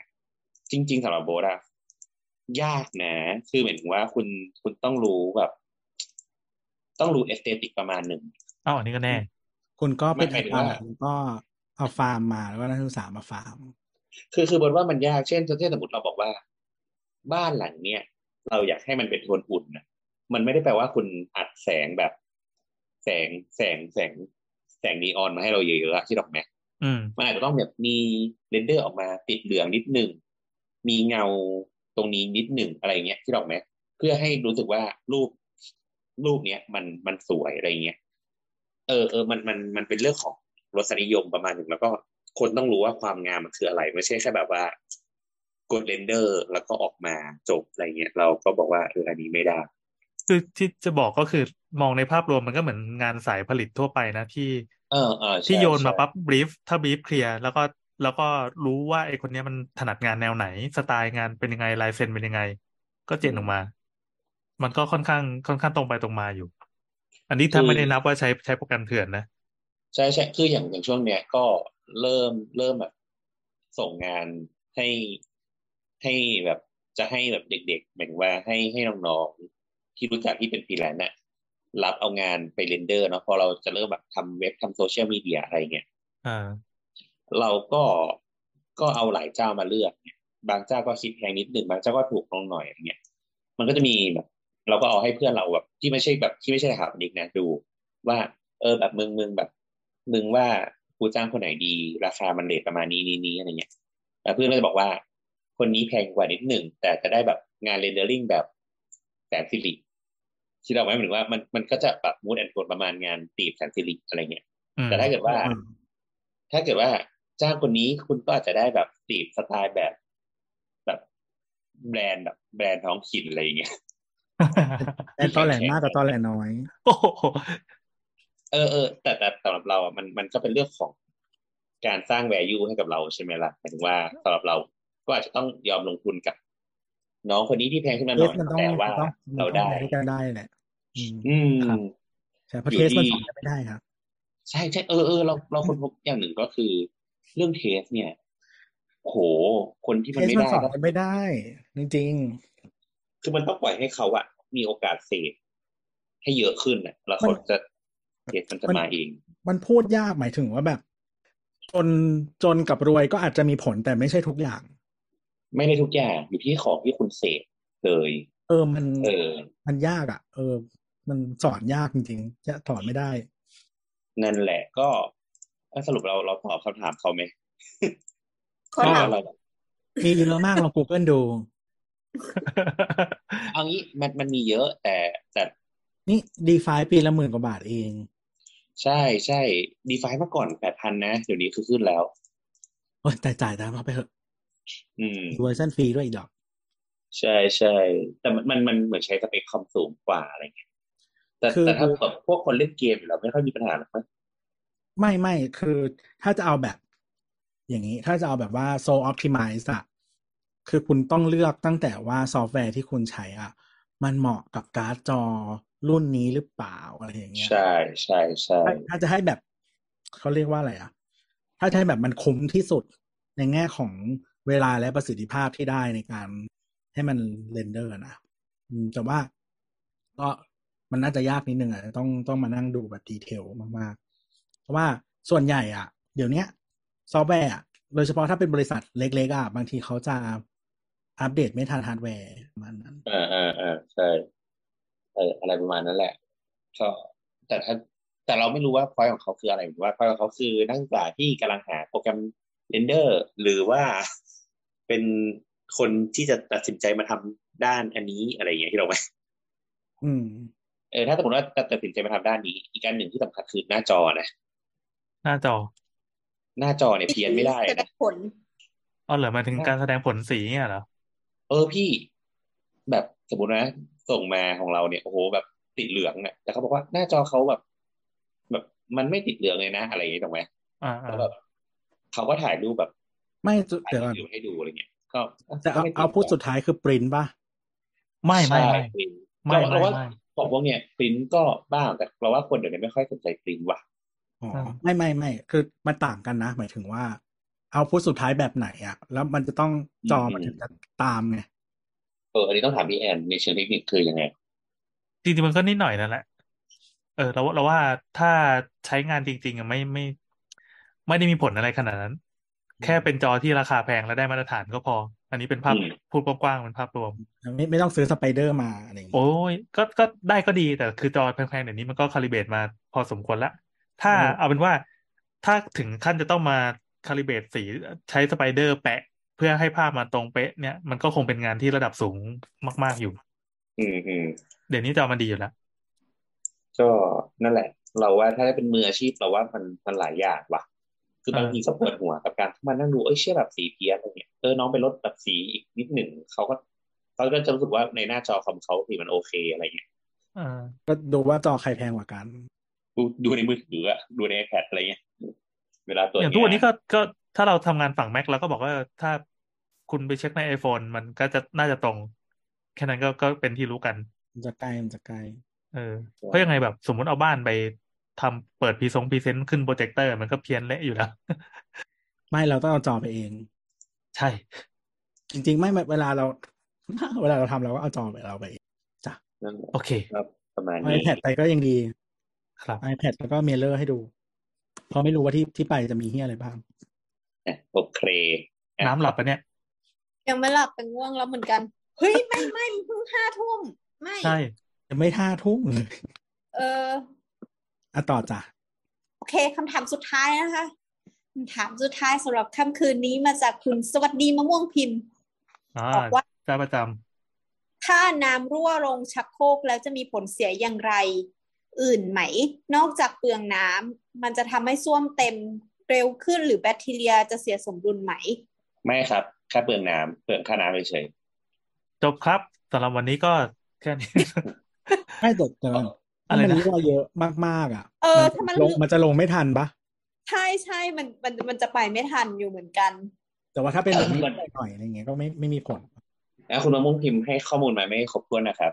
จริง ๆสำหรับโบทอะยากนะ คือหมายถึงว่าคุณคุณต้องรู้แบบ ต้องรู้เอสเตติกประมาณหนึ่ง
เอ้าอันนี้ก็แน่
คุณก็เป็น
ไม่หมาย
ฟาร์ม
ถึงว่า
คุณก็เอาฟาร์มมาแล้วก็นักศึกษามาฟาร์ม
คือคือบนว่ามันยากเช่นเช่นสมมติเราบอกว่า บ้านหลังเนี้ยเราอยากให้มันเป็นโทนอุ่นนะมันไม่ได้แปลว่าคุณอัดแสงแบบ แสงแสงแสงแสงนีออนมาให้เราเยอะๆอะที่ดอกไหม
อืม
มันอาจจะต้องแบบมีเรนเดอร์ออกมาติดเหลืองนิดหนึ่งมีเงาตรงนี้นิดหนึ่งอะไรเงี้ยที่ดอกไหมเพื่อให้รู้สึกว่ารูปรูปเนี้ยมันมันสวยอะไรเงี้ยเออเออมันมันมันเป็นเรื่องของ รสนิยมประมาณหนึ่งแล้วก็คนต้องรู้ว่าความงามมันคืออะไร ไม่ใช่แค่แบบว่ากดเรนเดอร์แล้วก็ออกมาจบอะไรเงี้ยเราก็บอกว่าเอออันนี้ไม่ได้
คือที่จะบอกก็คือมองในภาพรวมมันก็เหมือนงานสายผลิตทั่วไปนะที่
เออเออใช่
ที่โยนมา
ใช่
ปั๊บบรีฟถ้าบรีฟเคลียร์แล้วก็แล้วก็รู้ว่าไอคนเนี้ยมันถนัดงานแนวไหน สไตล์งานเป็นยังไงลายเซ็นเป็นยังไง ก็เจนออกมา มันก็ค่อนข้างค่อนข้างตรงไปตรงมาอยู่ อันนี้ถ้า
คือ
ไม่ได้นับว่าใช้ใช้โปรแกรมเถื่อนนะ
ใช่ใช่คืออย่างอย่างช่วงเนี้ยก็เริ่มเริ่มแบบส่งงานให้ให้แบบจะให้แบบเด็กๆหมายถึงว่าให้ให้น้องๆที่รู้จักที่เป็นฟรีแลนซ์น่ะรับเอางานไปเรนเดอร์เนาะเพอเราจะเริ่มแบบทำเว็บทำโซเชียลมีเดียอะไรเงี้ย
อ่า
เราก็ก็เอาหลายเจ้ามาเลือกเนี่ยบางเจ้าก็คิดแพงนิดหนึ่งบางเจ้าก็ถูกลงหน่อยอย่างเงี้ย มันก็จะมีแบบ เราก็เอาให้เพื่อนเราแบบ ที่ไม่ใช่แบบที่ไม่ใช่สถาปนิกนะดู ว่าเออแบบมึงมึงแบบมึงว่ากูจ้างคนไหนดีราคามันเรทประมาณนี้นี้นี้อะไรเงี้ยแล้วเพื่อนก็จะบอกว่า คนนี้แพงกว่านิดหนึ่งแต่จะได้แบบงานเรนเดอริ่งแบบแสนสิริที่เราหมายถึงว่ามันมันก็จะแบบมูดแอนโทนประมาณงานตีบแสนสิริอะไรเงี้ย
อืม
แต่ถ้าเกิดว่า
อืม
ถ้าเกิดว่าจ้างคนนี้คุณก็อาจจะได้แบบสตรีทสไตล์แบบ แบบแบรนด์แบบแบรนด์ท้องถิ่นอะไรอย่างเงี้ย
แต่ตอนแหลมากกับตอนแหลน้อย
โอ้โห
เออเออแต่แต่สำหรับเราอ่ะมันมันก็เป็นเรื่องของการสร้าง value ให้กับเราใช่ไหมล่ะหมายถึงว่าสำหรับเราก็อาจจะต้องยอมลงทุนกับ น้องคนนี้ที่แพงขึ้นมาหน่อย
เทสมันต้อง
แต่ว่า
มันต้องมัน
เรา
ต้อง
ได้
อะไรที่ได้แหละ อืม
อืม
ครับ ใช่เพราะ
อยู่
เทสมัน
ที่
สอนกันไม่ได้ครับ
ใช่ใช่เออเออเราเราค้นพบอย่างหนึ่งก็คือเรื่องเทสเนี่ยโหคนที่
เท
มัน
สมัน
ไม่ได้
สอน
ก็
กันไม่ได้ จริง
คือมันต้องปล่อยให้เขาอะมีโอกาสเสพให้เยอะขึ้นนะแล้วเขาจะเทสมันจะมาเอง
ๆ มันพูดยากหมายถึงว่าแบบ จนจนกับรวยก็อาจจะมีผลแต่ไม่ใช่ทุกอย่าง
ไม่ได้ทุกอย่างอยู่ที่ของที่คุณเสพเลย
เออมัน
เออ
มันยากอ่ะ เออ มันสอนยากจริงๆจะสอนไม่ได้
นั่นแหละก็เอ้ยสรุปเราเราตอบคำถามเขาไหม
เขาถาม
เรา
มีเยอะมากลอง Google ดู
เอางี้มันมันมีเยอะแต่แต่
นี่ DeFi ปีละหมื่นกว่าบาทเอง
ใช่ใช่ดีฟามาก่อนแปดพันนะ เดี๋ยวนี้คือขึ้นแล้ว
โอ้ยแต่จ่ายตามเขาไปเถอะ
อืม
มีเวอร์ชันฟรีด้วยอีกดอก
ใช่ใช่แต่มันมันมันเหมือนใช้สเปคคอมสูงกว่าอะไรเงี้ยแต่
คือ
แต่ถ้าแบบพวกคนเล่นเกมอยู่แล้วไม่ค่อยมีปัญหาหรอกมั้ง
ไม่ไม่คือถ้าจะเอาแบบ อย่างนี้ ถ้าจะเอาแบบว่า so optimize อะคือคุณต้องเลือกตั้งแต่ว่าซอฟต์แวร์ที่คุณใช้อะมันเหมาะกับการ์ดจอรุ่นนี้หรือเปล่าอะไรอย่างเงี้ย
ใช่ใช่ใช่
ถ้าถ้าจะให้แบบเขาเรียกว่าอะไรอ่ะ ถ้าจะให้แบบมันคุ้มที่สุดในแง่ของเวลาและประสิทธิภาพที่ได้ในการให้มันเรนเดอร์นะอืมแต่ว่าก็มันน่าจะยากนิดนึงอ่ะต้องต้องมานั่งดูแบบดีเทลมากๆ เพราะว่าส่วนใหญ่อ่ะ เดี๋ยวเนี้ย ซอฟต์แวร์อ่ะโดยเฉพาะถ้าเป็นบริษัทเล็กๆอ่ะบางทีเขาจะอัปเดตไม่ทันฮาร์ดแวร์ประมาณนั้น
เอ่าอ่าอ่าใช่เอออะไรประมาณนั้นแหละก็แต่ถ้าแต่เราไม่รู้ว่า point ของเขาคืออะไรหรือว่า point ของเขาคือนักศึกษาที่กำลังหาโปรแกรมเรนเดอร์ หรือว่า เป็นคนที่จะตัดสินใจมาทำด้านอันนี้อะไรอย่างเงี้ยที่เราไหม
อืม
เออถ้าสมมติว่าจะตัดสินใจมาทำด้านนี้ อีกการหนึ่งที่สำคัญคือหน้าจอนะ
หน้าจอ
หน้าจอเนี่ยเพี้ยนไม่ได้
แสด
นะ
งผล
อ๋อเหรอหมายถึงการแสดงผลสีเนี่ยเหรอ
เออพี่แบบสมมตินะส่งมาของเราเนี่ยโอ้โหแบบติดเหลืองอะแต่เขาบอกว่าหน้าจอเขาแบบ แบบมันไม่ติดเหลืองเลยนะ อะไรอย่างเงี้ยถูกไหม
อ่า
แล้
อ่าว
แบบเขาก็ถ่ายรูปแบบ
ไม่
ถ่าย
เดี๋ยว
รู
ก่อ
ป
น
อยู่ให้ดูอะไรเงี้ยก็
จะเอา
ก็ไม่ติ
เอาพูดสุดท้ายคือปรินป่ะ
ไม่ไม่
ใช่
ไม่
ปริ้น
ไม่
เราเรา
ไม่
ว่า
ไม่
ของพวกเนี้ยปริ้นก็บ้างแต่เราว่าคนเดี๋ยวนี้ไม่ค่อยสนใจปริ้นว่ะ
อ๋อ
อ่า
ไม่ไม่ไม่คือมันต่างกันนะ หมายถึงว่า เอาพูดสุดท้ายแบบไหนอะแล้วมันจะต้องจอ
อืม
มันถึงจะตามไง
เอออันนี้ต้องถามพี่แอนในเชิงเทคนิคคือยังไง
จริงๆมันก็นิดหน่อยนั่นแหละ เออเราว่าเราว่าถ้าใช้งานจริง ๆอะไม่ไม่ ไม่ได้มีผลอะไรขนาดนั้น แค่เป็นจอที่ราคาแพงและได้มาตรฐานก็พอ อันนี้เป็นภาพ
อืม
พูดกว้างๆเป็นภาพรวม
ไม่ไม่ต้องซื้อสไปเดอร์มาอะไรอย่าง
โอ้
เงี้ย
ยก็ก็ได้ก็ดีแต่คือจอแพงๆเดี๋ยวนี้มันก็คาลิเบรตมาพอสมควรละ ถ้า
อืม
เอาเป็นว่า ถ้าถึงขั้นจะต้องมาคาลิเบรตสีใช้สไปเดอร์แปะ เพื่อให้ภาพมาตรงเป๊ะเนี่ยมันก็คงเป็นงานที่ระดับสูงมาก ๆอยู่
อืมอืม
เดี๋ยวนี้จอมันดีอยู่แล้ว
ก็นั่นแหละ เราว่าถ้าได้เป็นมืออาชีพเราว่ามันมันหลายอย่างว่ะ คือ
เออ
บางทีก็ปวดหัวกับการที่มานั่งดูเอ้ยเชื่อแบบสีเพี้ยนอะไรเงี้ยเออน้องไปลดแบบสีอีกนิดหนึ่งเขาก็เขาก็จะรู้สึกว่าในหน้าจอคอมเขาสีมันโอเคอะไรเงี้ย
เออ
ก็ดูว่าจอใครแพงกว่ากัน
ดูดูในมือถืออะดูใน iPad อะไรเงี้ยเวลาตรวจ
อย่างทุกวัน
งาน
นี้ก็ก็ถ้าเราทำงานฝั่ง Mac เราก็บอกว่าถ้าคุณไปเช็คใน iPhone มันก็จะน่าจะตรง แค่นั้นก็ก็เป็นที่รู้กัน
มันจะใกล้มันจะใกล้
เออเพราะยังไงแบบสมมุติเอาบ้านไปทำเปิดพรีซงพรีเซนต์ขึ้นโปรเจคเตอร์มันก็เพี้ยนเละอยู่แล้ว
ไม่เราต้องเอาจอไปเอง
ใช่
จริง ๆ ไม่เวลา เรา เวลาเราทำเราก็เอาจอไปเราไปเอง
นั่นแหละ
โอเค
ครับประมาณ
เอา
นี้
iPad ไปก็ยังดี
ครับ
iPad แล้วก็เมลเลอร์ให้ดูเพราะไม่รู้ว่าที่ที่ไปจะมีเฮียอะไรบ้าง
อ่ะโอเคอ่ะ
น้ำหลับปะเนี่ย
ยังไม่หลับเป็นง่วงแล้วเหมือนกัน เฮ้ย ไม่ไม่มันเพิ่งห้าทุ่มไม่
ใช่
ยังไม่ท่าทุ่ม เลย
เออ
อ่ะต่อจ้ะ
โอเคคำถามสุดท้ายนะคะคำถามสุดท้ายสำหรับค่ำคืนนี้มาจากคุณสวัสดีมะม่วงพิมพ์
อ่า
บอกว่า
เจ้าประจำ
ถ้าน้ำรั่วลงชักโครกแล้วจะมีผลเสียอย่างไร อื่นไหม นอกจากเปลืองน้ำมันจะทำให้ส้วมเต็มเร็วขึ้นหรือแบคทีเรียจะเสียสมดุลไหม
ไม่ครับแค่เปลืองน้ำเปลืองค่าน้ำเฉย
จบครับสำหรับวันนี้ก็แค่นี้
ไม่แต่แต่ว่าถ้า
อะไร
มัน
นะ
รั่วเยอะมากๆอ่ะ
เออ
มั
ถ้ามันน
จะลง
รั่ว
มันจะลงไม่ทันปะ
ใช่ใช่มันมันมันจะไปไม่ทันอยู่เหมือนกัน
แต่ว่าถ้าเป็นแบบนี้หน่อยๆอะไรเงี้ยก็ไม่ไม่มีผล
ๆนะคุณมะม่วงพิมพ์ให้ข้อมูลมาไม่ครบถ้วนนะครับ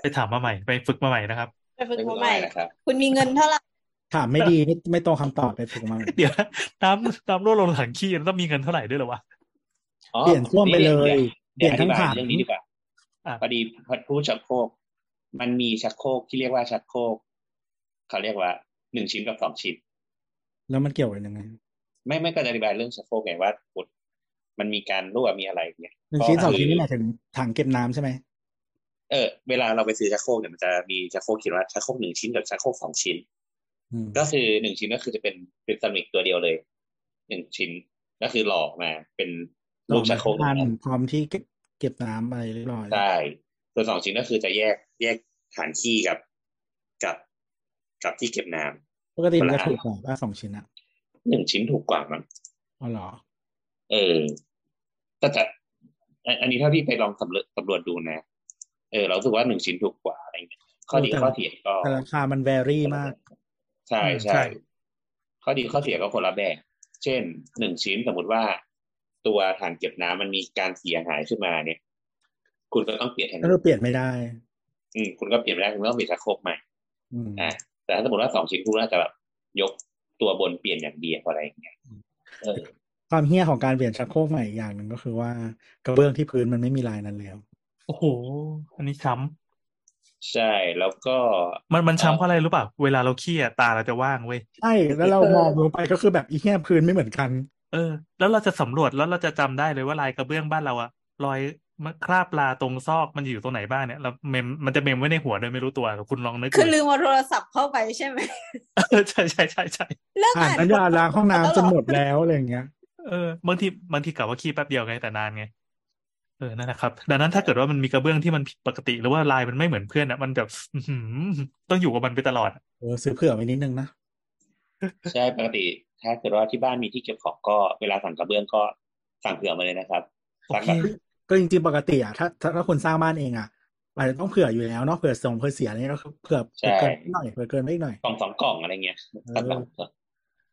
ไปถามมาใหม่ไปฝึกมาใหม่นะครับ
ไปฝึก
ไม่ครบ
มาให
ถ้วน
ม่
นะครับ
คุณมีเงินเท่าไหร่
ถามไม่ดีไม่ไม่ตรงคำตอบไปถูกมา
เดี๋ยวนะน้ำน้ำรั่วลงถังขี้มันต้องมีเงินเท่าไหร่ด้วยเหรอวะ
อ๋อ
เปลี่ยนส้วมไปเลยเป
เดี๋ยว
ลี่ยนทั้ง
อธิบา
ถัง
เรื่องนี้ดีกว่า
อ่ะ
พอดีพอพูดชักโครกมันมีชักโครกที่เรียกว่าชักโครกเขาเรียกว่าหนึ่งชิ้นกับสองชิ้น
แล้วมันเกี่ยวกันยังไง
ไม่ไม่ก็จะอธิบายเรื่องชักโครกไงว่าอุดมันมีการรั่วมีอะไรเนี่ย
หนึ่งชิ้น
ก็คือ
สองชิ้นนี่หมายถึงถังเก็บน้ำใช่ไหม
เออเวลาเราไปซื้อชักโครกเนี่ยมันจะมีชักโครกเขียนว่าชักโครกหนึ่งชิ้นกับชักโครกสองชิ้น
อืม
ก็คือหนึ่งชิ้นก็คือจะเป็นเป็นสมิกตัวเดียวเลยหนึ่งชิ้นก็คือหลอกมาเป็นรูปชักโครกหนึ่ง
น
อัน
พร้อมที่เก็บเก็บน้ำอะไรเรียบร้อย
ใช่ส่วนสองชิ้นก็คือจะแยกแยกฐานขี้กับกับกับที่เก็บน้ำ
ปกติ
คน
มัน
ละ
จะ
อัน
ถูกกว่าป่ะสองชิ้นอะ
หนึ่งชิ้นถูกกว่ามั้ง
อ๋อเหรอ
เออแต่แต่อันอันนี้ถ้าพี่ไปลองสำรวจสำรวจดูนะ เออ เรารู้สึกว่าหนึ่งชิ้นถูกกว่าอะไรเงี้ย ข้อดี
แต่
ข้อเสียก็
แต่ราคามันแวรี่มาก
ใช่
อืม
ใช่
ใช่
ข้อดีข้อเสียก็คนละแบบ เช่นหนึ่งชิ้นสมมติว่า ตัวถังเก็บน้ำมันมีการเสียหายขึ้นมาเนี่ย คุณก็ต้องเปลี่ยนแทน
ก็คือเปลี่ยนไม่ได้
อืมคุณก็เปลี่ยนไม่ได้คุณก็ต้องเปลี่ยนชักโครกใหม่
อืม
อ่าแต่ถ้าสมมติว่าสองชิ้นคุณน่าจะแบบยกตัวบนเปลี่ยนอย่างเดียวอะไรอย่างเงี้ยเออ
ความเฮี้ยของการเปลี่ยนชักโครกใหม่อีกอย่างหนึ่งก็คือว่ากระเบื้องที่พื้นมันไม่มีลายนั้นแล้ว
โอ้โห อันนี้ช้
ใช่แล้วก็
ำมันมัน
เอ่อ
ช้ำเพราะอะไรรู้ป่ะเวลาเราเครียดตาเราจะว่างเว้ย
ใช่แล้วเรา
เออ
มองลงไปก็คือแบบอีเฮี้ยพื้นไม่เหมือนกัน
เออ แล้วเราจะสำรวจแล้วเราจะจำได้เลยว่าลายกระเบื้องบ้านเราอะรอยมันคราบลาตรงซอกมันอยู่ตรงไหนบ้างเนี่ยเราเมมมันจะเมมไว้ในหัวโดยไม่รู้ตัวคุณลองนึก
คือ
ดู
ลืมเอาโทรศัพท์เข้าไปใช่ไหม
เออใช่ ใช่ใช่ใช่
เลิก
อ่าน
อ่าน
น้ำยาล้างห้องน้ำจนหมดแล้วอะไรอย่างเงี้ย
เออบางทีบางทีกะว่าขี้แป๊บเดียวไงแต่นานไงเออนั่นแหละครับ ดังนั้นถ้าเกิดว่ามันมีกระเบื้องที่มันผิดปกติ หรือว่าลายมันไม่เหมือนเพื่อนอ่ะมันแบบอื้อหือต้องอยู่กับมันไปตลอดอะ
เออซื้อเผื่อไว้นิดนึงนะ
ใช่ปกติ ถ้าเกิดว่าที่บ้านมีที่เก็บของก็เวลาสั่งกระเบื้องก็สั่งเผื่อมาเลยนะครับ
โอ
สั่ง
เค
แบบ
ก็จริงๆปกติอ่ะถ้าถ้าถ้าคนสร้างบ้านเองอ่ะอาจจะต้องเผื่ออยู่แล้วเนาะเผื่อส่งเผื่อเสียอะไรเงี้ยก็คือเผื่อเผื่อเกินไปหน่อยเผื่อเกินไปหน่อย
กล่องสองกล่องอะไรเงี้ย
เออ
สั่งสองกล่อง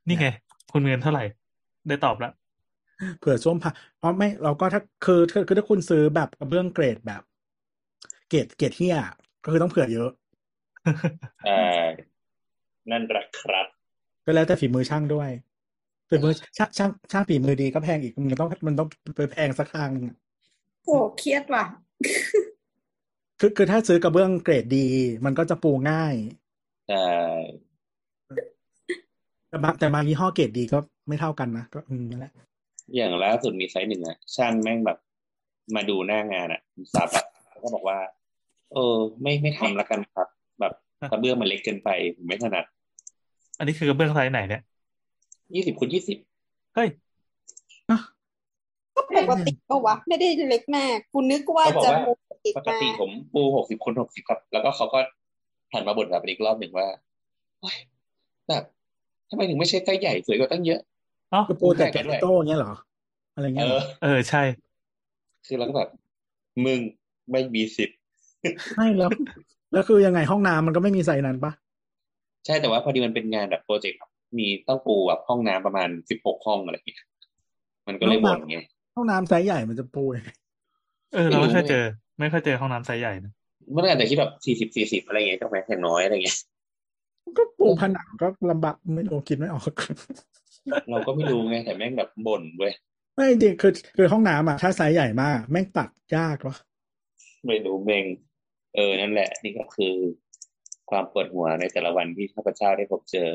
นี่ไง คุณเงินเท่าไหร่ ได้ตอบละ
เผื่อส้วมผ่าเพราะไม่เราก็ถ้าคือคือคือถ้าคุณซื้อแบบกระเบื้องเกรดแบบ เกรดเกรดเฮี้ยก็คือต้องเผื่อเยอะ
ใช่นั่นแหละครับ
ก็แล้วแต่ฝีมือช่างด้วยฝีมือช่างช่างช่างฝีมือดีก็แพงอีกมันต้องมันต้องไปแพงสักทางหนึ่งอะ
โอ้เครียดว่ะ
คือคือถ้าซื้อกระเบื้องเกรดดี มันก็จะปูง่าย
ใช่
แต่บางแต่บางยี่ห้อเกรดดีก็ไม่เท่ากันนะก็อืมนั่นแหละ
อย่างล่าสุดมีไซส์หนึ่งอะช่างแม่งแบบ มาดูหน้างานอะสับอะแล้วก็บอกว่า เออ ไม่ไม่ทำละกันครับ แบบกระเบื้องมันเล็กเกินไปผมไม่ถนัด
อันนี้คือกระเบื้องไซส์ไหนเนี่ย
ยี่สิบคูณยี่สิบ
เฮ้ย
ก็ปกติก็วะ ไม่ได้เล็กมาก กูนึกว่า
เขาบอก
จะ
ว่า
ปกติ
ปก
มา
ติผมปูหกสิบคูณหกสิบครับ แล้วก็เขาก็หันมาบ่นแบบอีกรอบหนึ่งว่าโอ๊ยแบบทำไมถึงไม่ใช่ไซส์ใหญ่สวยกว่าตั้งเยอะ
เอ๋อ
ก็ปูแต่เกรดโต้เงี้ยเหรอ อะไร
เอ
เงี้ยเหร
อ
อ
เออใช่
คือเราก็แบบ มึงไม่มีสิทธิ์
ใช่แล้วแล้วคือยังไงห้องน้ำมันก็ไม่มีไซส์นั้นปะ
ใช่แต่ว่าพอดีมันเป็นงานแบบโปรเจกต์แบบมีต้องปูแบบห้องน้ำประมาณสิบหกห้องอะไรอย่างเงี้ยมันก็เลยบ่นไง
ห้องน้ำไซส์ใหญ่มันจะปูยังไง
เออเราไม่เคย
ไม่รู้
เจอ ไม่เคยเจอห้องน้ำไซส์ใหญ่นะ
มันอาจจะคิดแบบสี่สิบสี่สิบอะไรอย่างเงี้ยใช่ไหมอย่างน้อยอะไรเงี้ย
ก็ปูผนังก็ลำบากไม่รู้คิดไม่ออก
เราก็ไม่รู้ไงแต่แม่งแบบบ่นเว้ย
ไม่จริงคือคือห้องน้ำอ่ะถ้าไซส์ใหญ่มากแม่งตัดยากวะ
ไม่รู้แม่งเออนั่นแหละ นี่ก็คือ ความปวดหัวในแต่ละวันที่ข้าพเจ้าได้พบเจอ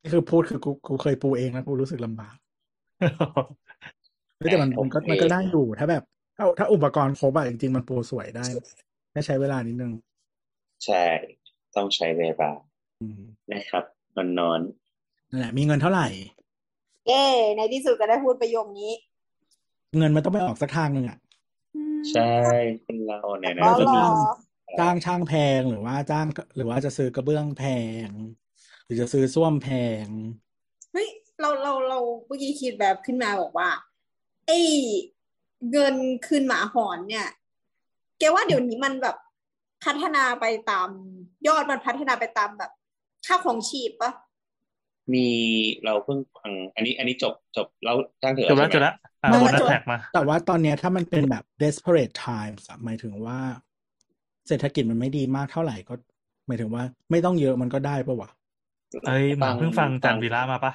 นี่คือพูดคือกูกูเคยปูเองแล้วกูรู้สึกลำบากเฮ้ยแต่มัน
โอ
มัน
เค
ก็มันก็ได้อยู่ถ้าแบบถ้าถ้าอุปกรณ์ครบอะจริงๆมันปูสวยได้แค่ใช้เวลานิดนึง
ใช่ ต้องใช้เวลา
อืม
นะครับนอนนอน
นั่นแหละมีเงินเท่าไหร่
เย้ในที่สุดก็ได้พูดประโยคนี้
เงินมันต้องไปออกสักทางหนึ่งอ่ะ
อืม
ๆใช่คนเราเนี่ยนะ
แล้ว
ก็
ร
มี
อ
จ้างช่างแพงหรือว่าจ้างหรือว่าจะซื้อกระเบื้องแพง หรือจะซื้อส้วมแพง
เฮ้ยเราเราเราเมื่อกี้คิดแบบขึ้นมาบอกว่าไอ้เงินคืนหมาหอนเนี่ย แกว่าเดี๋ยวนี้มันแบบพัฒนาไปตาม ยอดมันพัฒนาไปตามแบบ ค่าของชีพปะ
มีเราเพิ่งฟังอันนี้อันนี้จบจบแล้วจ้างเถอะ
จบแล้ว
ใช่ไหม
จบแล้วอ่า
ไม่
โบนัสแท็กมา
แต่ว่าตอนเนี้ยถ้ามันเป็นแบบ desperate times อะหมายถึงว่า เศรษฐกิจมันไม่ดีมากเท่าไหร่ก็ หมายถึงว่า ไม่ต้องเยอะมันก็ได้ปะวะ
เอ้ยหมาเพิ่งฟังจากวีระมาปะ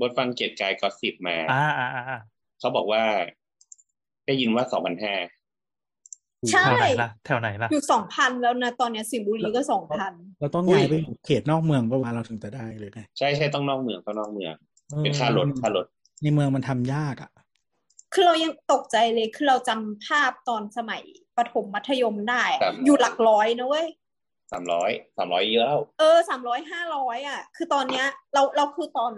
บทฟังเกียรติกายกอสซิบมา
อ่าอ่าอ่าอ่า
เขาบอกว่า ได้ยินว่าสองพันห้า
ใช่
แถวไหนล่ะแถวไหนล่ะ
อยู่สองพันแล้วนะตอนเนี้ยสิงห์บุรีก็สองพัน
เราต้องย้ายไปอยู่เขตนอกเมืองปะวะเราถึงจะได้หรือไง
ใช่ใช่ต้องนอกเมืองต้องนอกเมือง
ออ
เป็นค่ารถค่ารถ
ในเมืองมันทำยากอ่ะ
คือเรายังตกใจเลยคือเราจำภาพตอนสมัยประถมมัธยมได้
ครับ
อยู่หลักร้อยนะเว้ย
สามร้อยสามร้อยเยอะแล้ว
เออสามร้อยห้าร้อยอ่ะ คือตอนเนี้ยเราเราคือตอน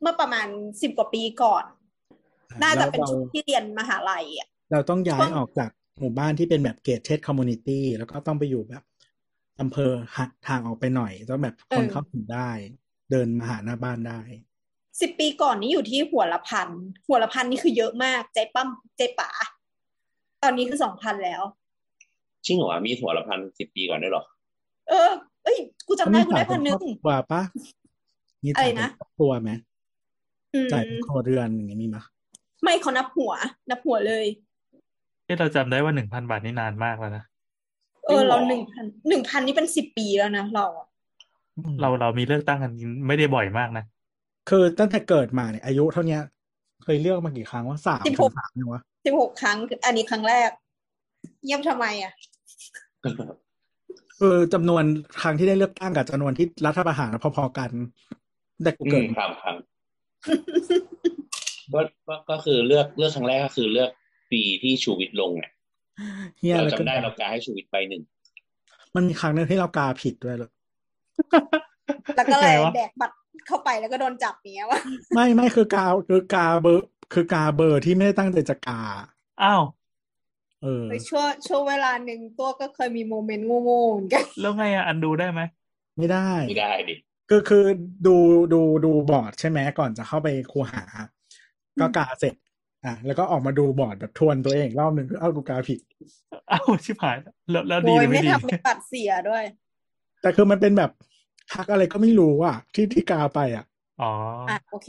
เมื่อประมาณสิบกว่าปีก่อน น่าจะเป็น
เรา
ช่วงที่เรียนมหาลัยอ่ะ
เราต้องย้ายออกจากหมู่บ้านที่เป็นแบบเกตเทสคอมมูนิตี้แล้วก็ต้องไปอยู่แบบอำเภอห่างออกไปหน่อยต้องแบบคน
เออ
เข้าถึงได้ เดินมาหาหน้าบ้านได้
สิบปีก่อนนี่อยู่ที่หัวละพัน หัวละพันนี่คือเยอะมาก ใจปั้มใจป๋า ตอนนี้คือสองพันแล้ว
จริงเหรอวะมีหัวละพันสิบปีก่อนด้วยเหรอ
เออ เอ้ย กูจำได้กูได้พันหนึ่ง
กว่าปะมี
อะ
จ่าย
ไร
เป็น
นะ
ครอบครัวไหม
อืม
จ่ายเป็นครัวเรือนอย่างงี้มีไหมย
ไม่เขานับหัว นับหัวเลย
เอ๊ะเราจำได้ว่าหนึ่งพันบาทนี่นานมากแล้วนะ
เออ เรา
จริงเหรอ
หนึ่งพันหนึ่งพันนี่เป็นสิบปีแล้วนะเราอะ
เราเรามีเลือกตั้งกันไม่ได้บ่อยมากนะ
คือตั้งแต่เกิดมาเนี่ยอายุเท่าเนี้ย เคยเลือกมากี่ครั้งว่าสาม
สิบ
ถึ
ห
ง
ก
สามเนี่ยวะ
สิบหกครั้ง อันนี้ครั้งแรก เยี่ยมทำไมอะ
คือจำนวนครั้งที่ได้เลือกตั้งกับจำนวนที่รัฐประหารพอๆกัน แต่กู
อื
เกิ
ม
ด
ครับ ครับก็ก็ก็คือเลือกเลือกครั้งแรกก็คือเลือกปีที่ชูวิทย์ลงอ่ะ
เฮีย
เรา
แล้ว
จำ
ก็
ได้เรากาให้ชูวิทย์ไปหนึ่ง
มันมีครั้งหนึงที่เรากาผิดด้วยเลย
แล้วก็เลย
ไงวะ
แดกบัตรเข้าไปแล้วก็โดนจับเนี้ยวะ
ไม่ไม่คือกาคือกาเบอร์ คือกาเบอร์ที่ไม่ได้ตั้งใจจะกา
อ้าว
เออ
เฮ้ยช่วงช่วงเวลาหนึ่งตัวก็เคยมีโมเมนต์โง่ๆเหมือนกัน
แล้วไงอะอันดูได้ไหม
ไม่ได้
ไม่ได้ดิ
คือคือดูดูดูบอร์ดใช่ไหมก่อนจะเข้าไปคูหา ก็กาเสร็จ อ่ะแล้วก็ออกมาดูบอร์ดแบบทวนตัวเองอีกรอบหนึ่งคือเอ้ากูกาผิด
อ้าวชิบหายแล้วแล้วดี
โอ้ย
หรือ
ไม่
ไม่ดี
ทำให้บัตรเสียด้วย
แต่คือมันเป็นแบบพักอะไรก็ไม่รู้อ่ะที่ที่กาไปอ่ะ
อ๋อ
อ่ะโอเค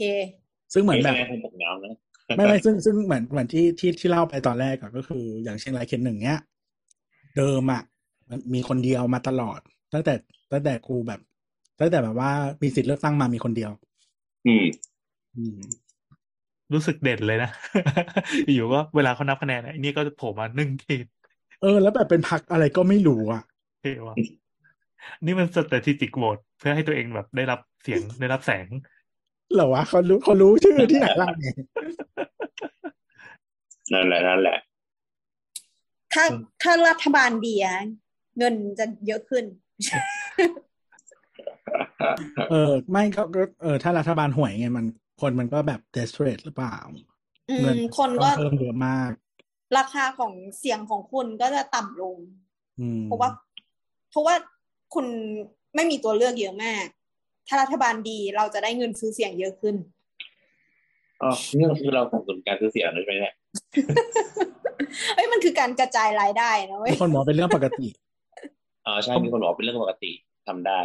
ซึ่งเหมือน
ไม่
แบ
ใช่
บ
แม่คนตกน้ำนะ
ไม่ไม่ซึ่งซึ่งเหมือนเหมือนที่ที่ที่เล่าไปตอนแรกอะก็คือ อย่างเชียงรายเขตหนึ่งเนี้ยเดิมอะมันมีคนเดียวมาตลอด ตั้งแต่ตั้งแต่กูแบบ ตั้งแต่แบบว่ามีสิทธิ์เลือกตั้งมามีคนเดียว
อืม
อืม
รู้สึกเด่นเลยนะ อยู่ก็เวลาเขานับคะแนนอะไอ้นี่ก็จะโผล่มาหนึ่งที
เออ แล้วแบบเป็นพักอะไรก็ไม่รู้อะ
เท่ว่ะนี่มัน strategic vote เพื่อให้ตัวเองแบบได้รับเสียงได้รับแสง
เหรอวะเขารู้เขารู้ชื่อที่ไหนล่ะเนี่ย
นั่นแหละนั่นแหละ
ถ้าถ้ารัฐบาลดีอะเงินจะเยอะขึ้น
เออ ไม่ก็ก็เออถ้ารัฐบาลห่วยไงมันคนมันก็แบบ desperate หรือเปล่า
อื
เงิ
มคนก็
เพิ่มเยอะมาก
ราคาของเสียงของคุณก็จะต่ำลง
อืม
เพราะว่า เพราะว่าคุณไม่มีตัวเลือกเยอะมาก ถ้ารัฐบาลดีเราจะได้เงินซื้อเสียงเยอะขึ้น
อ๋อนี่ก็คือเราสนับสนุนการซื้อเสียงด้วยใช่ไหมเนี่ย
เอ้ยมันคือการกระจายรายได้นะเว้ย
มีคนบอกเป็นเรื่องปกติ
อ๋อใช่มีคนบอกเป็นเรื่องปกติทำได้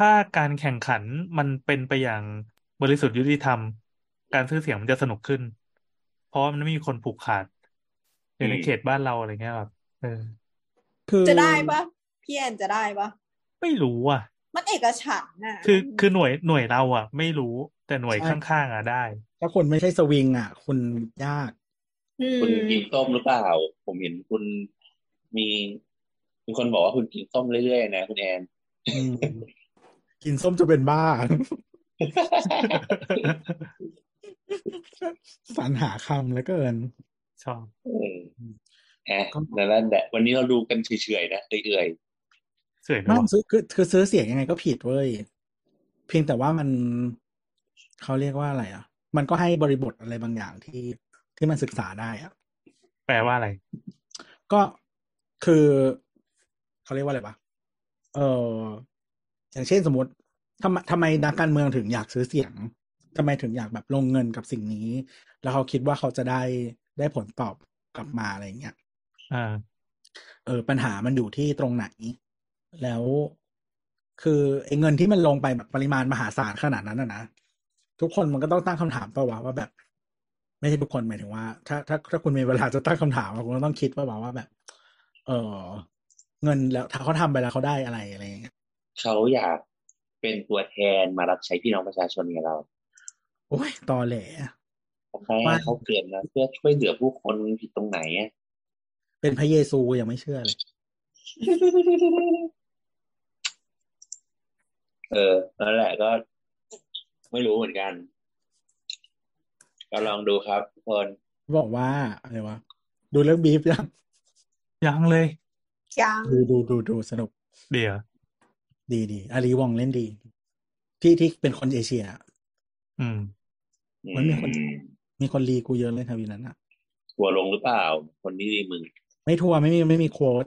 ถ้าการแข่งขันมันเป็นไปอย่างบริสุทธิ์ยุติธรรม การซื้อเสียงมันจะสนุกขึ้น เพราะว่ามันไม่มีคนผูกขาดอย่างใน
อืม
เขตบ้านเราอะไรเงี้ยแบบเออ
คือ
จะได้ปะพี่แอนจะได้ปะ
ไม่รู้อ่ะ
มันเอกฉันท์น่ะ
คือคือหน่วยหน่วยเราอ่ะ ไม่รู้แต่หน่วยข้างๆอ่ะได้
ถ้าคนไม่ใช่สวิงอ่ะ คุณยาก
ม
คุณกินส้มหรือเปล่า ผมเห็นคุณมีมีคนบอกว่าคุณกินส้มเรื่อยๆนะคุณแอน
อืมกินส้มจะเป็นบ้า สรรหาคำเหลือเกิน
ชอบ
เอออ่ะนั่นแหละวันนี้เราดูกันเฉยๆนะเอื่อย
สวย
ไม่
เนาะ
ซื้อคือคือซื้อเสียงยังไงก็ผิดเว้ย เพียงแต่ว่ามันเขาเรียกว่าอะไรอ่ะ มันก็ให้บริบทอะไรบางอย่างที่ที่มันศึกษาได้อ่ะ
แปลว่าอะไร
ก็คือเขาเรียกว่าอะไรปะเอออย่างเช่นสมมติทำไมทำไมนักการเมืองถึงอยากซื้อเสียงทำไมถึงอยากแบบลงเงินกับสิ่งนี้ แล้วเขาคิดว่าเขาจะได้ได้ผลตอบกลับมาอะไรอย่างเงี้ย
อ่า
เออปัญหามันอยู่ที่ตรงไหน แล้วคือไอ้เงินที่มันลงไปแบบปริมาณมหาศาลขนาดนั้นนะนะทุกคนมันก็ต้องตั้งคำถามเปล่าวะว่าแบบ ไม่ใช่ทุกคนหมายถึงว่า ถ้าถ้าถ้าคุณมีเวลาจะตั้งคำถามอะคุณก็ต้องคิดเปล่าวะว่าแบบ เออเงินแล้วถ้าเขาทำไปแล้วเขาได้อะไรอะไรอย่างเงี้ย
ๆเขาอยากเป็นตัวแทนมารับใช้พี่น้องประชาชนไงเรา
โอ้ยตอแหล
ทำไมอ่ะเขาเกิดมาเพื่อช่วยเหลือผู้คนผิดตรงไหนอ่ะ
เป็นพระเยซูยังไม่เชื่อเลย
เออนั่นแหละก็ ไม่รู้เหมือนกัน ก็ลองดูครับทุกคน
บอกว่าอะไรวะดูเรื่องบีฟยัง
ยังเลย
ยัง
ดูดูดูดูสนุก
เดี๋ยว
ดีดีอารีวองเล่นดี ที่ที่เป็นคนเอเชีย
อืม
อื
มันมีคน
ม
มีคนรีกูเยอะเลยทวีนั้นอ่ะ
ทัวร์ลงหรือเปล่า คนที่ดีมึง
ไม่ทัวร์ไม่มีไม่มีโค้ด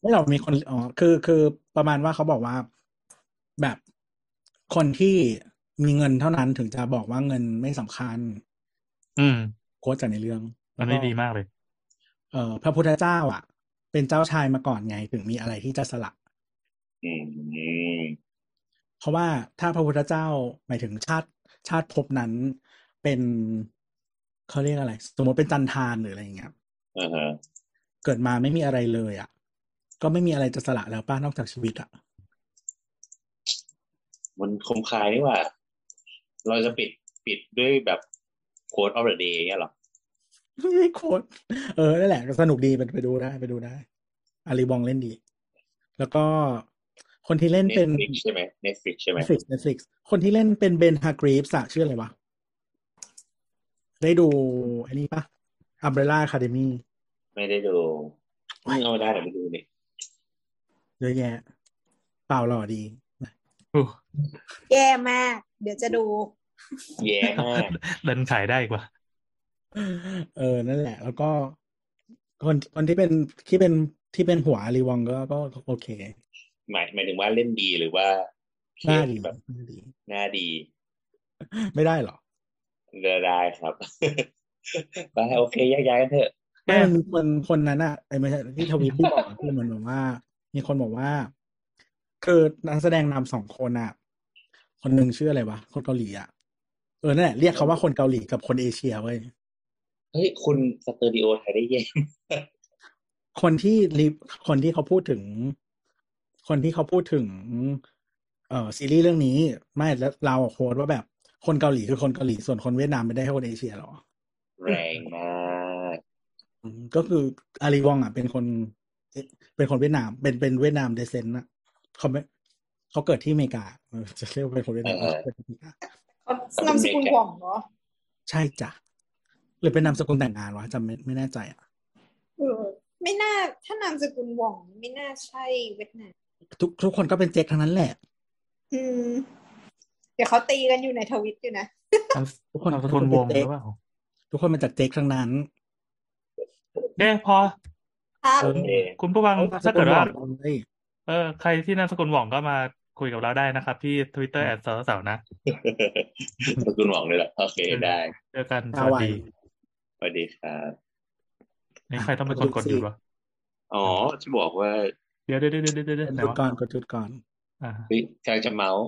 ไม่หรอกมีคนอ๋อคือคือประมาณว่าเขาบอกว่า แบบ คนที่มีเงินเท่านั้นถึงจะบอกว่าเงินไม่สำคัญ
อืม
โค้ดจากในเรื่อง
อันนี้ดีมากเลย
เอ่อพระพุทธเจ้าอ่ะ เป็นเจ้าชายมาก่อนไงถึงมีอะไรที่จะสละ
อืม
เพราะว่าถ้าพระพุทธเจ้าหมายถึงชาติชาติภพนั้นเป็นเขาเรียกอะไร สมมติเป็นจันทานหรืออะไรอย่างเงี้ย
อ่าฮะ
เกิดมาไม่มีอะไรเลยอ่ะ ก็ไม่มีอะไรจะสละแล้วป้านอกจากชีวิตอ่ะ
มันคมคายนี่หว่า เราจะปิดปิดด้วยแบบโค้ดออฟเดอะเดย์เงี้ยเหรอ
ไม่โคตรเออนั่นแหละก็สนุกดีไปไปดูได้ไปดูได้อาลีบองเล่นดี แล้วก็คนที่เล่น
เน็
เป็น
ตฟลิกใช่ไหมเน็ตฟลิกใช่ไหม
Netflix Netflix คนที่เล่นเป็นเบนฮากรีฟส์อะชื่ออะไรวะ ได้ดูอันนี้ปะอัมเบรล่าคาเดมี่
ไม่ได้ดูไม่เอาได้แต่ไม่ดูนี่
เยอะแยะ เปล่าหล่อดี
อู้
แย่มาก เดี๋ยวจะดู
แย่มาก
ดันขายได้อีก ว่า
เออ นั่นแหละ แล้วก็ คนคนที่เป็นที่เป็นที่เป็นหัวอารีวองก็ก็โอเค
หมายหมายถึงว่าเล่นดีหรือว่าเค
หน้า
ส
ดี
แบบ
หน้าดี
หน้าดี
ไม่ได้หรอ
ได้ครับ ไปโอเคแยกย้ายกันเถอะ
ไม่มันมีคนคนนั้นอะไอ้ไม่ใช่ที่ทวีตที่บอกอะที่เหมือนแบบว่า มีคนบอกว่า คือนักแสดงนำสองคนอะคนหนึ่งชื่ออะไรวะ คนเกาหลีอะเออนั่นแหละเรียกเขาว่าคนเกาหลีกับคนเอเชียเว้ย
เฮ้ยคุณสตูดิโอไทยได้เย่ยม
คนที่รีคนที่เขาพูดถึง คนที่เขาพูดถึง เอ่อซีรีส์เรื่องนี้ ไม่แล้วเราโค้ดว่าแบบคนเกาหลีคือคนเกาหลีส่วนคนเวียดนามไม่ได้ให้คนเอเชียหรอ
แรงมาก
อืมก็คืออารีวองอ่ะเป็นคนเอ๊ะเป็นคนเวียดนาม เป็นเป็นเวียดนามเดเซนต์นะเขาไม่เขาเกิดที่อเมริกาเออจะเรียกว่าเป็นคนเวียดนามเขาเกิดที่อเมริกา
เขานามสกุลหว่องเหรอ
ใช่จ้ะหรือเป็นนามสกุลแต่งงานวะจำไม่ไม่แน่ใจอ่ะ
เออ ไม่น่า ถ้านามสกุลหว่องไม่น่าใช่เวียดนาม
ทุกทุกคนก็เป็นเจ๊กทั้งนั้นแหละ
อืม เดี๋ยวเขาตีกันอยู่ในทวิตอยู่นะ
ทุกคนเอาคนวงหรือเปล่า
ทุกคนมาจากเจ๊กทั้งนั้น
เอ๊ะพอ
ครับ
เออ
โอเค
คุณผู้ฟัง
เออ
ถ้าเกิดว่า
สกุลหว่องเลย
เออใครที่นามสกุลหว่องก็มาคุยกับเราได้นะครับ ที่ Twitter แอดสาวสาวนะ
สกุลหวังเลยล่ะโอเคได้
เจอกันส
ตา
วั
ไว
สดี
สวัสดีครับ
นี่ใครต้องเป็นคนกดหยุดวะ
อ๋อจะบอกว่า
เดี๋ยวเดี๋ยวเดี๋ยวเดี๋ยวเดี๋ยว
กดจุด
ไหนวะ
ก่อนกดจุดก่อน
อ่า
เฮ้ยกำลังจะเมาส์